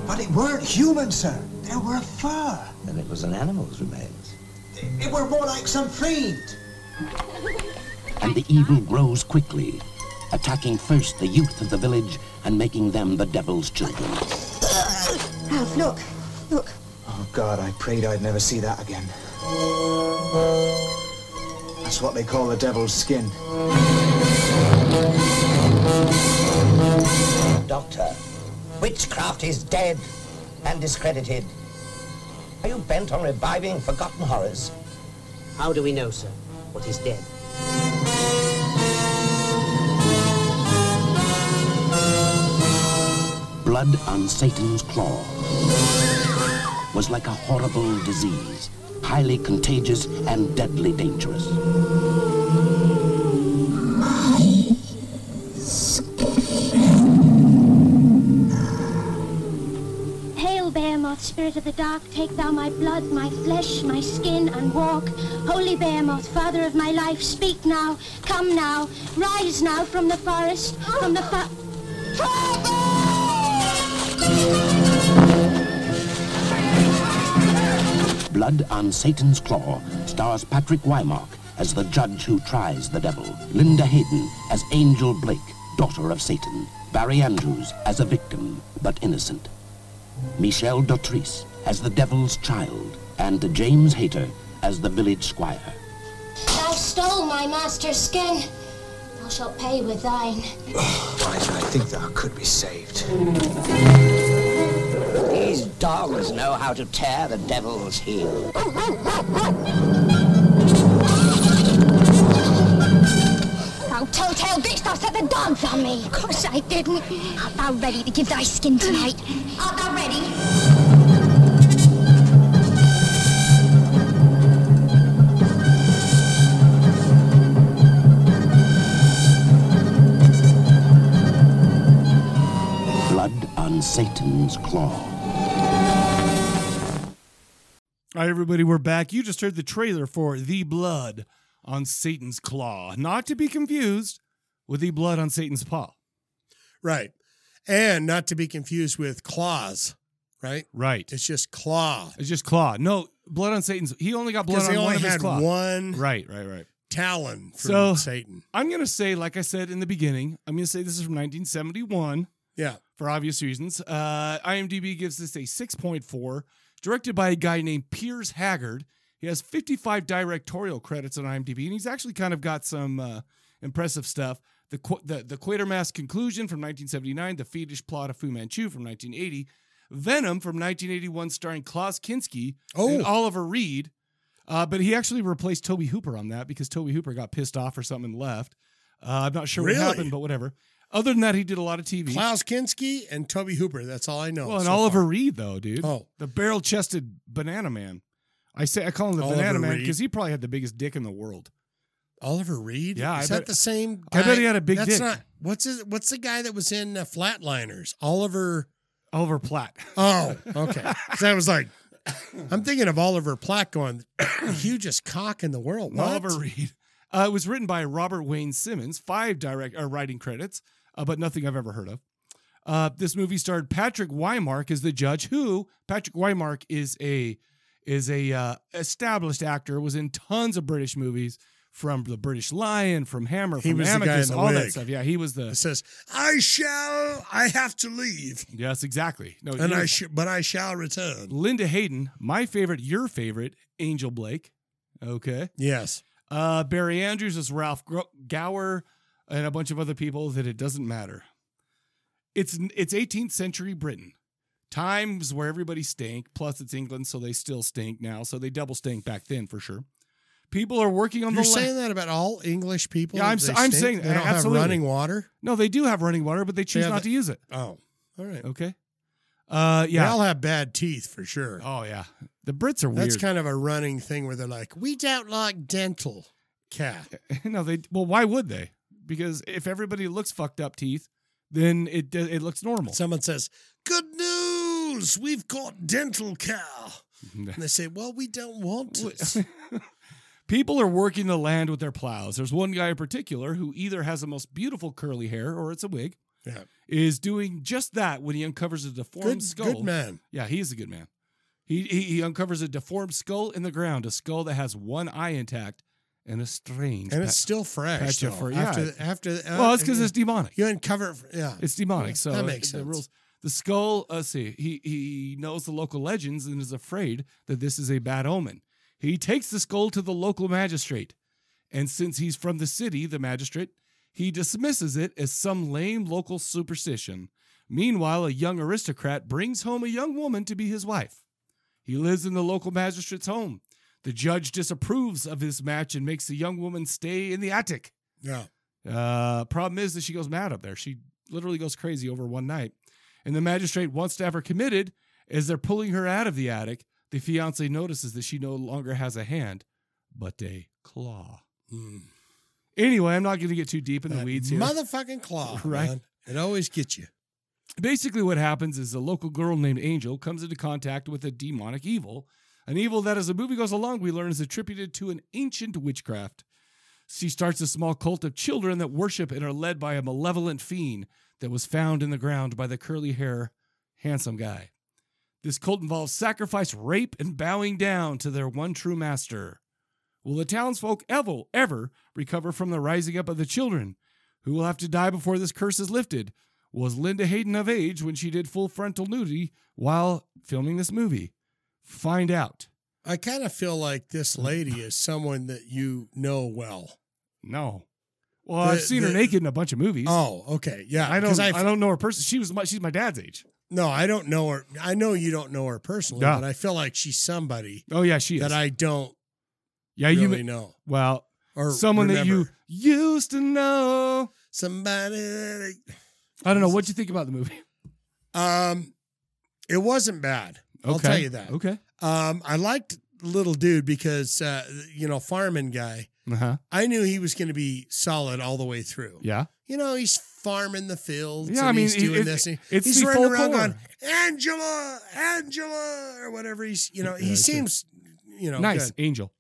S13: But it weren't human, sir. They were fur.
S12: Then it was an animal's remains.
S13: It were more like some fiend.
S12: And the evil grows quickly, attacking first the youth of the village and making them the devil's children.
S14: Alf, look. Look.
S13: Oh, God, I prayed I'd never see that again.
S12: A
S13: That's what they call the devil's skin.
S14: Doctor, witchcraft is dead and discredited. Are you bent on reviving forgotten horrors? How do we know, sir, what is dead?
S12: Blood on Satan's claw was like a horrible disease, highly contagious and deadly dangerous.
S15: Hail, Behemoth, spirit of the dark, take thou my blood, my flesh, my skin, and walk. Holy Behemoth, father of my life, speak now, come now, rise now from the forest, from the fa-
S12: Blood on Satan's Claw stars Patrick Wymark as the judge who tries the devil, Linda Hayden as Angel Blake, daughter of Satan, Barry Andrews as a victim but innocent, Michel Dotrice as the devil's child, and James Hayter as the village squire.
S15: Thou stole my master's skin, thou shalt pay with thine.
S13: Why did I think that I could be saved?
S12: These dogs know how to tear the devil's heel.
S15: Thou telltale bitch, thou set the dogs on me! Of course I didn't! Art thou ready to give thy skin tonight? Art thou ready?
S12: Blood on Satan's Claw.
S1: All right, everybody, we're back. You just heard the trailer for The Blood on Satan's Claw, not to be confused with The Blood on Satan's Paw.
S2: Right. And not to be confused with claws, right?
S1: Right.
S2: It's just claw.
S1: It's just claw. No, Blood on Satan's. He only got blood
S2: Because
S1: on
S2: they
S1: one
S2: only
S1: of his
S2: had
S1: claw.
S2: one
S1: Right, right, right.
S2: talon from
S1: so
S2: Satan.
S1: I'm gonna say, like I said in the beginning, I'm gonna say this is from 1971.
S2: Yeah.
S1: for obvious reasons. Uh, IMDb gives this a 6.4. Directed by a guy named Piers Haggard. He has 55 directorial credits on IMDb, and he's actually kind of got some uh, impressive stuff. The, Qu- the the Quatermass conclusion from 1979, the fiendish plot of Fu Manchu from 1980, Venom from 1981, starring Klaus Kinski and
S2: Oh.
S1: Oliver Reed. Uh, but he actually replaced Toby Hooper on that because Toby Hooper got pissed off or something and left. Uh, I'm not sure
S2: Really?
S1: what happened, but whatever. Other than that, he did a lot of TV.
S2: Klaus Kinski and Toby Hooper. That's all I know.
S1: Well, and
S2: Oh, so
S1: Oliver
S2: far.
S1: Reed though, dude. Oh, the barrel-chested banana man. I say I call him the
S2: Oliver
S1: banana man
S2: Reed.
S1: because he probably had the biggest dick in the world.
S2: Oliver Reed.
S1: Yeah,
S2: is
S1: I
S2: that
S1: bet-
S2: the same?
S1: I bet
S2: guy?
S1: he had a big
S2: That's
S1: dick.
S2: Not, what's his, What's the guy that was in uh, Flatliners? Oliver.
S1: Oliver Platt.
S2: Oh, okay.
S1: [LAUGHS]
S2: 'Cause I was like, I'm thinking of Oliver Platt going, the hugest cock in the world. What?
S1: Oliver Reed. Uh, it was written by Robert Wayne Simmons. Five direct uh, writing credits, uh, but nothing I've ever heard of. Uh, this movie starred Patrick Weimark as the judge. Who Patrick Weimark is a is a uh, established actor. Was in tons of British movies, from The British Lion, from Hammer,
S2: He
S1: from
S2: was the guy
S1: Amicus,
S2: in the
S1: all
S2: wig.
S1: that stuff. Yeah, he was the.
S2: It says, I shall. I have to leave,
S1: Yes, exactly. No,
S2: and
S1: he
S2: I
S1: was-
S2: sh- but I shall return.
S1: Linda Hayden, my favorite, your favorite, Angel Blake. Okay.
S2: Yes.
S1: Uh, Barry Andrews is Ralph Gro- Gower and a bunch of other people that it doesn't matter. It's it's 18th century Britain. Times where everybody stank, plus it's England, so they still stink now. So they double stink back then for sure. People are working on
S2: You're
S1: the la-
S2: saying that about all English people?
S1: Yeah, I'm
S2: They
S1: s- I'm
S2: stink?
S1: saying-
S2: they don't
S1: absolutely.
S2: have running water.
S1: No, they do have running water, but they choose
S2: have
S1: not
S2: the-
S1: to use it.
S2: Oh, all right.
S1: Okay. Uh
S2: They
S1: yeah.
S2: all have bad teeth for sure.
S1: Oh yeah. The Brits are weird.
S2: That's kind of a running thing where they're like, we don't like dental cat.
S1: [LAUGHS] no, they. Well, why would they? Because if everybody looks fucked up teeth, then it it looks normal.
S2: Someone says, Good news, we've got dental
S1: [LAUGHS]
S2: care. And they say, Well, we don't want it.
S1: People are working the land with their plows. There's one guy in particular who either has the most beautiful curly hair or it's a wig.
S2: Yeah.
S1: Is doing just that when he uncovers a deformed
S2: Good-
S1: skull.
S2: good man.
S1: Yeah, he is a good man. He, he he uncovers a deformed skull in the ground, a skull that has one eye intact and a strange.
S2: And
S1: pa-
S2: it's still fresh.
S1: patch of
S2: though,
S1: fur.
S2: After,
S1: Yeah.
S2: the- after the, uh,
S1: well, it's because it's demonic.
S2: You uncover it. For, yeah.
S1: It's demonic. So
S2: that makes
S1: the
S2: sense.
S1: rules. The skull. Uh, let's see, he he knows the local legends and is afraid that this is a bad omen. He takes the skull to the local magistrate, And since he's from the city, the magistrate, he dismisses it as some lame local superstition. Meanwhile, a young aristocrat brings home a young woman to be his wife. He lives in the local magistrate's home. The judge disapproves of this match and makes the young woman stay in the attic.
S2: Yeah.
S1: Uh, problem is that she goes mad up there. She literally goes crazy over one night. And the magistrate wants to have her committed. As they're pulling her out of the attic, the fiance notices that she no longer has a hand, but a claw. Anyway, I'm not going to get too deep in the weeds here.
S2: Motherfucking claw.
S1: [LAUGHS] Right.
S2: man. It always gets you.
S1: Basically, what happens is a local girl named Angel comes into contact with a demonic evil, an evil that, as the movie goes along, we learn is attributed to an ancient witchcraft. She starts a small cult of children that worship and are led by a malevolent fiend that was found in the ground by the curly hair, handsome guy. This cult involves sacrifice, rape, and bowing down to their one true master. Will the townsfolk ever, ever recover from the rising up of the children? Who will have to die before this curse is lifted? Was Linda Hayden of age when she did full frontal nudity while filming this movie? Find out.
S2: I kind of feel like this
S1: Mm.
S2: lady is someone that you know well.
S1: No. Well, I've seen her naked in a bunch of movies.
S2: Oh, okay. Yeah.
S1: I don't.
S2: 'cause
S1: I,
S2: I've-
S1: don't know her person. She was. My, she's my dad's age.
S2: No, I don't know her. I know you don't know her personally,
S1: Yeah.
S2: but I feel like she's somebody
S1: Oh yeah, she is.
S2: that I don't
S1: yeah,
S2: really
S1: you may-
S2: know.
S1: Well,
S2: Or
S1: someone
S2: remember.
S1: that you used to know.
S2: Somebody. that
S1: I don't know. What'd you think about the movie?
S2: I- Um, it wasn't bad. I'll
S1: Okay.
S2: tell you that.
S1: Okay.
S2: Um, I liked little dude because uh, you know, farming guy.
S1: Uh huh.
S2: I knew he was going to be solid all the way through.
S1: Yeah.
S2: You know, Oh, he's farming the fields.
S1: Yeah,
S2: and
S1: I mean,
S2: he's doing
S1: it-
S2: this. and
S1: it's
S2: he's
S1: the
S2: running
S1: folk
S2: around
S1: horror.
S2: going, Angela, Angela, or whatever. He's, you know,
S1: Yeah,
S2: he
S1: I see.
S2: seems, you know,
S1: nice
S2: good.
S1: angel.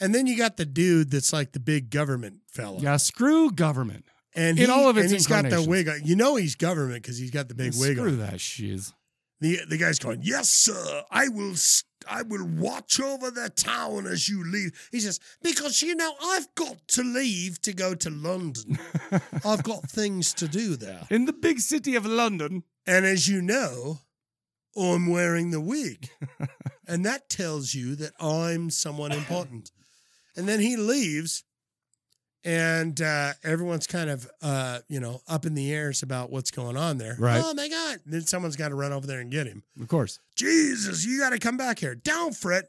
S2: And then you got the dude that's like the big government fella.
S1: Yeah, screw government.
S2: And
S1: In
S2: he-
S1: all of its
S2: and he's got the
S1: incarnations.
S2: wig. on. You know he's government because he's got the big wig.
S1: Screw
S2: on.
S1: that shiz.
S2: The the guy's going, "Yes, sir. I will. s- I will watch over the town as you leave." He says, "Because you know I've got to leave to go
S1: [LAUGHS]
S2: to London. I've got things to do there."
S1: In the big city of London.
S2: And as you know, I'm wearing
S1: [LAUGHS]
S2: the wig. and that tells you that I'm someone important. And then he leaves, and uh, everyone's kind of, uh, you know, up in the airs about what's going on there.
S1: Right.
S2: Oh, my God. Then someone's got to run over there and get him.
S1: Of course.
S2: Jesus, you got to come back here. Down, Fred.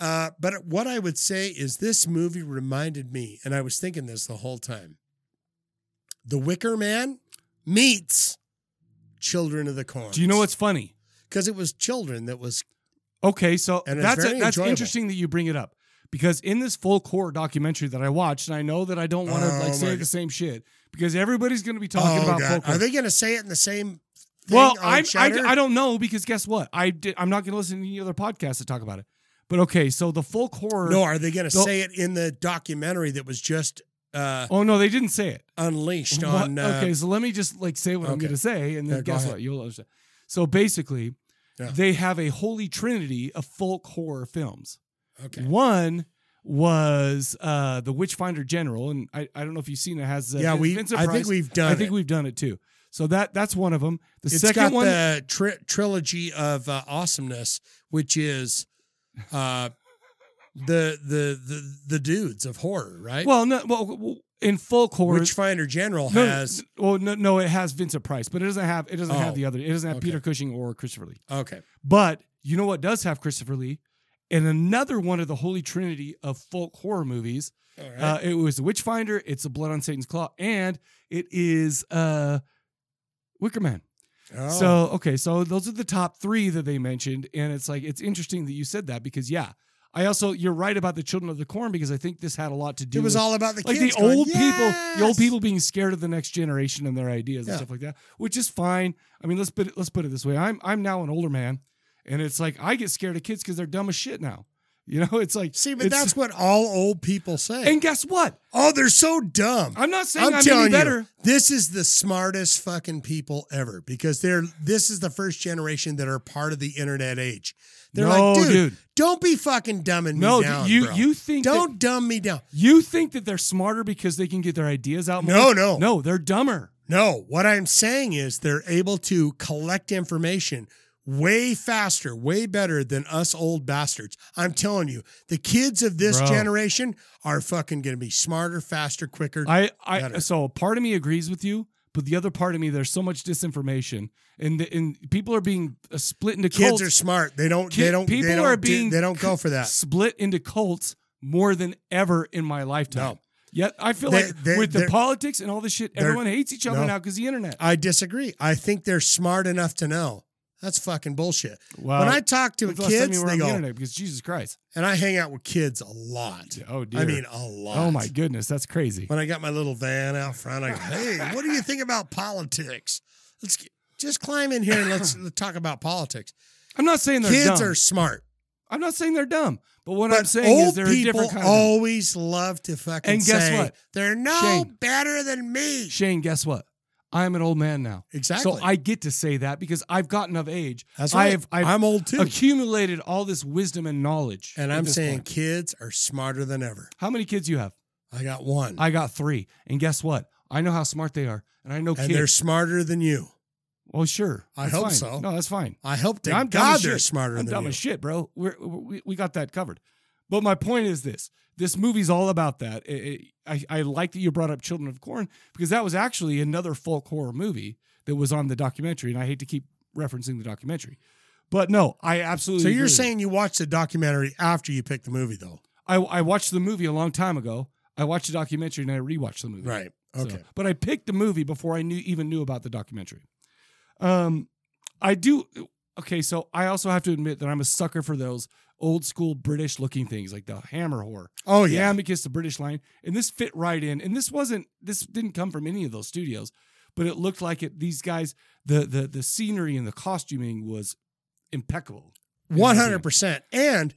S2: Uh, but what I would say is this movie reminded me, and I was thinking this the whole time The Wicker Man meets Children of the Corn.
S1: Do you know what's funny?
S2: Because it was children that was.
S1: Okay, so
S2: And it's
S1: that's
S2: very
S1: that's
S2: enjoyable.
S1: interesting that you bring it up because in this full core documentary that I watched, and I know that I don't want to
S2: Oh,
S1: like say
S2: my
S1: the
S2: God.
S1: same shit because everybody's going to be talking about
S2: Oh, God.
S1: folklore.
S2: Are they going to say it in the same thing?
S1: well,
S2: on
S1: I'm, I,
S2: Shudder?
S1: I don't know because guess what? I did, I'm not going to listen to any other podcasts that talk about it. But okay, so the folk horror.
S2: No, are they going to
S1: the-
S2: say it in the documentary that was just uh,
S1: Oh no, they didn't say it.
S2: unleashed
S1: Well,
S2: on. Uh,
S1: okay, so let me just like say what I'm
S2: okay.
S1: going to say, and then
S2: Yeah, go
S1: guess
S2: ahead.
S1: what? You'll understand. So basically,
S2: Yeah.
S1: they have a holy trinity of folk horror films.
S2: Okay.
S1: One was uh, the Witchfinder General, and I, I don't know if you've seen it. it has uh,
S2: Yeah,
S1: Vin-
S2: we-
S1: Vincent
S2: I think
S1: Price.
S2: we've done
S1: I think
S2: it.
S1: we've done it too. So that that's one of them. The
S2: It's
S1: second
S2: got
S1: one,
S2: the tri- trilogy of uh, awesomeness, which is uh, the, the the the dudes of horror, right?
S1: well, no, well, well, in folk horror,
S2: Witchfinder General
S1: no,
S2: has
S1: no, well, no, no, it has Vincent Price, but it doesn't have it doesn't
S2: Oh,
S1: have the other. It doesn't have
S2: okay.
S1: Peter Cushing or Christopher Lee.
S2: okay.
S1: But you know what does have Christopher Lee? And another one of the holy trinity of folk horror movies.
S2: All right.
S1: Uh, it was The Witchfinder, it's The Blood on Satan's Claw, and it is uh, Wicker Man.
S2: Oh.
S1: So, okay, so those are the top three that they mentioned. And it's like, it's interesting that you said that because, yeah. I also, you're right about the children of the corn because I think this had a lot to do.
S2: It was
S1: with,
S2: all about the
S1: like
S2: kids
S1: the
S2: going,
S1: old people, the old people being scared of the next generation and their ideas
S2: Yeah.
S1: and stuff like that, which is fine. I mean, let's put it, let's put it this way: I'm I'm now an older man, and it's like I get scared of kids because they're dumb as shit now. [LAUGHS] You know, it's like
S2: See, but
S1: it's-
S2: that's what all old people say.
S1: and guess what?
S2: oh, they're so dumb.
S1: I'm not saying I'm, any
S2: telling
S1: better.
S2: you, this is the smartest fucking people ever because they're this is the first generation that are part of the internet age. They're
S1: No,
S2: like, dude,
S1: dude.
S2: don't be fucking dumbing
S1: No,
S2: me down.
S1: you-
S2: bro.
S1: you think that-
S2: don't dumb me down.
S1: You think that they're smarter because they can get their ideas out?
S2: No,
S1: more?
S2: no.
S1: no, they're dumber.
S2: No, what I'm saying is they're able to collect information way faster, way better than us old bastards. I'm telling you, the kids of this
S1: Bro.
S2: generation are fucking going to be smarter, faster, quicker.
S1: I, I
S2: better.
S1: so part of me agrees with you, but the other part of me, there's so much disinformation, and the, and people are being uh, split into
S2: Kids
S1: cults.
S2: are smart. They don't- they don't- they
S1: People
S2: don't
S1: are
S2: do-
S1: being.
S2: they don't go for that.
S1: Split into cults more than ever in my lifetime. Yet I feel
S2: They-
S1: like
S2: they-
S1: with the
S2: they're-
S1: politics and all this shit,
S2: they're-
S1: everyone hates each other
S2: No.
S1: now because the internet.
S2: I disagree. I think they're smart enough to know. That's fucking bullshit.
S1: Wow.
S2: when I talk to
S1: When's the last time
S2: kids,
S1: you were
S2: they
S1: on the
S2: go,
S1: internet? because Jesus Christ.
S2: and I hang out with kids a lot.
S1: Oh dear.
S2: I mean, a lot.
S1: Oh my goodness, that's crazy.
S2: When I got my little van out front, I
S1: [LAUGHS]
S2: go, hey, what do you think about politics? Let's get, just climb in here
S1: [LAUGHS]
S2: and let's, let's talk about politics.
S1: I'm not saying they're
S2: kids
S1: dumb.
S2: are smart.
S1: I'm not saying they're dumb, but what
S2: But
S1: I'm saying is
S2: old
S1: they're a
S2: people
S1: different kind. of dumb.
S2: always love to fucking
S1: And guess
S2: say,
S1: what?
S2: They're no
S1: Shane.
S2: better than me.
S1: Shane, guess what? I'm an old man now.
S2: Exactly.
S1: So I get to say that because I've gotten of age.
S2: That's
S1: I
S2: right.
S1: have, I've
S2: I'm old too.
S1: Accumulated all this wisdom and knowledge.
S2: And
S1: at
S2: I'm
S1: this
S2: saying
S1: point.
S2: kids are smarter than ever.
S1: how many kids you have?
S2: I got one.
S1: I got three. And guess what? I know how smart they are, and I know
S2: and
S1: kids.
S2: they're smarter than you.
S1: Well, sure.
S2: I
S1: That's
S2: hope
S1: fine.
S2: so.
S1: No, that's fine.
S2: I hope to
S1: Yeah, I'm dumb
S2: God
S1: as
S2: they're
S1: shit.
S2: smarter
S1: I'm
S2: than
S1: dumb
S2: you.
S1: as shit, bro. We're, we we got that covered. But my point is this: this movie's all about that. It- it- I I like that you brought up Children of Corn because that was actually another folk horror movie that was on the documentary, and I hate to keep referencing the documentary, but no, I absolutely.
S2: So
S1: agree
S2: you're
S1: with you.
S2: saying you watched the documentary after you picked the movie, though?
S1: I I watched the movie a long time ago. I watched the documentary and I rewatched the movie.
S2: Right.
S1: So-
S2: Okay.
S1: but I picked the movie before I knew even knew about the documentary. Um, I do. Okay, so I also have to admit that I'm a sucker for those old school British looking things like the hammer horror.
S2: Oh,
S1: the
S2: yeah.
S1: Amicus, the British line, and this fit right in. And this wasn't this didn't come from any of those studios, but it looked like it. These guys, the the the scenery and the costuming was impeccable.
S2: One hundred percent. And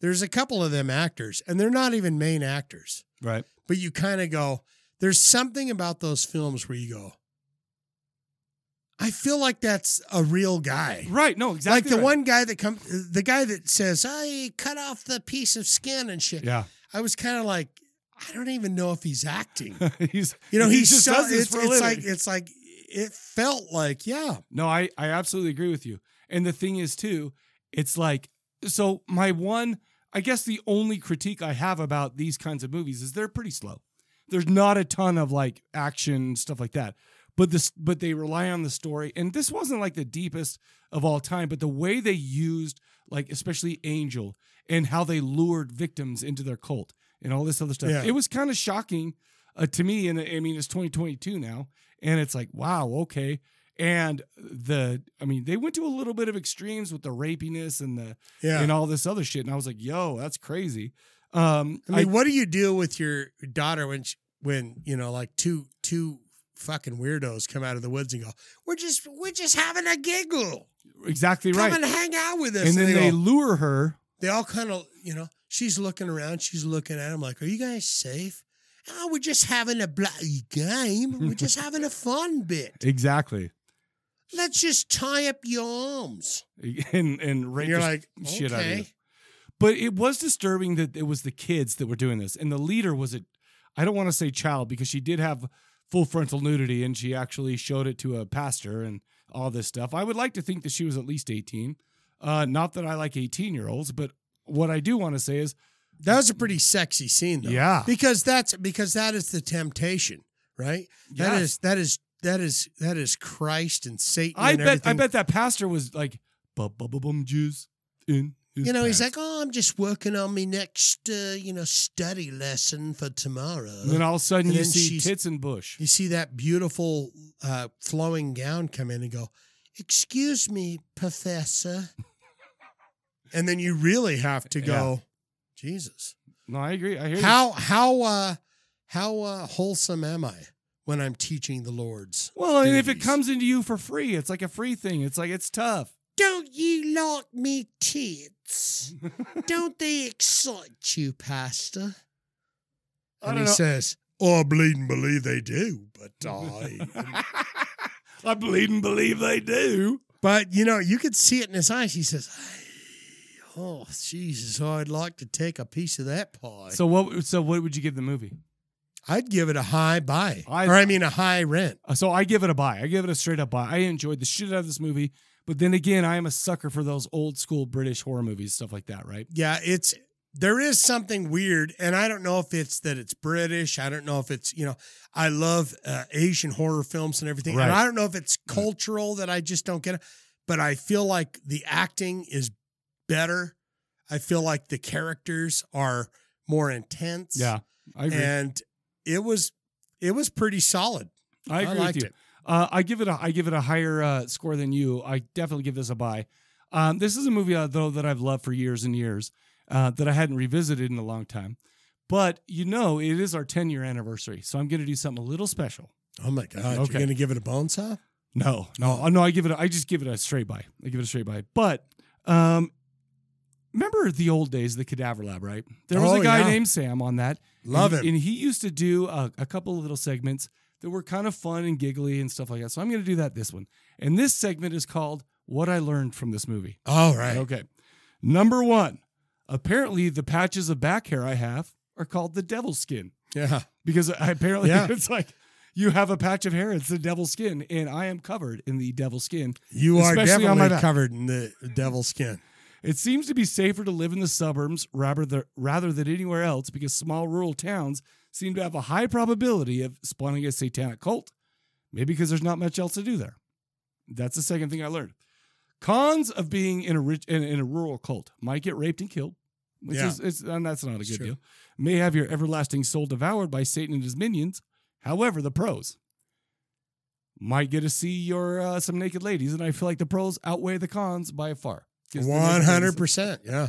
S2: there's a couple of them actors, and they're not even main actors,
S1: Right.
S2: but you kind of go. There's something about those films where you go. I feel like that's a real guy.
S1: Right. No. Exactly.
S2: like the
S1: right.
S2: one guy that come, the guy that says, "I cut off the piece of skin and shit."
S1: Yeah.
S2: I was kind of like, I don't even know if he's acting.
S1: [LAUGHS] he's
S2: You know,
S1: he
S2: he's
S1: just
S2: so,
S1: does this
S2: it's,
S1: for a
S2: it's
S1: living.
S2: like it's like it felt like yeah.
S1: No, I, I absolutely agree with you. And the thing is, too, it's like, so my one, I guess the only critique I have about these kinds of movies is they're pretty slow. There's not a ton of like action stuff like that. But this, but they rely on the story, and this wasn't like the deepest of all time. But the way they used, like especially Angel, and how they lured victims into their cult and all this other stuff,
S2: Yeah.
S1: it was kind of shocking uh, to me. And I mean, it's 2022 now, and it's like, wow, okay. And the, I mean, they went to a little bit of extremes with the rapiness and the,
S2: Yeah.
S1: and all this other shit. And I was like, yo, that's crazy. Um,
S2: I mean, what do you do with your daughter when she, when you know like two two fucking weirdos come out of the woods and go, "We're just we're just having a giggle.
S1: exactly
S2: Come
S1: right.
S2: and hang out with us."
S1: And then they
S2: go-
S1: lure her.
S2: they all kind of you know she's looking around, she's looking at him like, "Are you guys safe?" Oh, we're just having a bloody game.
S1: [LAUGHS]
S2: We're just having a fun bit.
S1: Exactly.
S2: Let's just tie up your arms.
S1: [LAUGHS] and and rape
S2: you're
S1: the
S2: like,
S1: shit out of you.
S2: okay.
S1: But it was disturbing that it was the kids that were doing this, and the leader was a, I don't want to say child because she did have full frontal nudity and she actually showed it to a pastor and all this stuff. I would like to think that she was at least eighteen. Uh, not that I like eighteen year olds, but what I do want to say is
S2: That was a pretty sexy scene, though.
S1: Yeah.
S2: because that's because that is the temptation, right? That
S1: Yes.
S2: is that is that is that is Christ and Satan.
S1: I
S2: and
S1: bet I
S2: everything.
S1: bet that pastor was like bub bub bub bum juice in his
S2: You know, he's
S1: pants."
S2: like, oh, I'm just working on my next, uh, you know, study lesson for tomorrow.
S1: And then all of a sudden
S2: And
S1: you
S2: then
S1: see
S2: she's-
S1: tits and bush.
S2: You see that beautiful uh, flowing gown come in and go, excuse me, professor. and then you really have to go, Jesus.
S1: No, I agree. I hear you.
S2: how how uh how uh wholesome am I when I'm teaching the Lord's?
S1: Well, and if it
S2: duties?
S1: comes into you for free, it's like a free thing. It's like it's tough.
S2: Don't you like me tits? Don't they excite you, Pastor?
S1: I don't
S2: And he
S1: know.
S2: says, Oh, I bleed and believe they do, but
S1: [LAUGHS]
S2: I
S1: I bleed and believe they do.
S2: But you know, you could see it in his eyes. He says, Oh, Jesus, I'd like to take a piece of that pie.
S1: So what? So what would you give the movie?
S2: I'd give it a high buy. or I mean a high rent.
S1: Uh, So I give it a buy. I give it a straight up buy. I enjoyed the shit out of this movie, But then again, I am a sucker for those old school British horror movies, stuff like that, right?
S2: Yeah, it's there is something weird, and I don't know if it's that it's British. I don't know if it's you know I love uh, Asian horror films and everything,
S1: Right. Mm.
S2: and I don't know if it's cultural that I just don't get it. But I feel like the acting is better. I feel like the characters are more intense.
S1: Yeah, I agree.
S2: And it was it was pretty solid.
S1: I agree
S2: liked
S1: with you.
S2: it.
S1: Uh, I give it a I give it a higher uh, score than you. I definitely give this a buy. Um, this is a movie uh, though that I've loved for years and years uh, that I hadn't revisited in a long time. But you know, it is our 10 year anniversary, so I'm going to do something a little special.
S2: Oh my god! You're gonna give it a bone saw?
S1: No, no, uh, no. I give it. A, I just give it a straight buy. I give it a straight buy. But um, remember the old days, the Cadaver Lab, right? There was
S2: Oh,
S1: a guy
S2: yeah.
S1: named Sam on that.
S2: Love
S1: and,
S2: him.
S1: And he used to do a, a couple of little segments that were kind of fun and giggly and stuff like that. So I'm going to do that this one. And this segment is called "What I Learned from This Movie."
S2: All right.
S1: Okay. Number one. Apparently, the patches of back hair I have are called the devil's skin.
S2: Yeah.
S1: Because I, apparently,
S2: Yeah.
S1: [LAUGHS] it's like you have a patch of hair. It's the devil's skin, and I am covered in the devil's skin.
S2: You are
S1: especially on my
S2: definitely
S1: back.
S2: covered in the devil's skin.
S1: It seems to be safer to live in the suburbs rather than, rather than anywhere else because small rural towns seem to have a high probability of spawning a satanic cult. Maybe because there's not much else to do there. That's the second thing I learned. Cons of being in a rich in, in a rural cult might get raped and killed, which
S2: Yeah.
S1: is it's, and that's not a
S2: It's
S1: good
S2: true.
S1: deal. May have your everlasting soul devoured by Satan and his minions. However, the pros might get to see your uh, some naked ladies, and I feel like the pros outweigh the cons by far. 'Cause the naked
S2: One
S1: ladies-
S2: hundred percent. Yeah.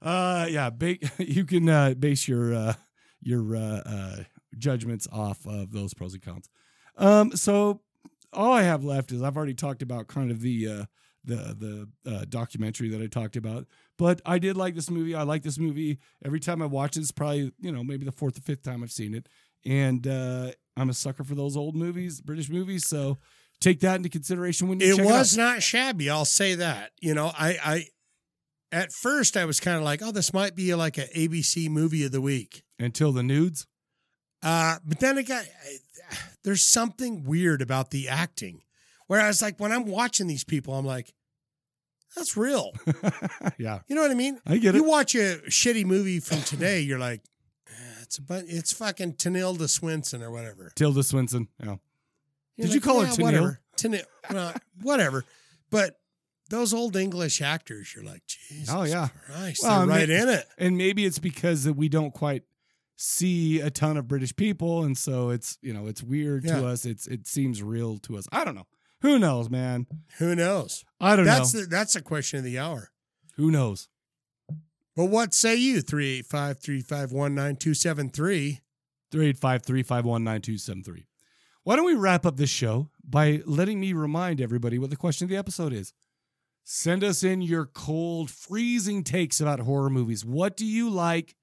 S1: uh, yeah. Ba- [LAUGHS] you can uh, base your uh, [LAUGHS] your uh, uh, judgments off of those pros and cons. Um, so all I have left is I've already talked about kind of the uh, the the uh, documentary that I talked about, but I did like this movie. I like this movie every time I watch it. It's probably you know maybe the fourth or fifth time I've seen it, and uh, I'm a sucker for those old movies, British movies. So take that into consideration when you
S2: it
S1: check
S2: was
S1: it out.
S2: not shabby i'll say that you know i i at first i was kind of like oh this might be like an abc movie of the week
S1: until the nudes
S2: uh but then it got [SIGHS] I- there's something weird about the acting whereas like when i'm watching these people i'm like that's real
S1: [LAUGHS] yeah
S2: you know what i mean
S1: I get it.
S2: you watch a shitty movie from today you're like "Eh, it's a bun- it's fucking Tanilda Swinson or whatever.
S1: Tilda Swinson. Yeah.
S2: You're
S1: Did you call
S2: like, "Yeah,
S1: her Tennille?
S2: Whatever. Tennille. Well, whatever. But those old English actors, you're like, Jesus
S1: oh yeah,
S2: Christ, they're right in it.
S1: And maybe it's because that we don't quite see a ton of British people, and so it's you know it's weird
S2: Yeah.
S1: to us. It's it seems real to us. I don't know. Who knows, man?
S2: Who knows?
S1: I don't
S2: that's
S1: know.
S2: The, that's the question of the hour.
S1: Who knows?
S2: But what say you? 385 351 9273.
S1: Three eight five three five one nine two seven three. Why don't we wrap up this show by letting me remind everybody what the question of the episode is? Send us in your cold, freezing takes about horror movies. What do you like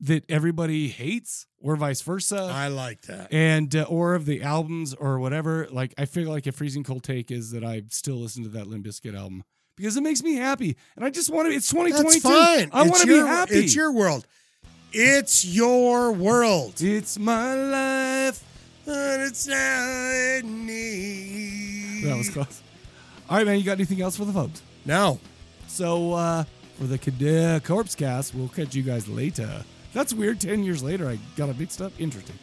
S1: that everybody hates, or vice versa?
S2: I like that.
S1: and uh, or of the albums or whatever. Like I feel like a freezing cold take is that I still listen to that Limp Bizkit album because it makes me happy, and I just want to. It's twenty
S2: That's
S1: twenty two.
S2: fine.
S1: I
S2: It's
S1: want to be
S2: your-
S1: happy.
S2: It's your world. It's your world.
S1: It's my life.
S2: And it's not me.
S1: That was close. All right, man. You got anything else for the folks?
S2: No.
S1: So uh, for the Cad- Corpse Cast, we'll catch you guys later. That's weird. Ten years later, I got it mixed up. Interesting.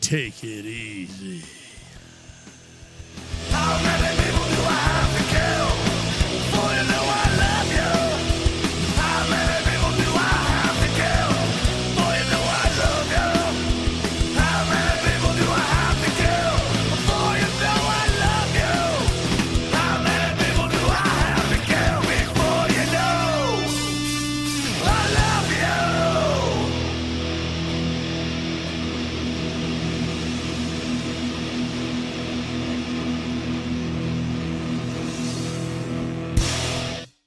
S2: Take it easy.